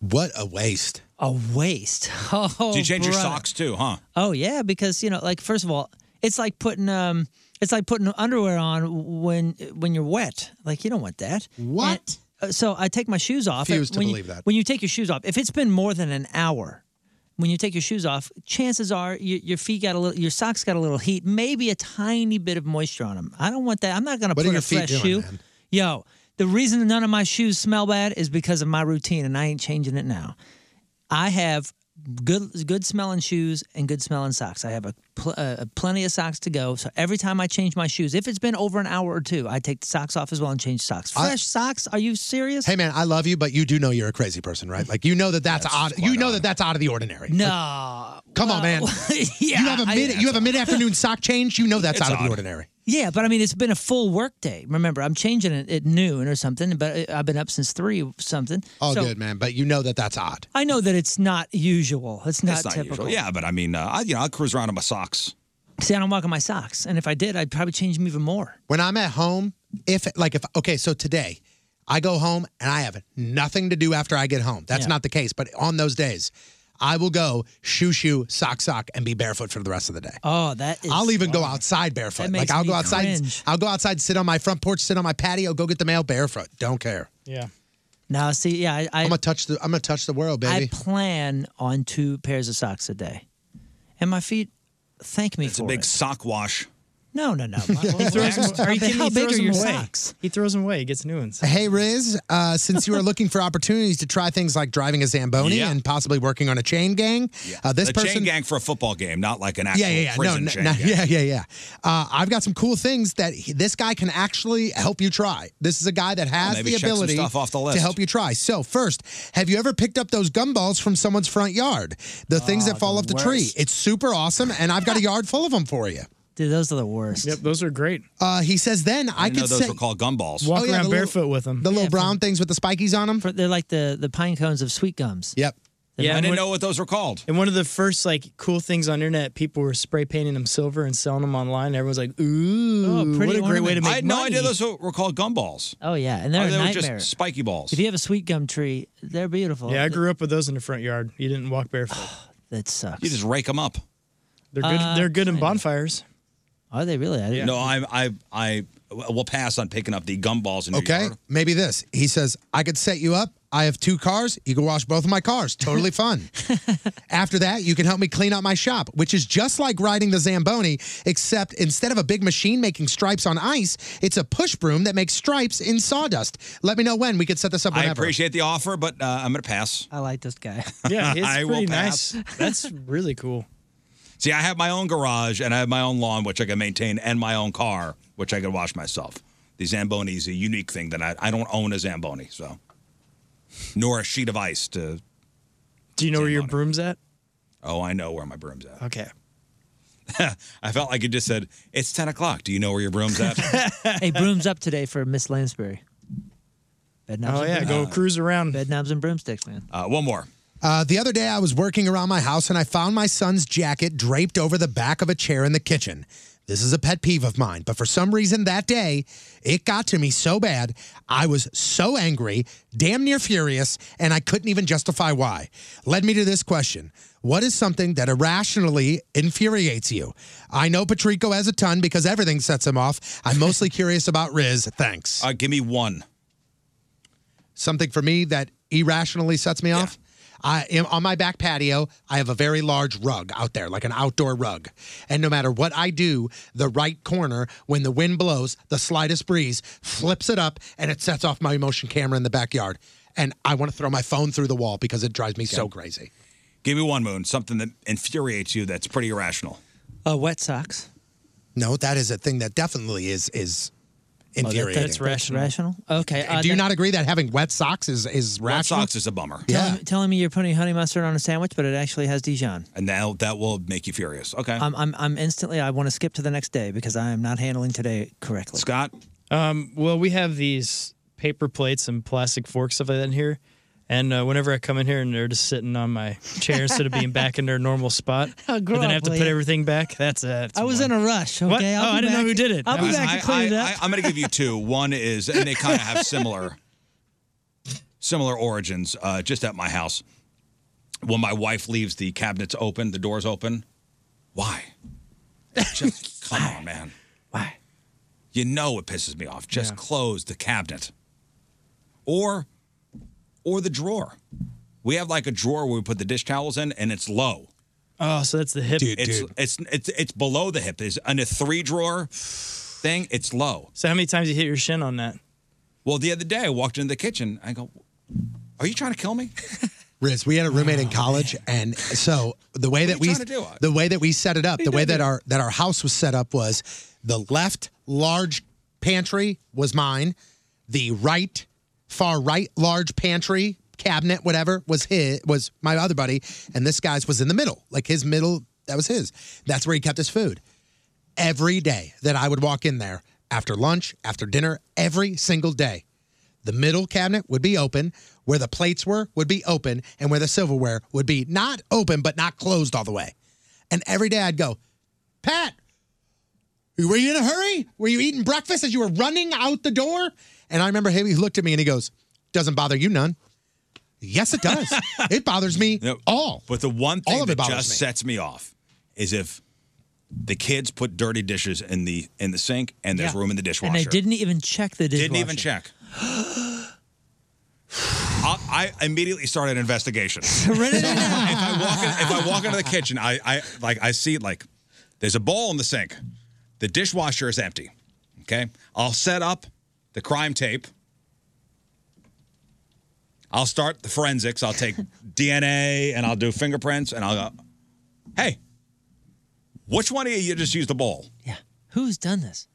What a waste!
A waste. Oh,
Do you change your
brother.
socks too, huh?
Oh yeah, because you know, like first of all, it's like putting um, it's like putting underwear on when when you're wet. Like you don't want that. uh,
What?
so I take my shoes off.
Refuse to
When
believe
you,
that.
When you take your shoes off, if it's been more than an hour, when you take your shoes off, chances are your, your feet got a little, your socks got a little heat, maybe a tiny bit of moisture on them. I don't want that. I'm not gonna
What are
put
your
a
feet
fresh
doing,
shoe.
man?
Yo, the reason none of my shoes smell bad is because of my routine, and I ain't changing it now. I have good good smelling shoes and good smelling socks. I have a pl- uh, plenty of socks to go. So every time I change my shoes, if it's been over an hour or two, I take the socks off as well and change socks. Fresh socks? Are you serious?
Hey, man, I love you, but you do know you're a crazy person, right? Like you know that that's, out. You know that that's out of the ordinary.
No.
Come on, man. you have a
I-
mid you have a mid afternoon sock change. You know that's
It's
out of
odd.
the ordinary.
Yeah, but I mean, it's been a full work day. Remember, I'm changing it at noon or something, but I- I've been up since three something.
Oh,
So
good man, but you know that that's odd.
I know that it's not usual. It's not,
It's not
typical.
usual. Yeah, but I mean, uh, I, you know, I cruise around in my socks.
See, I don't walk in my socks, and if I did, I'd probably change them even more.
When I'm at home, if like if okay, so today I go home and I have nothing to do after I get home. That's
Yeah.
not the case, but on those days, I will go shoe shoe sock sock and be barefoot for the rest of the day.
Oh, that is.
I'll even go outside barefoot.
That
Like
makes
I'll
me
go outside. and
cringe.
I'll go outside, sit on my front porch, sit on my patio, go get the mail barefoot. Don't care.
Yeah. Now, see, yeah, I, I,
I'm gonna touch the. I'm gonna touch the world,
I
baby.
plan on two pairs of socks a day, and my feet thank me
It's
for
a big
it.
sock wash.
Uh,
No, no, no.
He throws them, are you kidding?
How
He
big
throws
are
them
your
away.
socks?
He throws them away. He gets new ones.
Hey Riz, uh, since you are looking for opportunities to try things like driving a zamboni
Yeah.
and possibly working on a chain gang, uh, this
a
person
chain gang for a football game, not like an actual
yeah, yeah, yeah.
prison
no,
chain
no,
gang.
yeah, yeah, yeah. Uh, I've got some cool things that he, this guy can actually help you try. This is a guy that has the
maybe check some
ability
stuff off the
to
list.
help you try. So first, have you ever picked up those gumballs from someone's front yard? The things that fall off the tree.
worst.
It's super awesome, and I've got a yard full of them for you.
Dude, those are the worst.
Yep, those are great.
Uh, he says, then I,
I didn't
could
know those
say Oh,
were called gumballs.
Walk around
the little-
barefoot with them.
the little brown things with the spikies on them.
They're like the the pine cones of sweet gums.
Yep.
I didn't know what those were called.
And one of the first like cool things on internet, people were spray painting them silver and selling them online. Everyone's like, "Ooh, what a great way to make
I had no idea
money.
those were were called gumballs.
Oh yeah, and they're
Oh,
a
they were
nightmare.
just spiky balls.
if you have a sweet gum tree, they're beautiful.
Yeah, I grew up with those in the front yard. You didn't walk barefoot.
that sucks.
You just rake them up.
They're good.
Uh,
they're good in bonfires.
Are they really? I didn't
No, I, I, I will pass on picking up the gumballs in New
Okay,
York.
maybe this. He says, I could set you up. I have two cars. You can wash both of my cars. Totally fun. After that, you can help me clean up my shop, which is just like riding the Zamboni, except instead of a big machine making stripes on ice, it's a push broom that makes stripes in sawdust. Let me know when we could set this up
I
whenever.
appreciate the offer, but uh, I'm going to pass.
I like this guy.
Yeah, it's
I will
pretty
pass.
nice. That's really cool.
See, I have my own garage and I have my own lawn, which I can maintain, and my own car, which I can wash myself. The Zamboni is a unique thing that I, I don't own a Zamboni, so nor a sheet of ice to.
Do you know where your broom's at?
Oh, I know where my broom's at.
Okay.
I felt like you just said it's ten o'clock. Do you know where your broom's at?
hey, brooms up today for Miss Lansbury. Bed knobs
Oh,
and
yeah,
broomsticks.
go cruise around.
Bed knobs and broomsticks, man.
uh, one more.
Uh, the other day, I was working around my house and I found my son's jacket draped over the back of a chair in the kitchen. This is a pet peeve of mine, but for some reason that day, it got to me so bad. I was so angry, damn near furious, and I couldn't even justify why. Led me to this question What is something that irrationally infuriates you? I know Patrico has a ton because everything sets him off. I'm mostly curious about Riz. Thanks.
Uh, give me one.
Something for me that irrationally sets me off. I am on my back patio. I have a very large rug out there, like an outdoor rug. And no matter what I do, the right corner, when the wind blows, the slightest breeze flips it up and it sets off my motion camera in the backyard. And I want to throw my phone through the wall because it drives me so crazy.
Give me one moon. Something that infuriates you that's pretty irrational.
Uh, wet socks.
No, that is a thing that definitely is is
Oh, that-
infuriating.
that's rational. rational? Okay, uh,
do you
that-
not agree that having wet socks is is rational?
socks is a bummer.
Telling, me- telling me you're putting honey mustard on a sandwich, but it actually has Dijon.
And now that will make you furious. Okay.
Um,
I'm, I'm, I'm instantly, I want to skip to the next day because I am not handling today correctly.
Scott?
Um, well, we have these paper plates and plastic forks stuff like that in here. And uh, whenever I come in here and they're just sitting on my chair instead of being back in their normal spot,
Oh,
and
grow
then I
up,
have to
will
put
ya?
everything back. That's uh, that's
I was
one.
in a rush, okay?
What?
I'll
Oh,
be
I didn't know
back-
who did it.
I'll be
That was-
back to clean it up.
I, am going to give you two. One is, and they kind of have similar, similar origins. Uh, just at my house, when my wife leaves the cabinets open, the doors open. Why? Just come on, man. Why? You know it pisses me off. Just close the cabinet, or, or the drawer. We have like a drawer where we put the dish towels in, and it's low.
Oh, so that's the hip.
it's, it's it's it's below the hip. Is on a three drawer thing. It's low.
So how many times you hit your shin on that?
Well, the other day I walked into the kitchen. I go, "Are you trying to kill me?"
Riz, we had a roommate in college, and so the way that
are you
we
trying to do?
the way that we set it up,
What are you
the way
doing?
that our that our house was set up was the left large pantry was mine, the right far right large pantry cabinet whatever was his was my other buddy, and this guy's was in the middle, like his middle that was his. That's where he kept his food every day that I would walk in there after lunch, after dinner, every single day. The middle cabinet would be open, where the plates were would be open, and where the silverware would be not open but not closed all the way. And every day I'd go, Pat, were you in a hurry? Were you eating breakfast as you were running out the door? And I remember him, he looked at me and he goes, Doesn't bother you none. Yes, it does. it bothers me all.
But the one thing
All of it
that
bothers
just
me.
sets me off is if the kids put dirty dishes in the in the sink and there's
Yeah.
room in the dishwasher.
And they didn't even check the dishwasher.
Didn't even check. I, I immediately started an investigation. if I walk into the kitchen, I, I like I see like there's a bowl in the sink. The dishwasher is empty. Okay. I'll set up the crime tape. I'll start the forensics. I'll take DNA and I'll do fingerprints and I'll go, hey, which one of you, you just used the bowl?
Who's done this?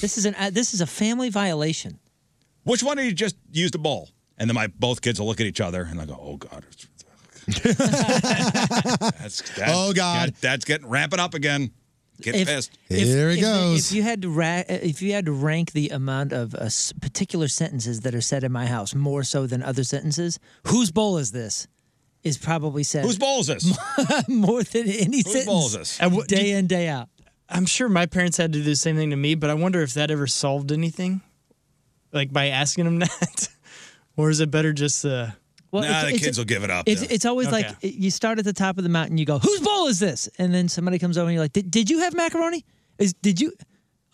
This is an uh, this is a family violation.
Which one of you just used the bowl? And then my both kids will look at each other and I go, oh God. it's- that's, that's,
Oh, God.
that- that's getting ramping up again. Get pissed.
if, If you had to ra- if you had to rank the amount of uh, s- particular sentences that are said in my house more so than other sentences, whose bowl is this? Is probably said.
Whose bowl is this?
more than any
Whose
sentence.
bowl is this? And what-
day in day out.
I'm sure my parents had to do the same thing to me, but I wonder if that ever solved anything, like by asking them that, or is it better just uh?
it's- it's- It's, it's always
Okay.
like you start at the top of the mountain, you go, "Whose bowl is this?" And then somebody comes over and you're like, "Did, did you have macaroni?"
Is did you?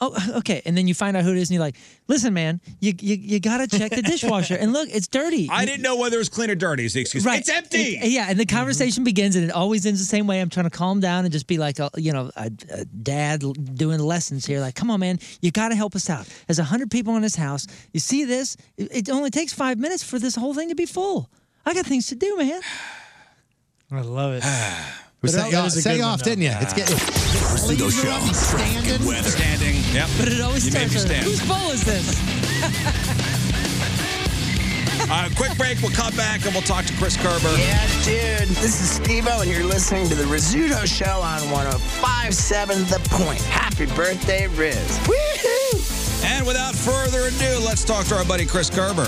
Oh, okay. And then you find out who it is, and you're like, "Listen, man, you you, you gotta check the dishwasher. and look, it's dirty.
I didn't know whether it was clean or dirty. Is the excuse?
Right.
It's empty. Mm-hmm.
It- yeah, and the conversation begins, and it always ends the same way. I'm trying to calm down and just be like, a, you know, a, a dad l- doing lessons here. Like, come on, man, you got to help us out. There's a hundred people in this house. You see this? It, it only takes five minutes for this whole thing to be full. I got things to do, man.
I love it.
We
But
set
that
you
was a
off- set
good
you
one,
off,
though.
didn't you? It's getting-
Rizzuto Show. Traffic and weather. Standing.
Yep.
But it always
You made
starts
me
with,
stand.
Whose bowl is this?
Uh, quick break. We'll come back and we'll talk to Chris Kerber.
Yeah, dude. This is Steve O, and you're listening to The Rizzuto Show on 1057 The Point. Happy birthday, Riz. Woohoo!
And without further ado, let's talk to our buddy Chris Kerber.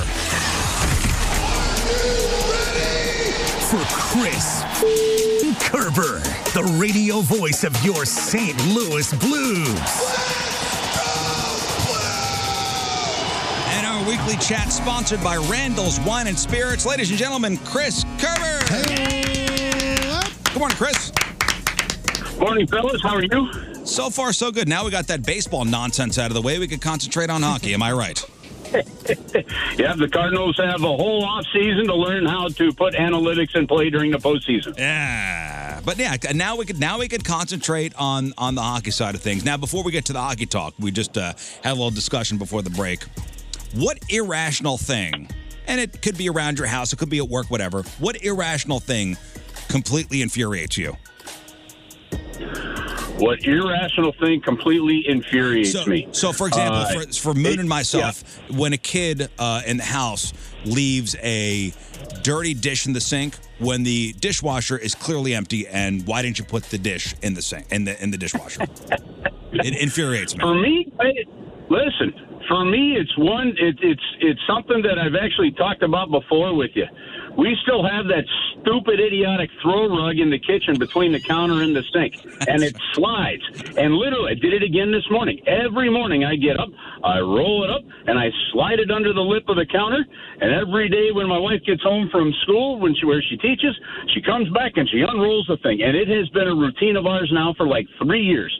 For Chris Kerber, the radio voice of your St. Louis Blues.
And our weekly chat sponsored by Randall's Wine and Spirits. Ladies and gentlemen, Chris Kerber. Good morning, Chris. Morning, fellas. How are you? So far, so good. Now we got that baseball nonsense out of the way. We could concentrate on hockey. Am I right?
Yeah, the Cardinals have a whole off season to learn how to put analytics in play during the postseason.
Yeah. But yeah, now we could now we could concentrate on on the hockey side of things. Now, before we get to the hockey talk, we just uh, had a little discussion before the break. What irrational thing? And it could be around your house, it could be at work, whatever. What irrational thing completely infuriates you?
What irrational thing completely infuriates
so,
me?
So, for example,
Uh,
for, for Moon and myself, when a kid uh, in the house leaves a dirty dish in the sink, when the dishwasher is clearly empty, and why didn't you put the dish in the sink in the in the dishwasher? it infuriates me.
For me, I- listen. For me, it's one. It, it's it's something that I've actually talked about before with you. We still have that stupid, idiotic throw rug in the kitchen between the counter and the sink, and it slides. And literally, I did it again this morning. Every morning, I get up, I roll it up, and I slide it under the lip of the counter. And every day, when my wife gets home from school, when she where she teaches, she comes back and she unrolls the thing. And it has been a routine of ours now for like three years,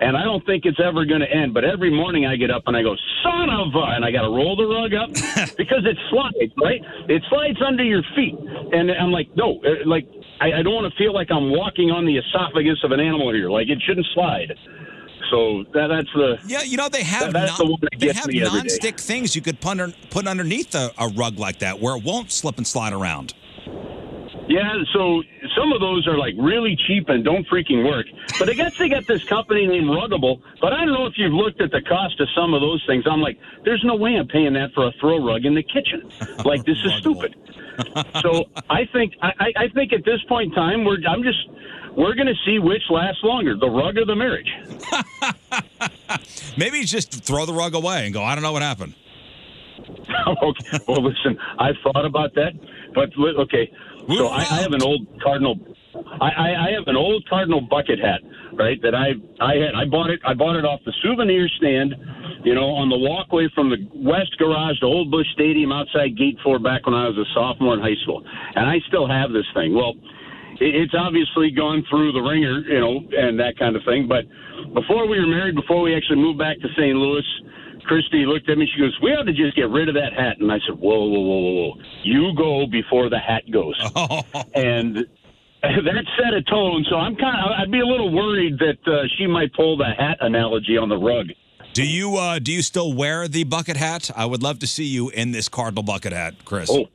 and I don't think it's ever going to end. But every morning, I get up and I go, "Son of a," and I got to roll the rug up because it slides, right? It slides under your feet, and I'm like, no, uh, like I, I don't want to feel like I'm walking on the esophagus of an animal here. Like it shouldn't slide. So that, that's the
yeah. You know they have
that's
non-
the one that
they
gets
have
me every day.
non-stick things you could put, under, put underneath a, a rug like that where it won't slip and slide around.
Yeah, so some of those are like really cheap and don't freaking work. But I guess they got this company named Ruggable. But I don't know if you've looked at the cost of some of those things. I'm like, there's no way I'm paying that for a throw rug in the kitchen. Like this is stupid. So I think I, I- I think at this point in time we're I'm just we're gonna see which lasts longer, the rug or the marriage.
Maybe just throw the rug away and go. I don't know what happened.
okay. Well, listen, I've thought about that, but li- okay. So I, I have an old cardinal. I, I, I have an old cardinal bucket hat, right? That I I had. I bought it. I bought it off the souvenir stand, you know, on the walkway from the west garage to Old Bush Stadium outside Gate Four back when I was a sophomore in high school, and I still have this thing. Well, it, it's obviously gone through the ringer, you know, and that kind of thing. But before we were married, before we actually moved back to St. Louis, Christy looked at me. She goes, "We ought to just get rid of that hat." And I said, "Whoa, whoa, whoa, whoa, whoa! You go before the hat goes." and that set a tone. So I'm kind of, I'd be a little worried that uh, she might pull the hat analogy on the rug.
Do you uh, do you still wear the bucket hat? I would love to see you in this cardinal bucket hat, Chris.
Oh,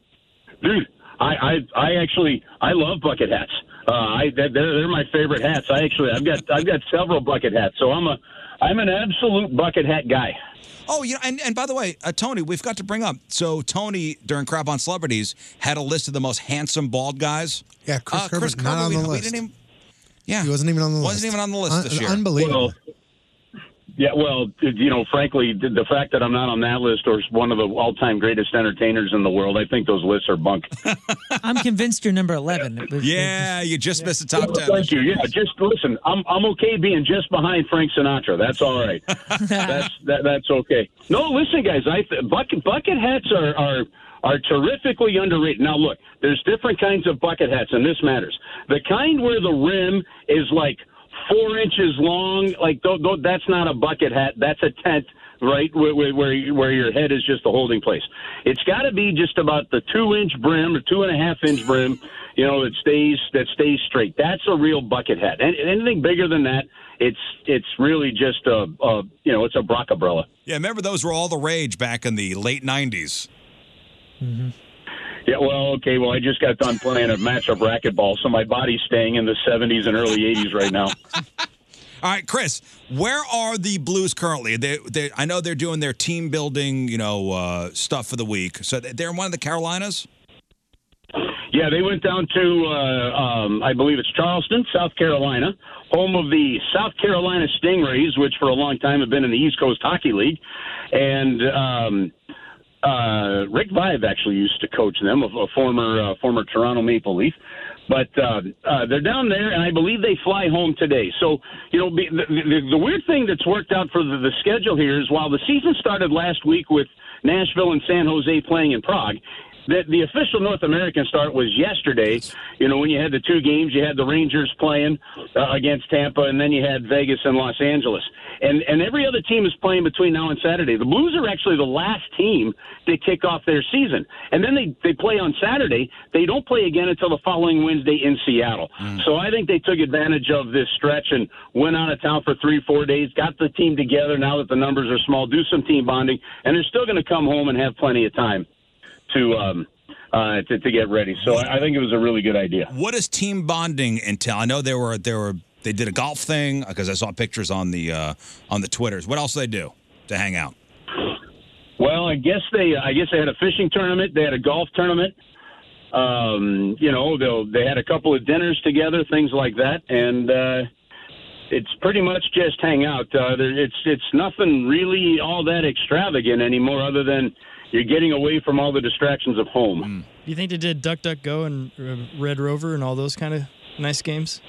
dude, I, I, I actually, I love bucket hats. Uh, I, they're, they're my favorite hats. I actually, I've got, I've got several bucket hats. So I'm a, I'm an absolute bucket hat guy.
Oh, you know, and, and by the way, uh, Tony, we've got to bring up. So Tony, during Crap on Celebrities, had a list of the most handsome bald guys.
Yeah, Chris
Uh,
Kerber's not
Kerber,
on
we-
the
we
list.
didn't even- yeah,
he wasn't even on the
Wasn't
list.
even on the list
Un-
this year.
Unbelievable.
Yeah, well, you know, frankly, the the fact that I'm not on that list or one of the all-time greatest entertainers in the world, I think those lists are bunk.
I'm convinced you're number eleven.
yeah, you just missed the top ten.
Oh, Thank you. Yeah, just listen. I'm I'm okay being just behind Frank Sinatra. That's all right. that's that, that's okay. No, listen, guys. I th- bucket bucket hats are are are terrifically underrated. Now, look, there's different kinds of bucket hats, and this matters. The kind where the rim is like four inches long. Like tho- tho- that's not a bucket hat. That's a tent, right? Where where where, where your head is just a holding place. It's got to be just about the two inch brim or two and a half inch brim. You know that stays that stays straight. That's a real bucket hat. And and anything bigger than that, it's it's really just a, a you know it's a Brock umbrella.
Yeah, remember those were all the rage back in the late 90s.
Yeah, well, okay. Well, I just got done playing a match of racquetball, so my body's staying in the 70s and early 80s right now.
All right, Chris, where are the Blues currently? They, they, I know they're doing their team building, you know, uh, stuff for the week. So they're in one of the Carolinas.
Yeah, they went down to, uh, um, I believe it's Charleston, South Carolina, home of the South Carolina Stingrays, which for a long time have been in the East Coast Hockey League. And um, uh, Rick Vive actually used to coach them, a, a former uh, former Toronto Maple Leaf. But uh, uh, they're down there, and I believe they fly home today. So, you know, be- the, the, the weird thing that's worked out for the, the schedule here is while the season started last week with Nashville and San Jose playing in Prague, the, the official North American start was yesterday. You know, when you had the two games, you had the Rangers playing uh, against Tampa, and then you had Vegas and Los Angeles. And and every other team is playing between now and Saturday. The Blues are actually the last team to kick off their season, and then they they play on Saturday. They don't play again until the following Wednesday in Seattle.
Mm.
So I think they took advantage of this stretch and went out of town for three four days, got the team together. Now that the numbers are small, do some team bonding, and they're still going to come home and have plenty of time to um, uh, to, to get ready. So I, I think it was a really good idea.
What does team bonding entail? I know they were they were they did a golf thing because I saw pictures on the uh, on the twitters. What else do they do to hang out?
Well, I guess they I guess they had a fishing tournament. They had a golf tournament. Um, you know, they they had a couple of dinners together, things like that, and uh, it's pretty much just hang out. Uh, there, it's it's nothing really all that extravagant anymore, other than you're getting away from all the distractions of home.
Mm. You think they did Duck Duck Go and uh, Red Rover and all those kind of nice games?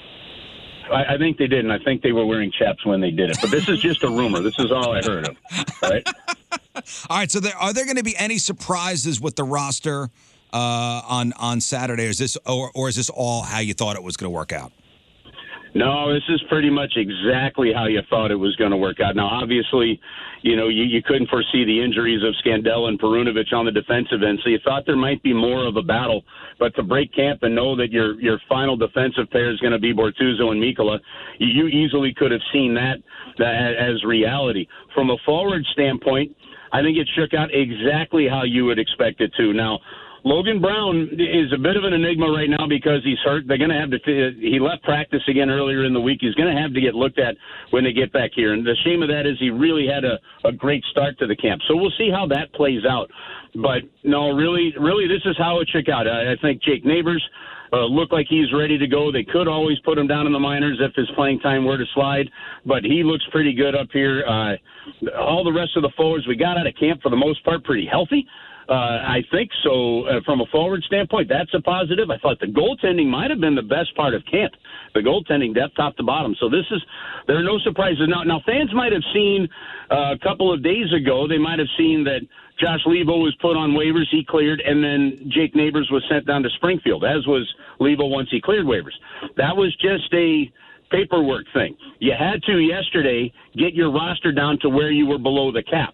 I, I think they did, and I think they were wearing chaps when they did it. But this is just a rumor. This is all I heard of. Right?
All right, so there, are there going to be any surprises with the roster uh, on on Saturday? Or is this or, or is this all how you thought it was going to work out?
No, this is pretty much exactly how you thought it was going to work out. Now, obviously, you know you, you couldn't foresee the injuries of Scandella and Perunovic on the defensive end, so you thought there might be more of a battle. But to break camp and know that your your final defensive pair is going to be Bortuzzo and Mikola, you easily could have seen that uh, as reality. From a forward standpoint, I think it shook out exactly how you would expect it to. Now, Logan Brown is a bit of an enigma right now because he's hurt. They're going to have to. He left practice again earlier in the week. He's going to have to get looked at when they get back here. And the shame of that is he really had a, a great start to the camp. So we'll see how that plays out. But no, really, really, this is how it shook out. I, I think Jake Neighbors uh, looked like he's ready to go. They could always put him down in the minors if his playing time were to slide, but he looks pretty good up here. Uh, all the rest of the forwards we got out of camp for the most part pretty healthy. Uh, I think so. Uh, from a forward standpoint, that's a positive. I thought the goaltending might have been the best part of camp, the goaltending depth top to bottom. So this is there are no surprises now. Now fans might have seen uh, a couple of days ago. They might have seen that Josh Levo was put on waivers. He cleared, and then Jake Neighbors was sent down to Springfield, as was Levo once he cleared waivers. That was just a paperwork thing. You had to yesterday get your roster down to where you were below the cap.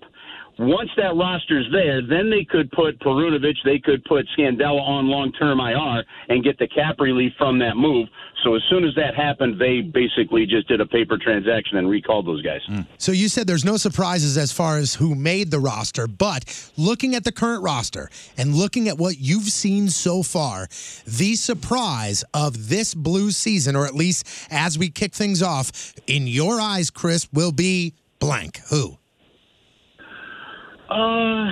Once that roster's there, then they could put Perunovic, they could put Scandella on long-term IR and get the cap relief from that move. So as soon as that happened, they basically just did a paper transaction and recalled those guys.
So you said there's no surprises as far as who made the roster, but looking at the current roster and looking at what you've seen so far, the surprise of this Blues season, or at least as we kick things off, in your eyes, Chris, will be blank. Who?
Uh,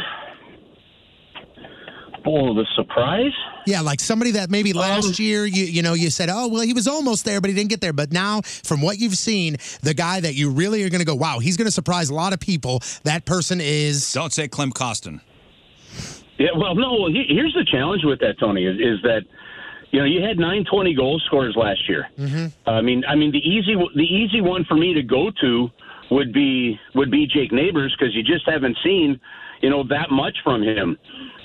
oh, the surprise.
Yeah, like somebody that maybe last year you you know you said, oh well, he was almost there, but he didn't get there. But now, from what you've seen, the guy that you really are going to go, wow, he's going to surprise a lot of people. That person is
don't say Clem Costin.
Yeah, well, no. Well, he- here's the challenge with that, Tony, is, is that you know you had 920 goal scorers last year. I mean, I mean the easy the easy one for me to go to would be would be Jake Neighbors because you just haven't seen you know that much from him.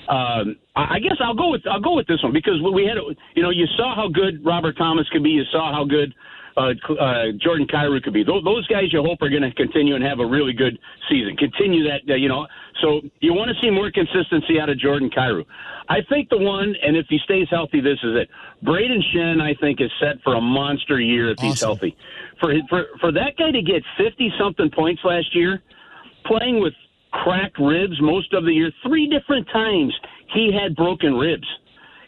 Um, I I guess I'll go with I'll go with this one because we had you know you saw how good Robert Thomas could be, you saw how good uh, uh, Cl- uh, Jordan Cairo could be. Those, those guys you hope are going to continue and have a really good season. Continue that, uh, you know. So you want to see more consistency out of Jordan Cairo. I think the one, and if he stays healthy, this is it. Braden Shen, I think, is set for a monster year if he's healthy. For, his- for for that guy to get fifty something points last year, playing with cracked ribs most of the year. Three different times he had broken ribs,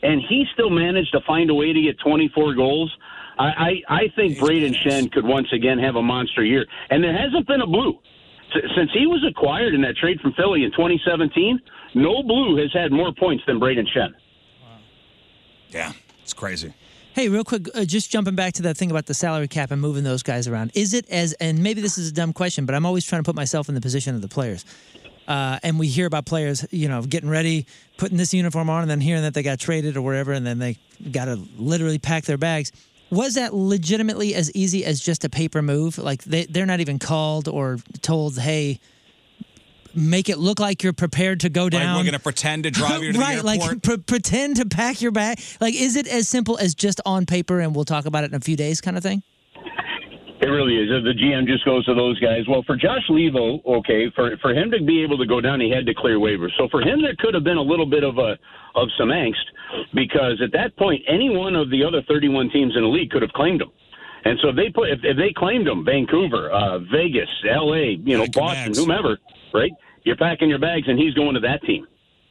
and he still managed to find a way to get 24 goals. I, I, I think Braden Shen could once again have a monster year, and there hasn't been a blue. S- Since he was acquired in that trade from Philly in 2017, no blue has had more points than Braden Shen.
Yeah, it's crazy.
Hey, real quick, uh, just jumping back to that thing about the salary cap and moving those guys around. Is it as, and maybe this is a dumb question, but I'm always trying to put myself in the position of the players. Uh, and we hear about players, you know, getting ready, putting this uniform on, and then hearing that they got traded or whatever, and then they got to literally pack their bags. Was that legitimately as easy as just a paper move? Like they, they're not even called or told, hey, make it look like you're prepared to go
Like,
down
we're going to pretend to drive you to
right,
the airport.
like pre- pretend to pack your bag. Like, is it as simple as just on paper and we'll talk about it in a few days, kind of thing?
It really is. The GM just goes to those guys. Well, for Josh Levo, okay, for for him to be able to go down, he had to clear waivers. So for him, there could have been a little bit of a of some angst because at that point, any one of the other 31 teams in the league could have claimed him. And so if they put if, if they claimed him, Vancouver, uh, Vegas, L.A., you know, Boston, whomever, right? You're packing your bags, and he's going to that team,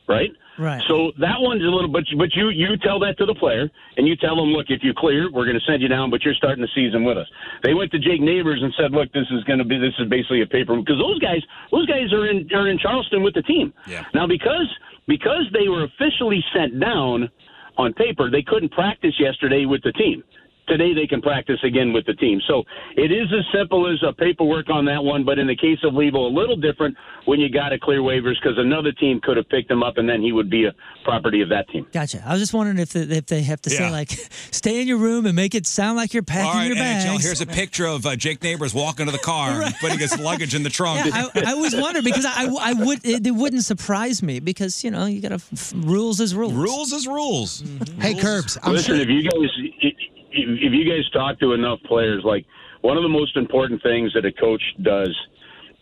right?
Right.
So that one's a little, but but you you tell that to the player, and you tell them, look, if you clear, we're going to send you down, but you're starting the season with us. They went to Jake Neighbors and said, look, this is going to be this is basically a paper because those guys those guys are in are in Charleston with the team.
Yeah.
Now because because they were officially sent down on paper, they couldn't practice yesterday with the team. Today they can practice again with the team. So it is as simple as a paperwork on that one, but in the case of Levo, a little different when you got to clear waivers because another team could have picked him up and then he would be a property of that team.
Gotcha. I was just wondering if the, if they have to
Yeah.
say like, stay in your room and make it sound like you're packing
All right,
your bags.
NHL, here's a picture of uh, Jake Neighbors walking to the car, putting his luggage in the trunk.
yeah, I, I always wonder because I, I would it, it wouldn't surprise me because you know you gotta f- rules is rules
rules is rules.
Hey, Curbs, I'm
Listen,
sure-
if you guys if if you guys talk to enough players, like one of the most important things that a coach does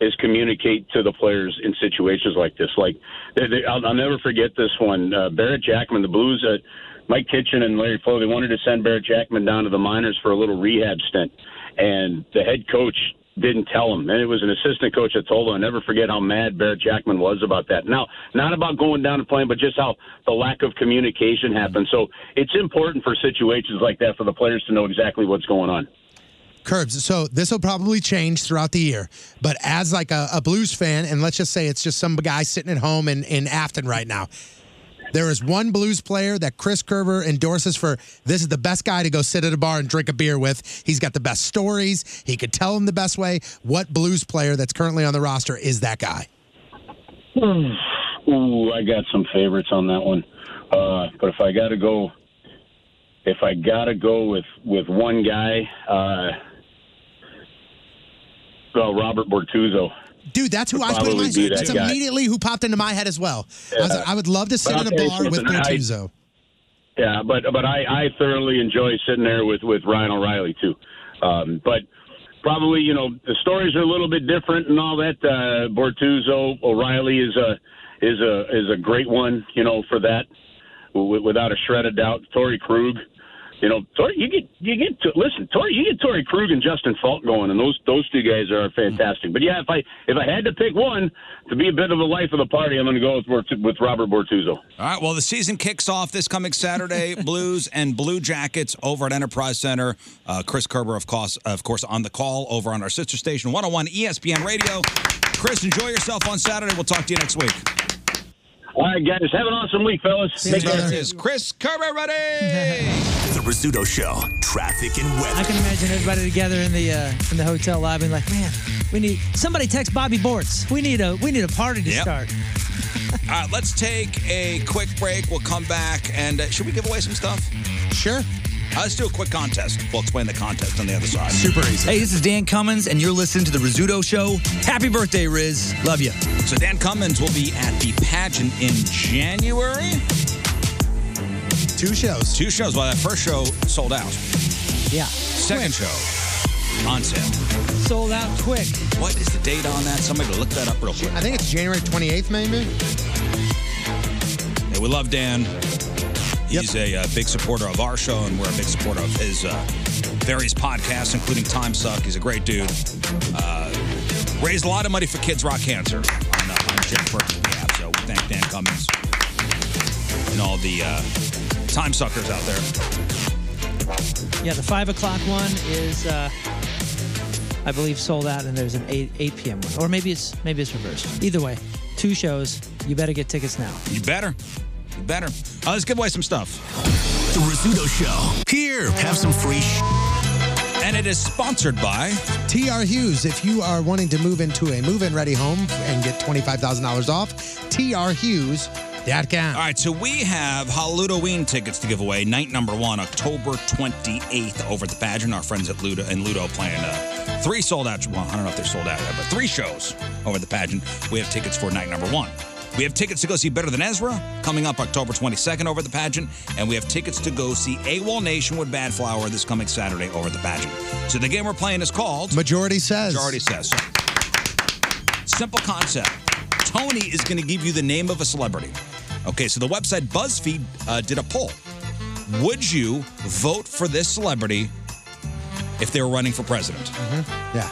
is communicate to the players in situations like this. Like, they, they, I'll, I'll never forget this one. Uh, Barrett Jackman, the Blues, uh, Mike Kitchen and Larry Flo, they wanted to send Barrett Jackman down to the minors for a little rehab stint, and the head coach didn't tell him. And it was an assistant coach that told him. I never forget how mad Barrett Jackman was about that. Now, not about going down and playing, but just how the lack of communication happened. So it's important for situations like that for the players to know exactly what's going on.
Curbs. So this will probably change throughout the year, but as like a, a Blues fan, and let's just say it's just some guy sitting at home in, in Afton right now. There is one Blues player that Chris Kerber endorses for. This is the best guy to go sit at a bar and drink a beer with. He's got the best stories. He could tell him the best way. What Blues player that's currently on the roster is that guy?
Ooh, I got some favorites on that one. Uh, but if I got to go, if I got to go with with one guy, uh, well, Robert Bortuzzo.
Dude, that's who
Would
I was putting
probably
my.
be that
That's
guy.
immediately who popped into my head as well. I, was,
Yeah.
I would love to sit
But
at
I'll
a
tell you
bar with
something, I-
Bertuzzo.
Yeah, but but I, I thoroughly enjoy sitting there with with Ryan O'Reilly too. Um, but probably you know the stories are a little bit different and all that. Uh, Bortuzzo O'Reilly is a is a is a great one, you know, for that w- without a shred of doubt. Tory Krug, you know, Tory, you get you get to, listen, Tory, you get Tory Krug and Justin Falk going, and those those two guys are fantastic. But yeah, if I if I had to pick one to be a bit of the life of the party, I'm going to go with Bort- with Robert Bortuzzo.
All right. Well, the season kicks off this coming Saturday. Blues and Blue Jackets over at Enterprise Center. Uh, Chris Kerber, of course, of course, on the call over on our sister station, 101 ESPN Radio. Chris, enjoy yourself on Saturday. We'll talk to you next week.
All right, guys. Have an awesome week, fellas.
Take care. Is Chris Kerber ready?
The Rizzuto Show, traffic and
I
weather.
can imagine everybody together in the uh, in the hotel lobby, like, man, we need somebody text Bobby Bortz. We need a we need a party to
Yep.
start.
All right. Uh, Let's take a quick break. We'll come back and uh, should we give away some stuff? Uh,
Sure.
let's do a quick contest. We'll explain the contest on the other side.
Hey, this is Dan Cummins, and you're listening to The Rizzuto Show. Happy birthday, Riz. Love you.
So Dan Cummins will be at the pageant in January.
Two shows.
Two shows. Well, that first show sold out.
Yeah.
Second show on sale.
Sold out quick.
What is the date on that? Somebody look that up real quick.
I think it's January 28th, maybe.
Hey, we love Dan. He's a uh, big supporter of our show, and we're a big supporter of his uh, various podcasts, including Time Suck. He's a great dude. Uh, raised a lot of money for Kids Rock Cancer on, uh, on Jim Perkins' behalf, so we thank Dan Cummings and all the uh, Time Suckers out there.
Yeah, the five o'clock one is, uh, I believe, sold out, and there's an eight eight p.m. one, or maybe it's maybe it's reversed. Either way, two shows. You better get tickets now.
You better. You better. Uh, let's give away some stuff.
The Rizzuto Show.
Here, have some free sh- And it is sponsored by
TR Hughes, if you are wanting to move into a move in ready home and get $25,000 off, TR Hughes.
All right, so we have Halloween tickets to give away. Night number one, October 28th, over at the pageant. Our friends at Ludo and Ludo playing uh, three sold out. Well, I don't know if they're sold out yet, but three shows over at the pageant. We have tickets for night number one. We have tickets to go see Better Than Ezra coming up October 22nd over at the pageant, and we have tickets to go see AWOL Nation with Bad Flower this coming Saturday over at the pageant. So the game we're playing is called
Majority says.
Majority says. So, simple concept. Tony is going to give you the name of a celebrity. Okay, so the website BuzzFeed uh, did a poll. Would you vote for this celebrity if they were running for president?
Yeah.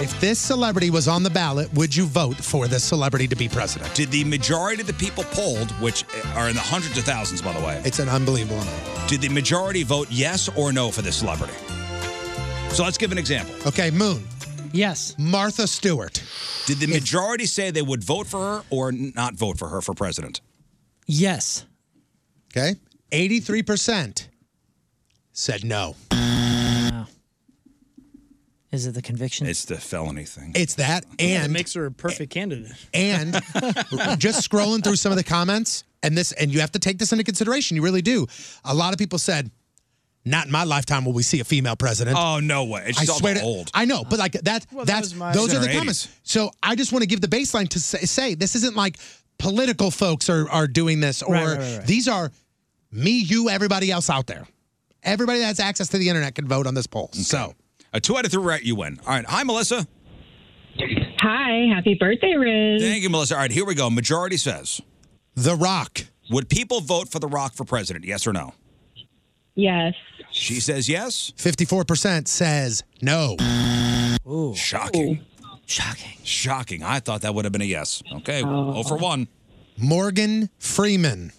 If this celebrity was on the ballot, would you vote for this celebrity to be president?
Did the majority of the people polled, which uh, are in the hundreds of thousands, by the way,
It's an unbelievable amount.
did the majority vote yes or no for this celebrity? So let's give an example.
Okay, Moon.
Yes.
Martha Stewart.
Did the majority say they would vote for her or not vote for her for president?
Yes.
Okay. 83% said no.
Is it the conviction?
It's the felony thing.
It's that
Yeah, it
and
makes her a perfect candidate.
and just scrolling through some of the comments and this and you have to take this into consideration. You really do. A lot of people said not in my lifetime will we see a female president.
Oh no way! She's all
to-
old.
I know, but like that,
Well, that
that's
was my-
those
She's
are
in
the
her
comments.
80s.
So I just want to give the baseline to say, say this isn't like political folks are are doing this, or
Right, right, right, right.
these are me, you, everybody else out there. Everybody that has access to the internet can vote on this poll. So
A two out of three right, you win. All right. Hi, Melissa.
Hi, happy birthday, Riz.
Thank you, Melissa. All right, here we go. Majority says
The Rock.
Would people vote for The Rock for president? Yes or no?
Yes.
She says yes.
fifty four percent says no.
Shocking. Shocking. Shocking. I thought that would have been a yes. Okay. Oh, for 1.
Morgan Freeman.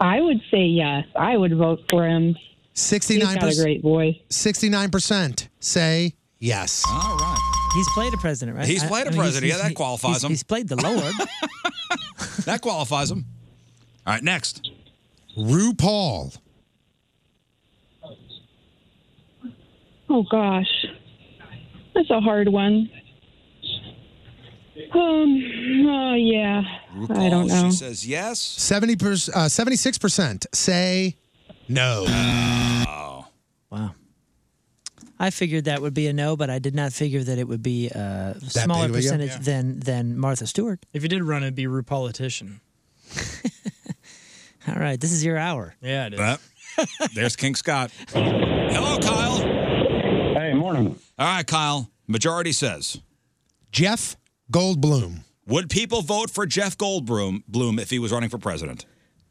I would say yes. I would vote for him.
69%.
He's got a great voice.
69% say yes.
All right.
He's played a president, right?
He's played a president. Yeah, that qualifies
he's-
him.
He's played the Lord.
that qualifies him. All right, next.
RuPaul.
Oh, gosh. That's a hard one. Um, oh, yeah. I don't know.
says yes.
70 per, uh, 76% say no.
Wow. I figured that would be a no, but I did not figure that it would be a smaller
big of a yeah.
percentage
Yeah.
than than Martha Stewart.
If you did run, it'd be RuPolitician.
All right, this is your hour.
Yeah, it is.
There's King Scott. Hello, Kyle. Hey, morning. All right, Kyle. Majority says
Jeff Goldblum.
Would people vote for Jeff Goldblum Bloom if he was running for president?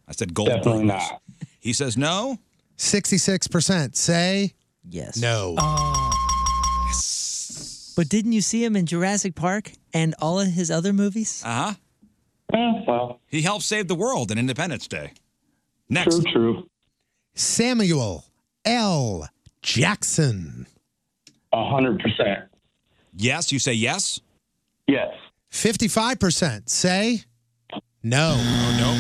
I said Goldblum.
Definitely not.
He says no.
66% say
yes.
No.
But didn't you see him in Jurassic Park and all of his other movies?
Uh huh.
well.
He helped save the world in Independence Day. Next. True, true.
Samuel L. Jackson.
100%. Yes, you say yes? Yes.
55% say no.
Oh, no.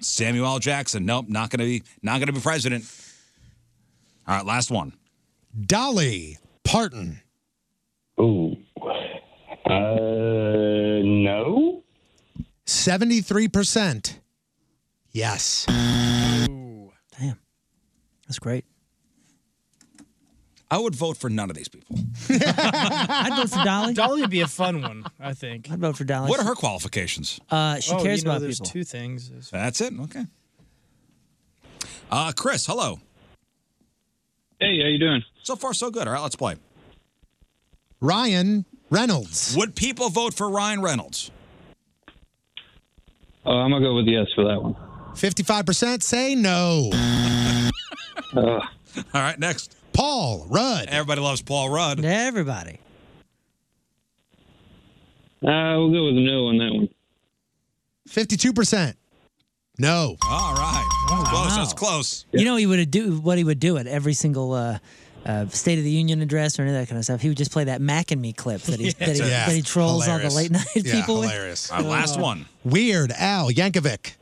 Samuel L. Jackson. Nope, not going to be not going to be president. All right, last one.
Dolly Parton.
Ooh. Uh, no.
73% yes.
That's great.
I would vote for none of these people.
I'd vote for Dolly.
Dolly would be a fun one, I think.
I'd vote for Dolly.
What are her qualifications?
Uh, she
Oh, you
cares
know,
about
there's
people.
two things.
That's it. Okay. Uh, Chris, hello.
how you doing?
So far, so good. All right, let's play.
Ryan Reynolds.
Would people vote for Ryan Reynolds?
Oh, I'm gonna go with yes for that one.
55% say no.
All right, next.
Paul Rudd.
Everybody loves Paul Rudd.
Everybody.
Uh, we'll go with no on that one.
52%. No.
All right. Close. That's close.
You know, he would do what he would do at every single uh, uh, State of the Union address or any of that kind of stuff. He would just play that Mac and Me clip that he that, he,
Yeah.
that he trolls all
Hilarious.
the late night
Yeah,
people with.
hilarious.
All right, last one.
Weird Al Yankovic.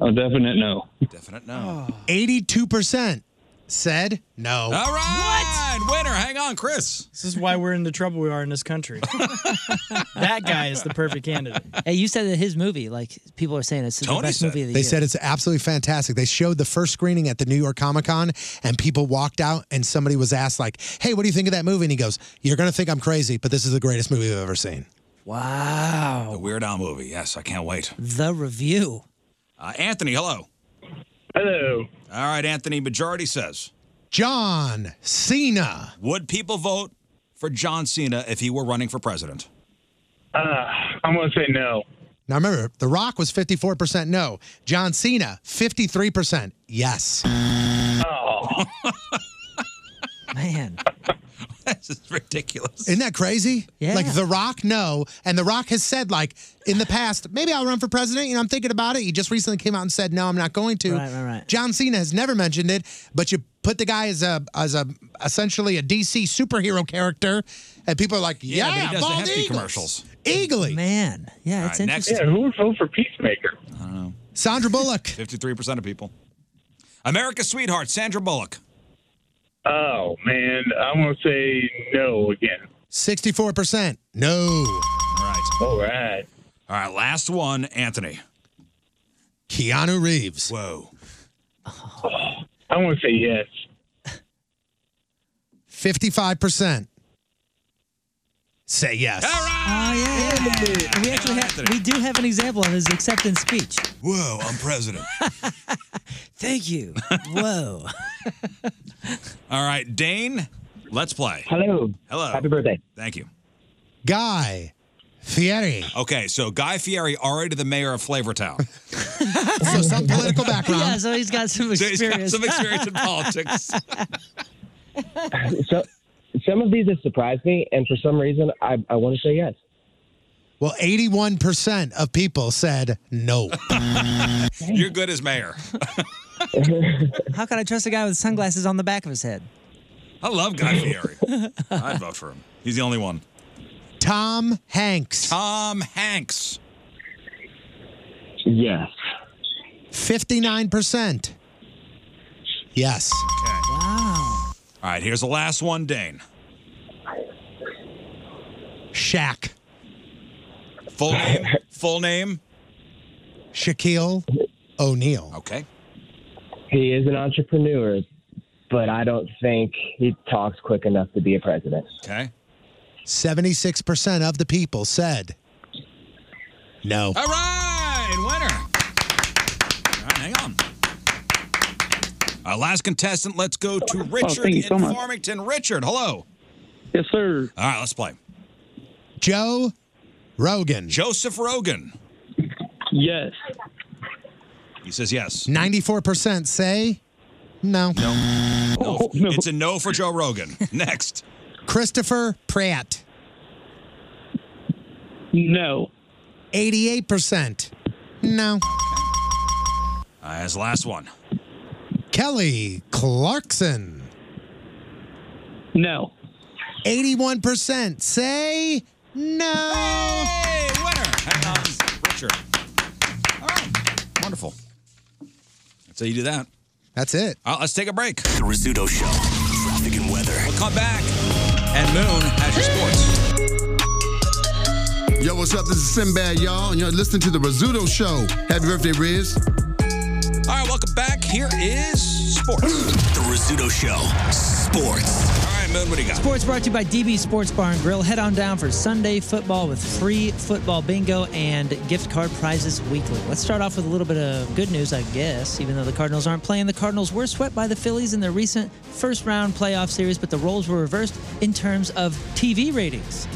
Oh, definite no.
Definite no.
82% said
Oh.
no.
All right. Winner. Hang on, Chris.
This is why we're in the trouble we are in this country. that guy is the perfect candidate.
Hey, you said that his movie, like people are saying, it's the best movie of the
They
year.
said it's absolutely fantastic. They showed the first screening at the New York Comic Con, and people walked out, and somebody was asked, like, hey, what do you think of that movie? And he goes, you're going to think I'm crazy, but this is the greatest movie I've ever seen.
Wow.
The Weird Al movie. Yes, I can't wait.
The review.
Uh, Anthony, hello.
Hello.
All right, Anthony. Majority says
John Cena.
Would people vote for John Cena if he were running for president?
Uh, I'm gonna say no.
Now remember, The Rock was 54% no. John Cena, 53% yes.
Oh.
Man.
this is ridiculous.
Isn't that crazy?
Yeah.
Like The Rock, no. And The Rock has said, like, in the past, maybe I'll run for president. You know, I'm thinking about it. He just recently came out and said, no, I'm not going to.
Right, right, right.
John Cena has never mentioned it, but you put the guy as a as a essentially a DC superhero character, and people are like, yeah,
but he does
bald
the hefty
Eagles.
commercials.
Eagly.
Man. Yeah,
All
it's
right,
interesting.
next. Yeah, who
would vote for Peacemaker?
I don't know.
Sandra Bullock.
Fifty-three percent of people. America's sweetheart, Sandra Bullock.
Oh man, I'm gonna say no again.
64%. No.
All right.
All right.
All right. Last one, Anthony.
Keanu Reeves.
Whoa.
I want to say yes.
55%. Say yes.
All
right. Oh, yeah, yeah. We actually have, we do have an example of his acceptance speech.
Whoa, I'm president.
Thank you. Whoa.
All right, Dane. Let's play.
Hello.
Hello.
Happy birthday.
Thank you.
Guy Fieri.
Okay, so Guy Fieri already the mayor of Flavortown.
so some political background.
Yeah, so he's got some
So he's
experience.
got some experience in politics.
so, some of these have surprised me, and for some reason, I, I want to say yes.
Well, 81% of people said no.
You're good as mayor.
How can I trust a guy with sunglasses on the back of his head?
I love Guy Fieri. I'd vote for him. He's the only one.
Tom Hanks.
Tom Hanks.
Yes.
59%. Yes.
Wow.
All right, here's the last one, Dane.
Shaq.
Full name. Full name.
Shaquille O'Neal.
Okay.
He is an entrepreneur, but I don't think he talks quick enough to be a president.
Okay.
76% of the people said no.
All right, winner. All right, hang on. Our last contestant, let's go to Richard
Oh, thank you so
in
much.
Farmington. Richard, hello.
Yes, sir.
All right, let's play.
Joe Rogan.
Joseph Rogan.
Yes.
He says yes.
94% say no. No.
No. It's a no for Joe Rogan. Next.
Christopher Pratt.
No.
88%. No.
Uh, as the last one.
Kelly Clarkson.
No.
81% say no.
Hey, winner. Hang on, Richard. All right, wonderful. That's how you do that.
That's it.
All right, Uh, let's take a break.
The Rizzuto Show. Traffic and weather.
We'll come back. And Moon has your sports.
Yo, what's up? This is Sinbad, y'all, and you're listening to the Rizzuto Show. Happy birthday, Riz.
All right, welcome back. Here is sports.
The Rizzuto Show. Sports.
All right, Moon, what do you got?
Sports brought to you by DB Sports Bar and Grill. Head on down for Sunday football with free football bingo and gift card prizes weekly. Let's start off with a little bit of good news, I guess. Even though the Cardinals aren't playing, the Cardinals were swept by the Phillies in their recent first round playoff series, but the roles were reversed in terms of TV ratings.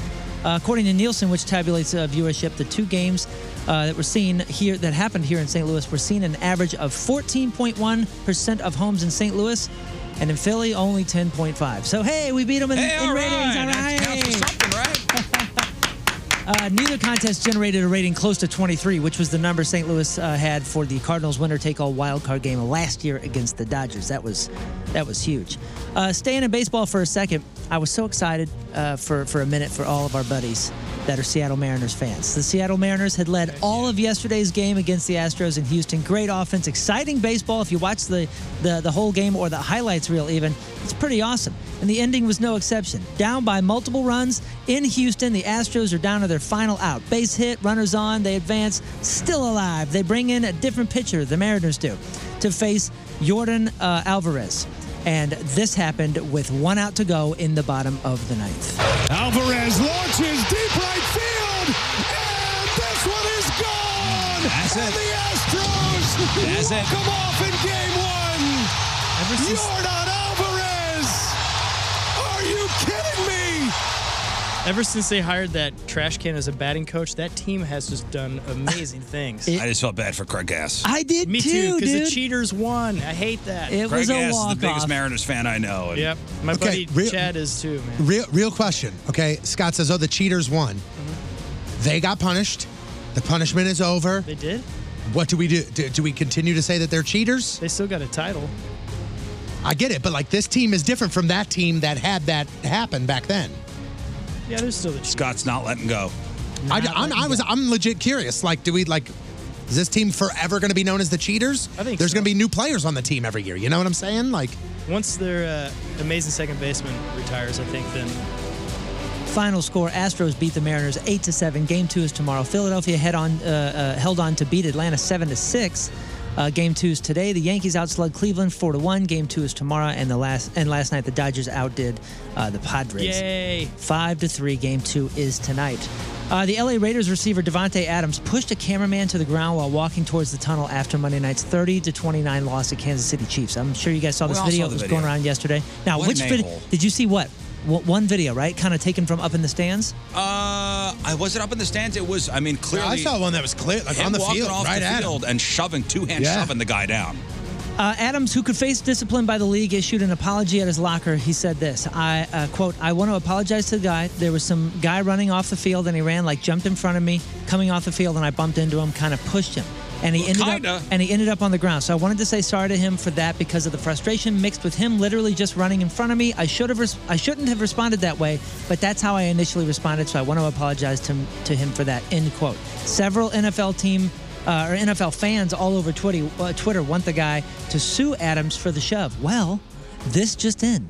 Uh, according to Nielsen, which tabulates uh, viewership, the two games uh, that were seen here that happened here in St. Louis were seen an average of 14.1% of homes in St. Louis, and in Philly only 10.5. So hey, we beat them in, in ratings. All right. Uh, neither contest generated a rating close to 23, which was the number St. Louis uh, had for the Cardinals' winner-take-all wildcard game last year against the Dodgers. That was that was huge. Uh, staying in baseball for a second, I was so excited uh, for for a minute for all of our buddies that are Seattle Mariners fans. The Seattle Mariners had led all of yesterday's game against the Astros in Houston. Great offense, exciting baseball. If you watch the the, the whole game or the highlights reel, even it's pretty awesome. And the ending was no exception. Down by multiple runs in Houston, the Astros are down to their final out. Base hit, runners on, they advance, still alive. They bring in a different pitcher, the Mariners do, to face Jordan uh, Alvarez. And this happened with one out to go in the bottom of the ninth.
Alvarez launches deep right field, and this one is gone.
That's
and the Astros
That's
walk
it.
them off in game one.
since-
Jordan Alvarez, are you kidding me?
Ever since they hired that trash can as a batting coach, that team has just done amazing things.
I just felt bad for Craig Gass.
I did
Me
too,
too, the
dude.
cheaters won. I hate that.
Craig Gass is the biggest Mariners fan I know. and-
Yep, my
Okay,
buddy
real-
Chad is too, man.
Real, real question. Okay, Scott says, "Oh, the cheaters won. They got punished. The punishment is over.
They did.
What do we do? do? Do we continue to say that they're cheaters?
They still got a title.
I get it, but like this team is different from that team that had that happen back then.
Yeah, there's still the cheaters.
Scott's not letting go.
I, I'm, I was I'm legit curious. Like, do we like? Is this team forever going to be known as the cheaters? I think there's going to be new players on the team every year. You know what I'm saying? Like,
Once their uh, amazing second baseman retires, I think then
Final score: Astros beat the Mariners eight to seven. Game two is tomorrow. Philadelphia head on uh, uh, held on to beat Atlanta seven to six. Uh, game two is today. The Yankees outslug Cleveland four to one. Game two is tomorrow, and the last and last night the Dodgers outdid uh, the Padres.
Yay.
Five to three. Game two is tonight. Uh, the LA Raiders receiver Devontae Adams pushed a cameraman to the ground while walking towards the tunnel after Monday night's 30 to 29 loss to Kansas City Chiefs. I'm sure you guys saw
We
this
all
video.
saw the
that was
video.
going around yesterday. Now,
What
which
an
video
a-hole.
did you see? What Wh- one video, right? Kind of taken from up in the stands.
Uh, I was it up in the stands. It was. I mean, clearly.
I saw one that was clear, like,
him
on the
walking
field,
off
right
the
at him.
field and shoving two hands,
Yeah.
shoving the guy down.
Uh, Adams, who could face discipline by the league, issued an apology at his locker. He said this: "I uh, quote, I want to apologize to the guy. There was some guy running off the field, and he ran like jumped in front of me, coming off the field, and I bumped into him, kind of pushed him, and he ended
kinda.
up and he ended up on the ground. So I wanted to say sorry to him for that because of the frustration mixed with him literally just running in front of me. I should have res- I shouldn't have responded that way, but that's how I initially responded. So I want to apologize to to him for that." End quote. Several NFL team uh, or NFL fans all over Twitter, uh, Twitter want the guy to sue Adams for the shove. Well, this just in.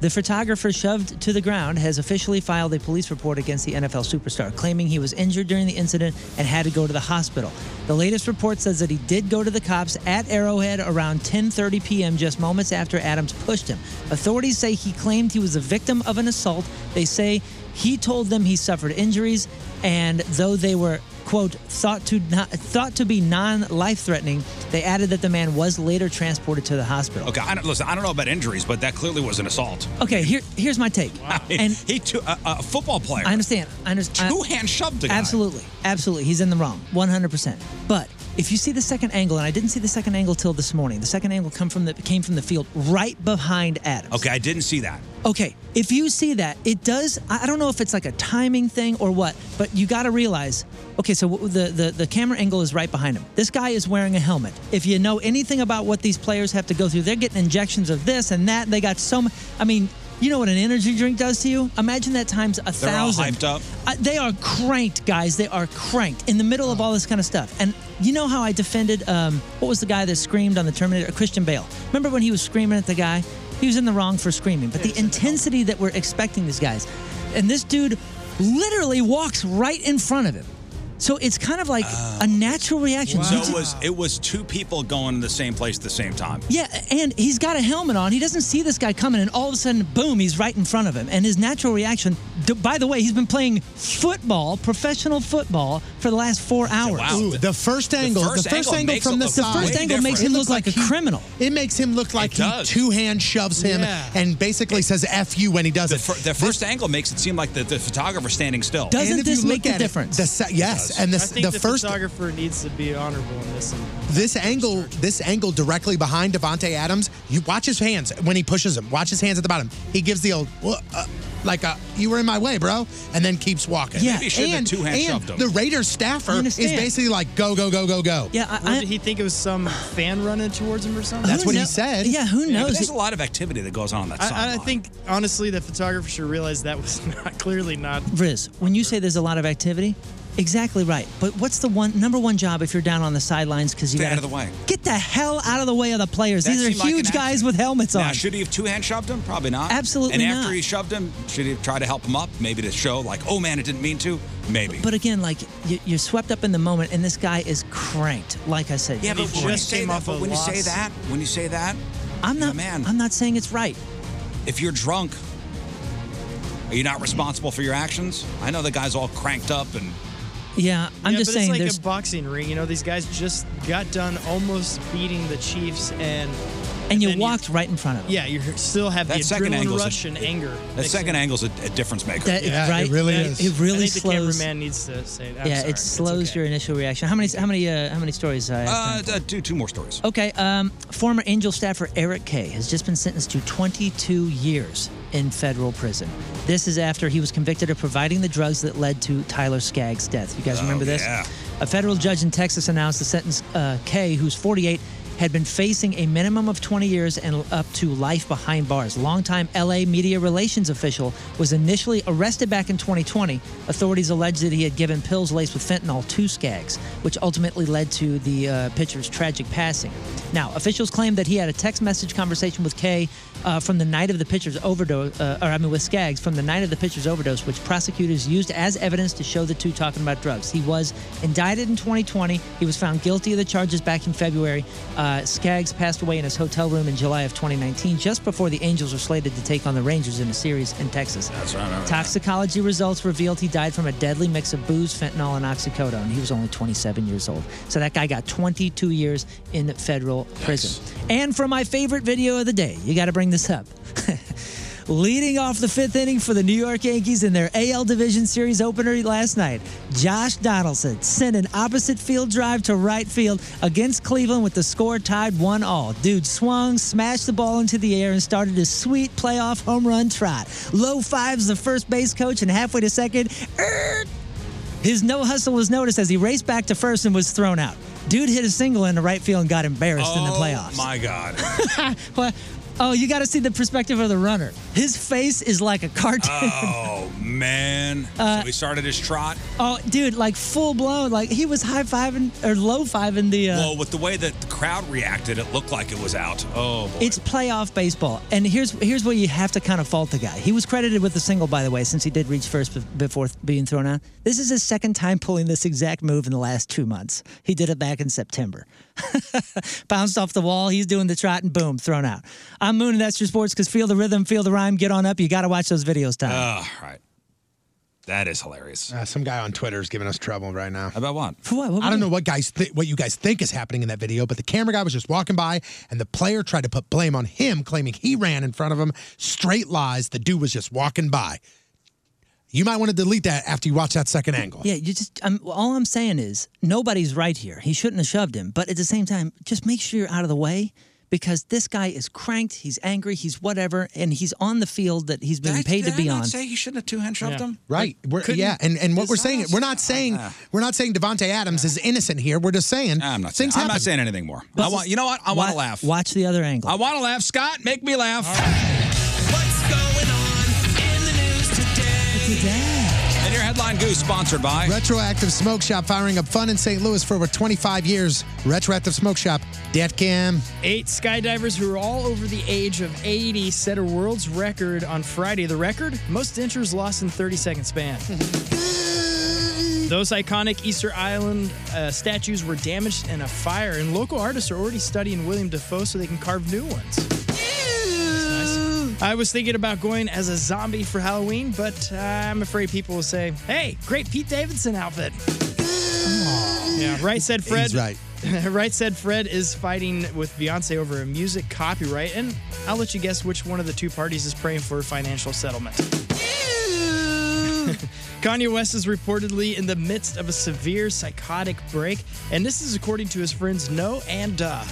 The photographer shoved to the ground has officially filed a police report against the NFL superstar, claiming he was injured during the incident and had to go to the hospital. The latest report says that he did go to the cops at Arrowhead around 10:30 p.m. just moments after Adams pushed him. Authorities say he claimed he was a victim of an assault. They say he told them he suffered injuries, and though they were quote thought to not, thought to be non-life threatening, they added that the man was later transported to the hospital.
Okay, I don't, listen. I don't know about injuries, but that clearly was an assault.
Okay, here here's my take. And
he took a, a football player.
I understand. I understand.
Two hand shoved a guy.
Absolutely, absolutely. He's in the wrong, 100%. But if you see the second angle, and I didn't see the second angle till this morning. The second angle come from the came from the field right behind Adam.
Okay, I didn't see that.
Okay, if you see that, it does. I I don't know if it's like a timing thing or what, but you got to realize. Okay, so w- the, the the camera angle is right behind him. This guy is wearing a helmet. If you know anything about what these players have to go through, they're getting injections of this and that. They got so much. I mean, you know what an energy drink does to you? Imagine that times a
They're all
thousand.
hyped up.
Uh, they are cranked, guys. They are cranked in the middle of all this kind of stuff. And you know how I defended um, what was the guy that screamed on the Terminator? Christian Bale. Remember when he was screaming at the guy? He was in the wrong for screaming. But the intensity that we're expecting these guys, and this dude literally walks right in front of him. So it's kind of like a natural reaction.
Uh, So
You
it
ju-
was it was two people going to the same place at the same time.
yeah, and he's got a helmet on. He doesn't see this guy coming, and all of a sudden, boom, he's right in front of him. And his natural reaction, d- by the way, he's been playing football, professional football, for the last four hours.
Ooh, the first angle, the first, angle,
makes
from
it
the
look
side,
The first angle makes him look like a criminal.
It makes him look like he two hand shoves him
Yeah.
and basically says "f you" when he does
The,
it.
fir- the first angle makes it seem like the, the photographer's standing still.
And if you look at it, the se- yes, and the,
I think
the, first
photographer needs to be honorable in this.
this angle, this angle directly behind Devonte Adams. You watch his hands when he pushes him. Watch his hands at the bottom. He gives the old. "Wha- uh, like a, you were in my way, bro, and then keeps walking.
Yeah. Maybe he shouldn't have
and,
two-hand
and
shoved him.
the Raiders staffer is
understand.
basically like, go, go, go, go, go.
What, did he think it was some fan running towards him or something?
That's Who what he kno- said. yeah, who
Yeah, but
knows?
there's a lot of activity that goes on on that side.
I, I think honestly, the photographer should realize that was not clearly not.
Riz, when you say there's a lot of activity, exactly right. But what's the one number one job if you're down on the sidelines because you
Stay
got
out of the way.
Get the hell out of the way of the players.
That
These
seemed
are
like an
huge guys with helmets
Now,
on.
should he have two hand shoved him? Probably not.
Absolutely
And after
not.
he shoved him, should he have tried to help him up? Maybe to show, like, oh man, it didn't mean to? Maybe.
But again, like you, you're swept up in the moment, and this guy is cranked. Like I said,
yeah, but when you,
just
say
came
that,
off
but
a
when you say
loss.
that, when you say that,
I'm not. I'm not saying it's right.
if you're drunk, are you not responsible for your actions? I know the guy's all cranked up and
Yeah, I'm
Yeah,
just
but
saying
it's like
there's
a boxing ring. You know, these guys just got done almost beating the Chiefs, and
and you walked right in front of him.
yeah, you still have
That
the
second
adrenaline
angle's a-
rush and anger.
that second angle's a, a difference maker.
That- Yeah, right? it really That- is. it really
I think The
slows-
cameraman needs to say that.
yeah, it slows your initial reaction. How many? How many? Uh, how many stories? I have
Uh,
time for?
uh, do two more stories.
Okay, um, former Angel staffer Eric Kay has just been sentenced to 22 years in federal prison. This is after he was convicted of providing the drugs that led to Tyler Skaggs' death. You guys
Oh,
remember this?
yeah.
A federal judge in Texas announced the sentence uh, Kay, who's 48, had been facing a minimum of 20 years and up to life behind bars. Longtime LA media relations official was initially arrested back in 2020. Authorities alleged that he had given pills laced with fentanyl to Skaggs, which ultimately led to the uh, pitcher's tragic passing. Now, officials claim that he had a text message conversation with Kay uh, from the night of the pitcher's overdose, uh, or I mean with Skaggs, from the night of the pitcher's overdose, which prosecutors used as evidence to show the two talking about drugs. He was indicted in 2020. He was found guilty of the charges back in February. Uh, Skaggs passed away in his hotel room in July of 2019, just before the Angels were slated to take on the Rangers in a series in Texas. That's
right.
Toxicology results revealed he died from a deadly mix of booze, fentanyl, and oxycodone. He was only 27 years old. So that guy got 22 years in federal prison. And for my favorite video of the day, you got to bring this up. Leading off the fifth inning for the New York Yankees in their AL Division Series opener last night, Josh Donaldson sent an opposite field drive to right field against Cleveland with the score tied one all. Dude swung, smashed the ball into the air, and started his sweet playoff home run trot. Low fives the first base coach, and halfway to second, er, his no hustle was noticed as he raced back to first and was thrown out. Dude hit a single into right field and got embarrassed in the playoffs.
Oh my God.
but oh, you got to see the perspective of the runner. His face is like a cartoon.
oh, man.
Uh,
so he started his trot.
Oh, dude, like full blown, like he was high fiving or low fiving the. Uh,
Well, with the way that the crowd reacted, it looked like it was out. Oh, boy.
It's playoff baseball, and here's here's where you have to kind of fault the guy. He was credited with a single, by the way, since he did reach first be- before th- being thrown out. This is his second time pulling this exact move in the last two months. He did it back in September. Bounced off the wall. He's doing the trot, and boom, thrown out. I'm mooning that's your sports because feel the rhythm, feel the rhyme. Get on up. You got to watch those videos, Tom.
Ah, all right. That is hilarious.
Uh, some guy on Twitter is giving us trouble right now.
About what?
For what?
I don't know what guys th- what you guys think is happening in that video, but the camera guy was just walking by, and the player tried to put blame on him, claiming he ran in front of him. Straight lies. The dude was just walking by. You might want to delete that after you watch that second angle.
Yeah, Eh, you just. I'm, all I'm saying is nobody's right here. He shouldn't have shoved him, but at the same time, just make sure you're out of the way because this guy is cranked. He's angry. He's whatever, and he's on the field that he's been
Did I-
paid
did
to
I
be
not
on.
say he shouldn't have two hand shoved him?
Right.
Like,
We're,
couldn't-
yeah, and, and what we're
It's not-
saying, we're not saying we're not saying Devonte Adams is innocent here. We're just saying I'm not things
I'm
happen.
not saying anything more. I want, you know what? I want to laugh.
Watch the other angle.
I want to laugh. Scott, make me laugh. And your headline goose sponsored by
Retroactive Smoke Shop firing up fun in St. Louis for over 25 years. Retroactive Smoke Shop, dead cam.
Eight skydivers who are all over the age of 80 set a world's record on Friday. The record? Most dentures lost in 30 second span.
Those iconic Easter Island uh, statues were damaged in a fire, and local artists are already studying William Defoe so they can carve new ones. That's nice. I was thinking about going as a zombie for Halloween, but uh, I'm afraid people will say, "Hey, great Pete Davidson outfit." Yeah, right said Fred.
He's right.
right said Fred is fighting with Beyonce over a music copyright, and I'll let you guess which one of the two parties is praying for a financial settlement. Kanye West is reportedly in the midst of a severe psychotic break, and this is according to his friends No and Duh.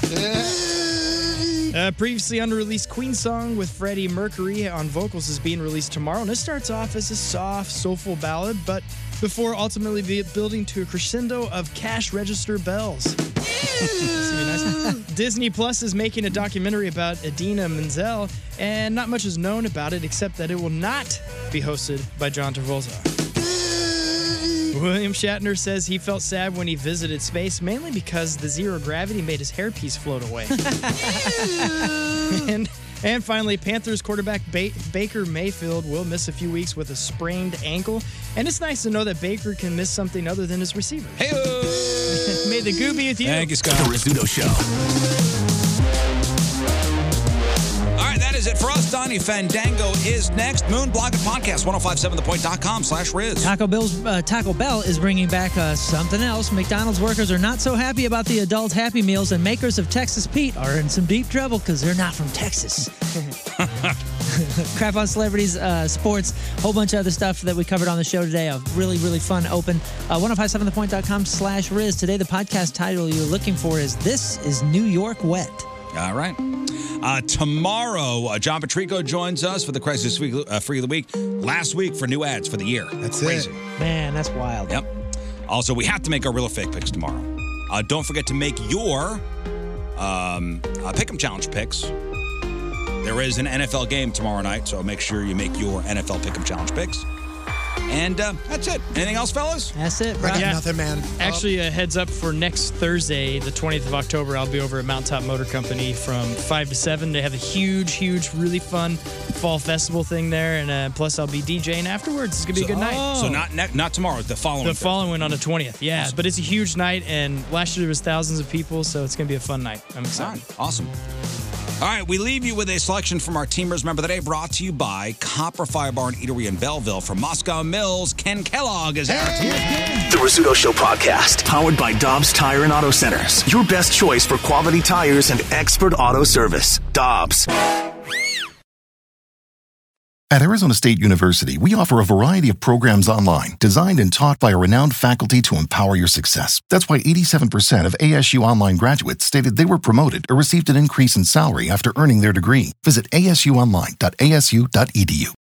A previously unreleased Queen song with Freddie Mercury on vocals is being released tomorrow, and it starts off as a soft, soulful ballad, but before ultimately be- building to a crescendo of cash register bells. That's gonna be nice. Disney Plus is making a documentary about Adina Menzel, and not much is known about it except that it will not be hosted by John Travolta. William Shatner says he felt sad when he visited space, mainly because the zero gravity made his hairpiece float away. and, and finally, Panthers quarterback ba- Baker Mayfield will miss a few weeks with a sprained ankle. And it's nice to know that Baker can miss something other than his receiver. Hey, May the goo be with you.
Thank you, Scott.
The
Rizzuto Show. All right, that is it for us. Donnie Fandango is next. Moonblog and podcast, 1057thepoint.com slash Riz.
Taco Bell's uh, Taco Bell is bringing back uh, something else. McDonald's workers are not so happy about the adult Happy Meals, and makers of Texas Pete are in some deep trouble because they're not from Texas. Crap on celebrities, uh, sports, whole bunch of other stuff that we covered on the show today. A really, really fun open. Uh, 1057thepoint.com slash Riz. Today, the podcast title you're looking for is This is New York Wet.
All right. Uh, tomorrow, uh, John Patrico joins us for the Crisis Week, uh, Free of the Week. Last week for new ads for the year. That's Crazy.
Man, that's wild.
Yep. Also, we have to make our real or fake picks tomorrow. Uh, don't forget to make your um, uh, Pick'em Challenge picks. There is an NFL game tomorrow night, so make sure you make your NFL Pick'em Challenge picks. And uh, that's it. Anything else, fellas?
That's it,
bro. I got nothing, man.
Actually, a heads up for next Thursday, the 20th of October, I'll be over at Mountaintop Motor Company from 5 to 7. They have a huge, huge, really fun fall festival thing there. And uh, plus, I'll be DJing afterwards. It's going to be a good
oh,
night.
So not ne- not tomorrow, the following.
The following on the 20th, yeah. But it's a huge night, and last year there was thousands of people, so it's going to be a fun night. I'm excited.
Awesome. All right, we leave you with a selection from our Teamers Member of the Day brought to you by Copper Fire Bar and Eatery in Belleville. From Moscow Mills, Ken Kellogg is our team.
The Rizzuto Show podcast, powered by Dobbs Tire and Auto Centers. Your best choice for quality tires and expert auto service. Dobbs.
At Arizona State University, we offer a variety of programs online designed and taught by a renowned faculty to empower your success. That's why 87% of ASU online graduates stated they were promoted or received an increase in salary after earning their degree. Visit asuonline.asu.edu.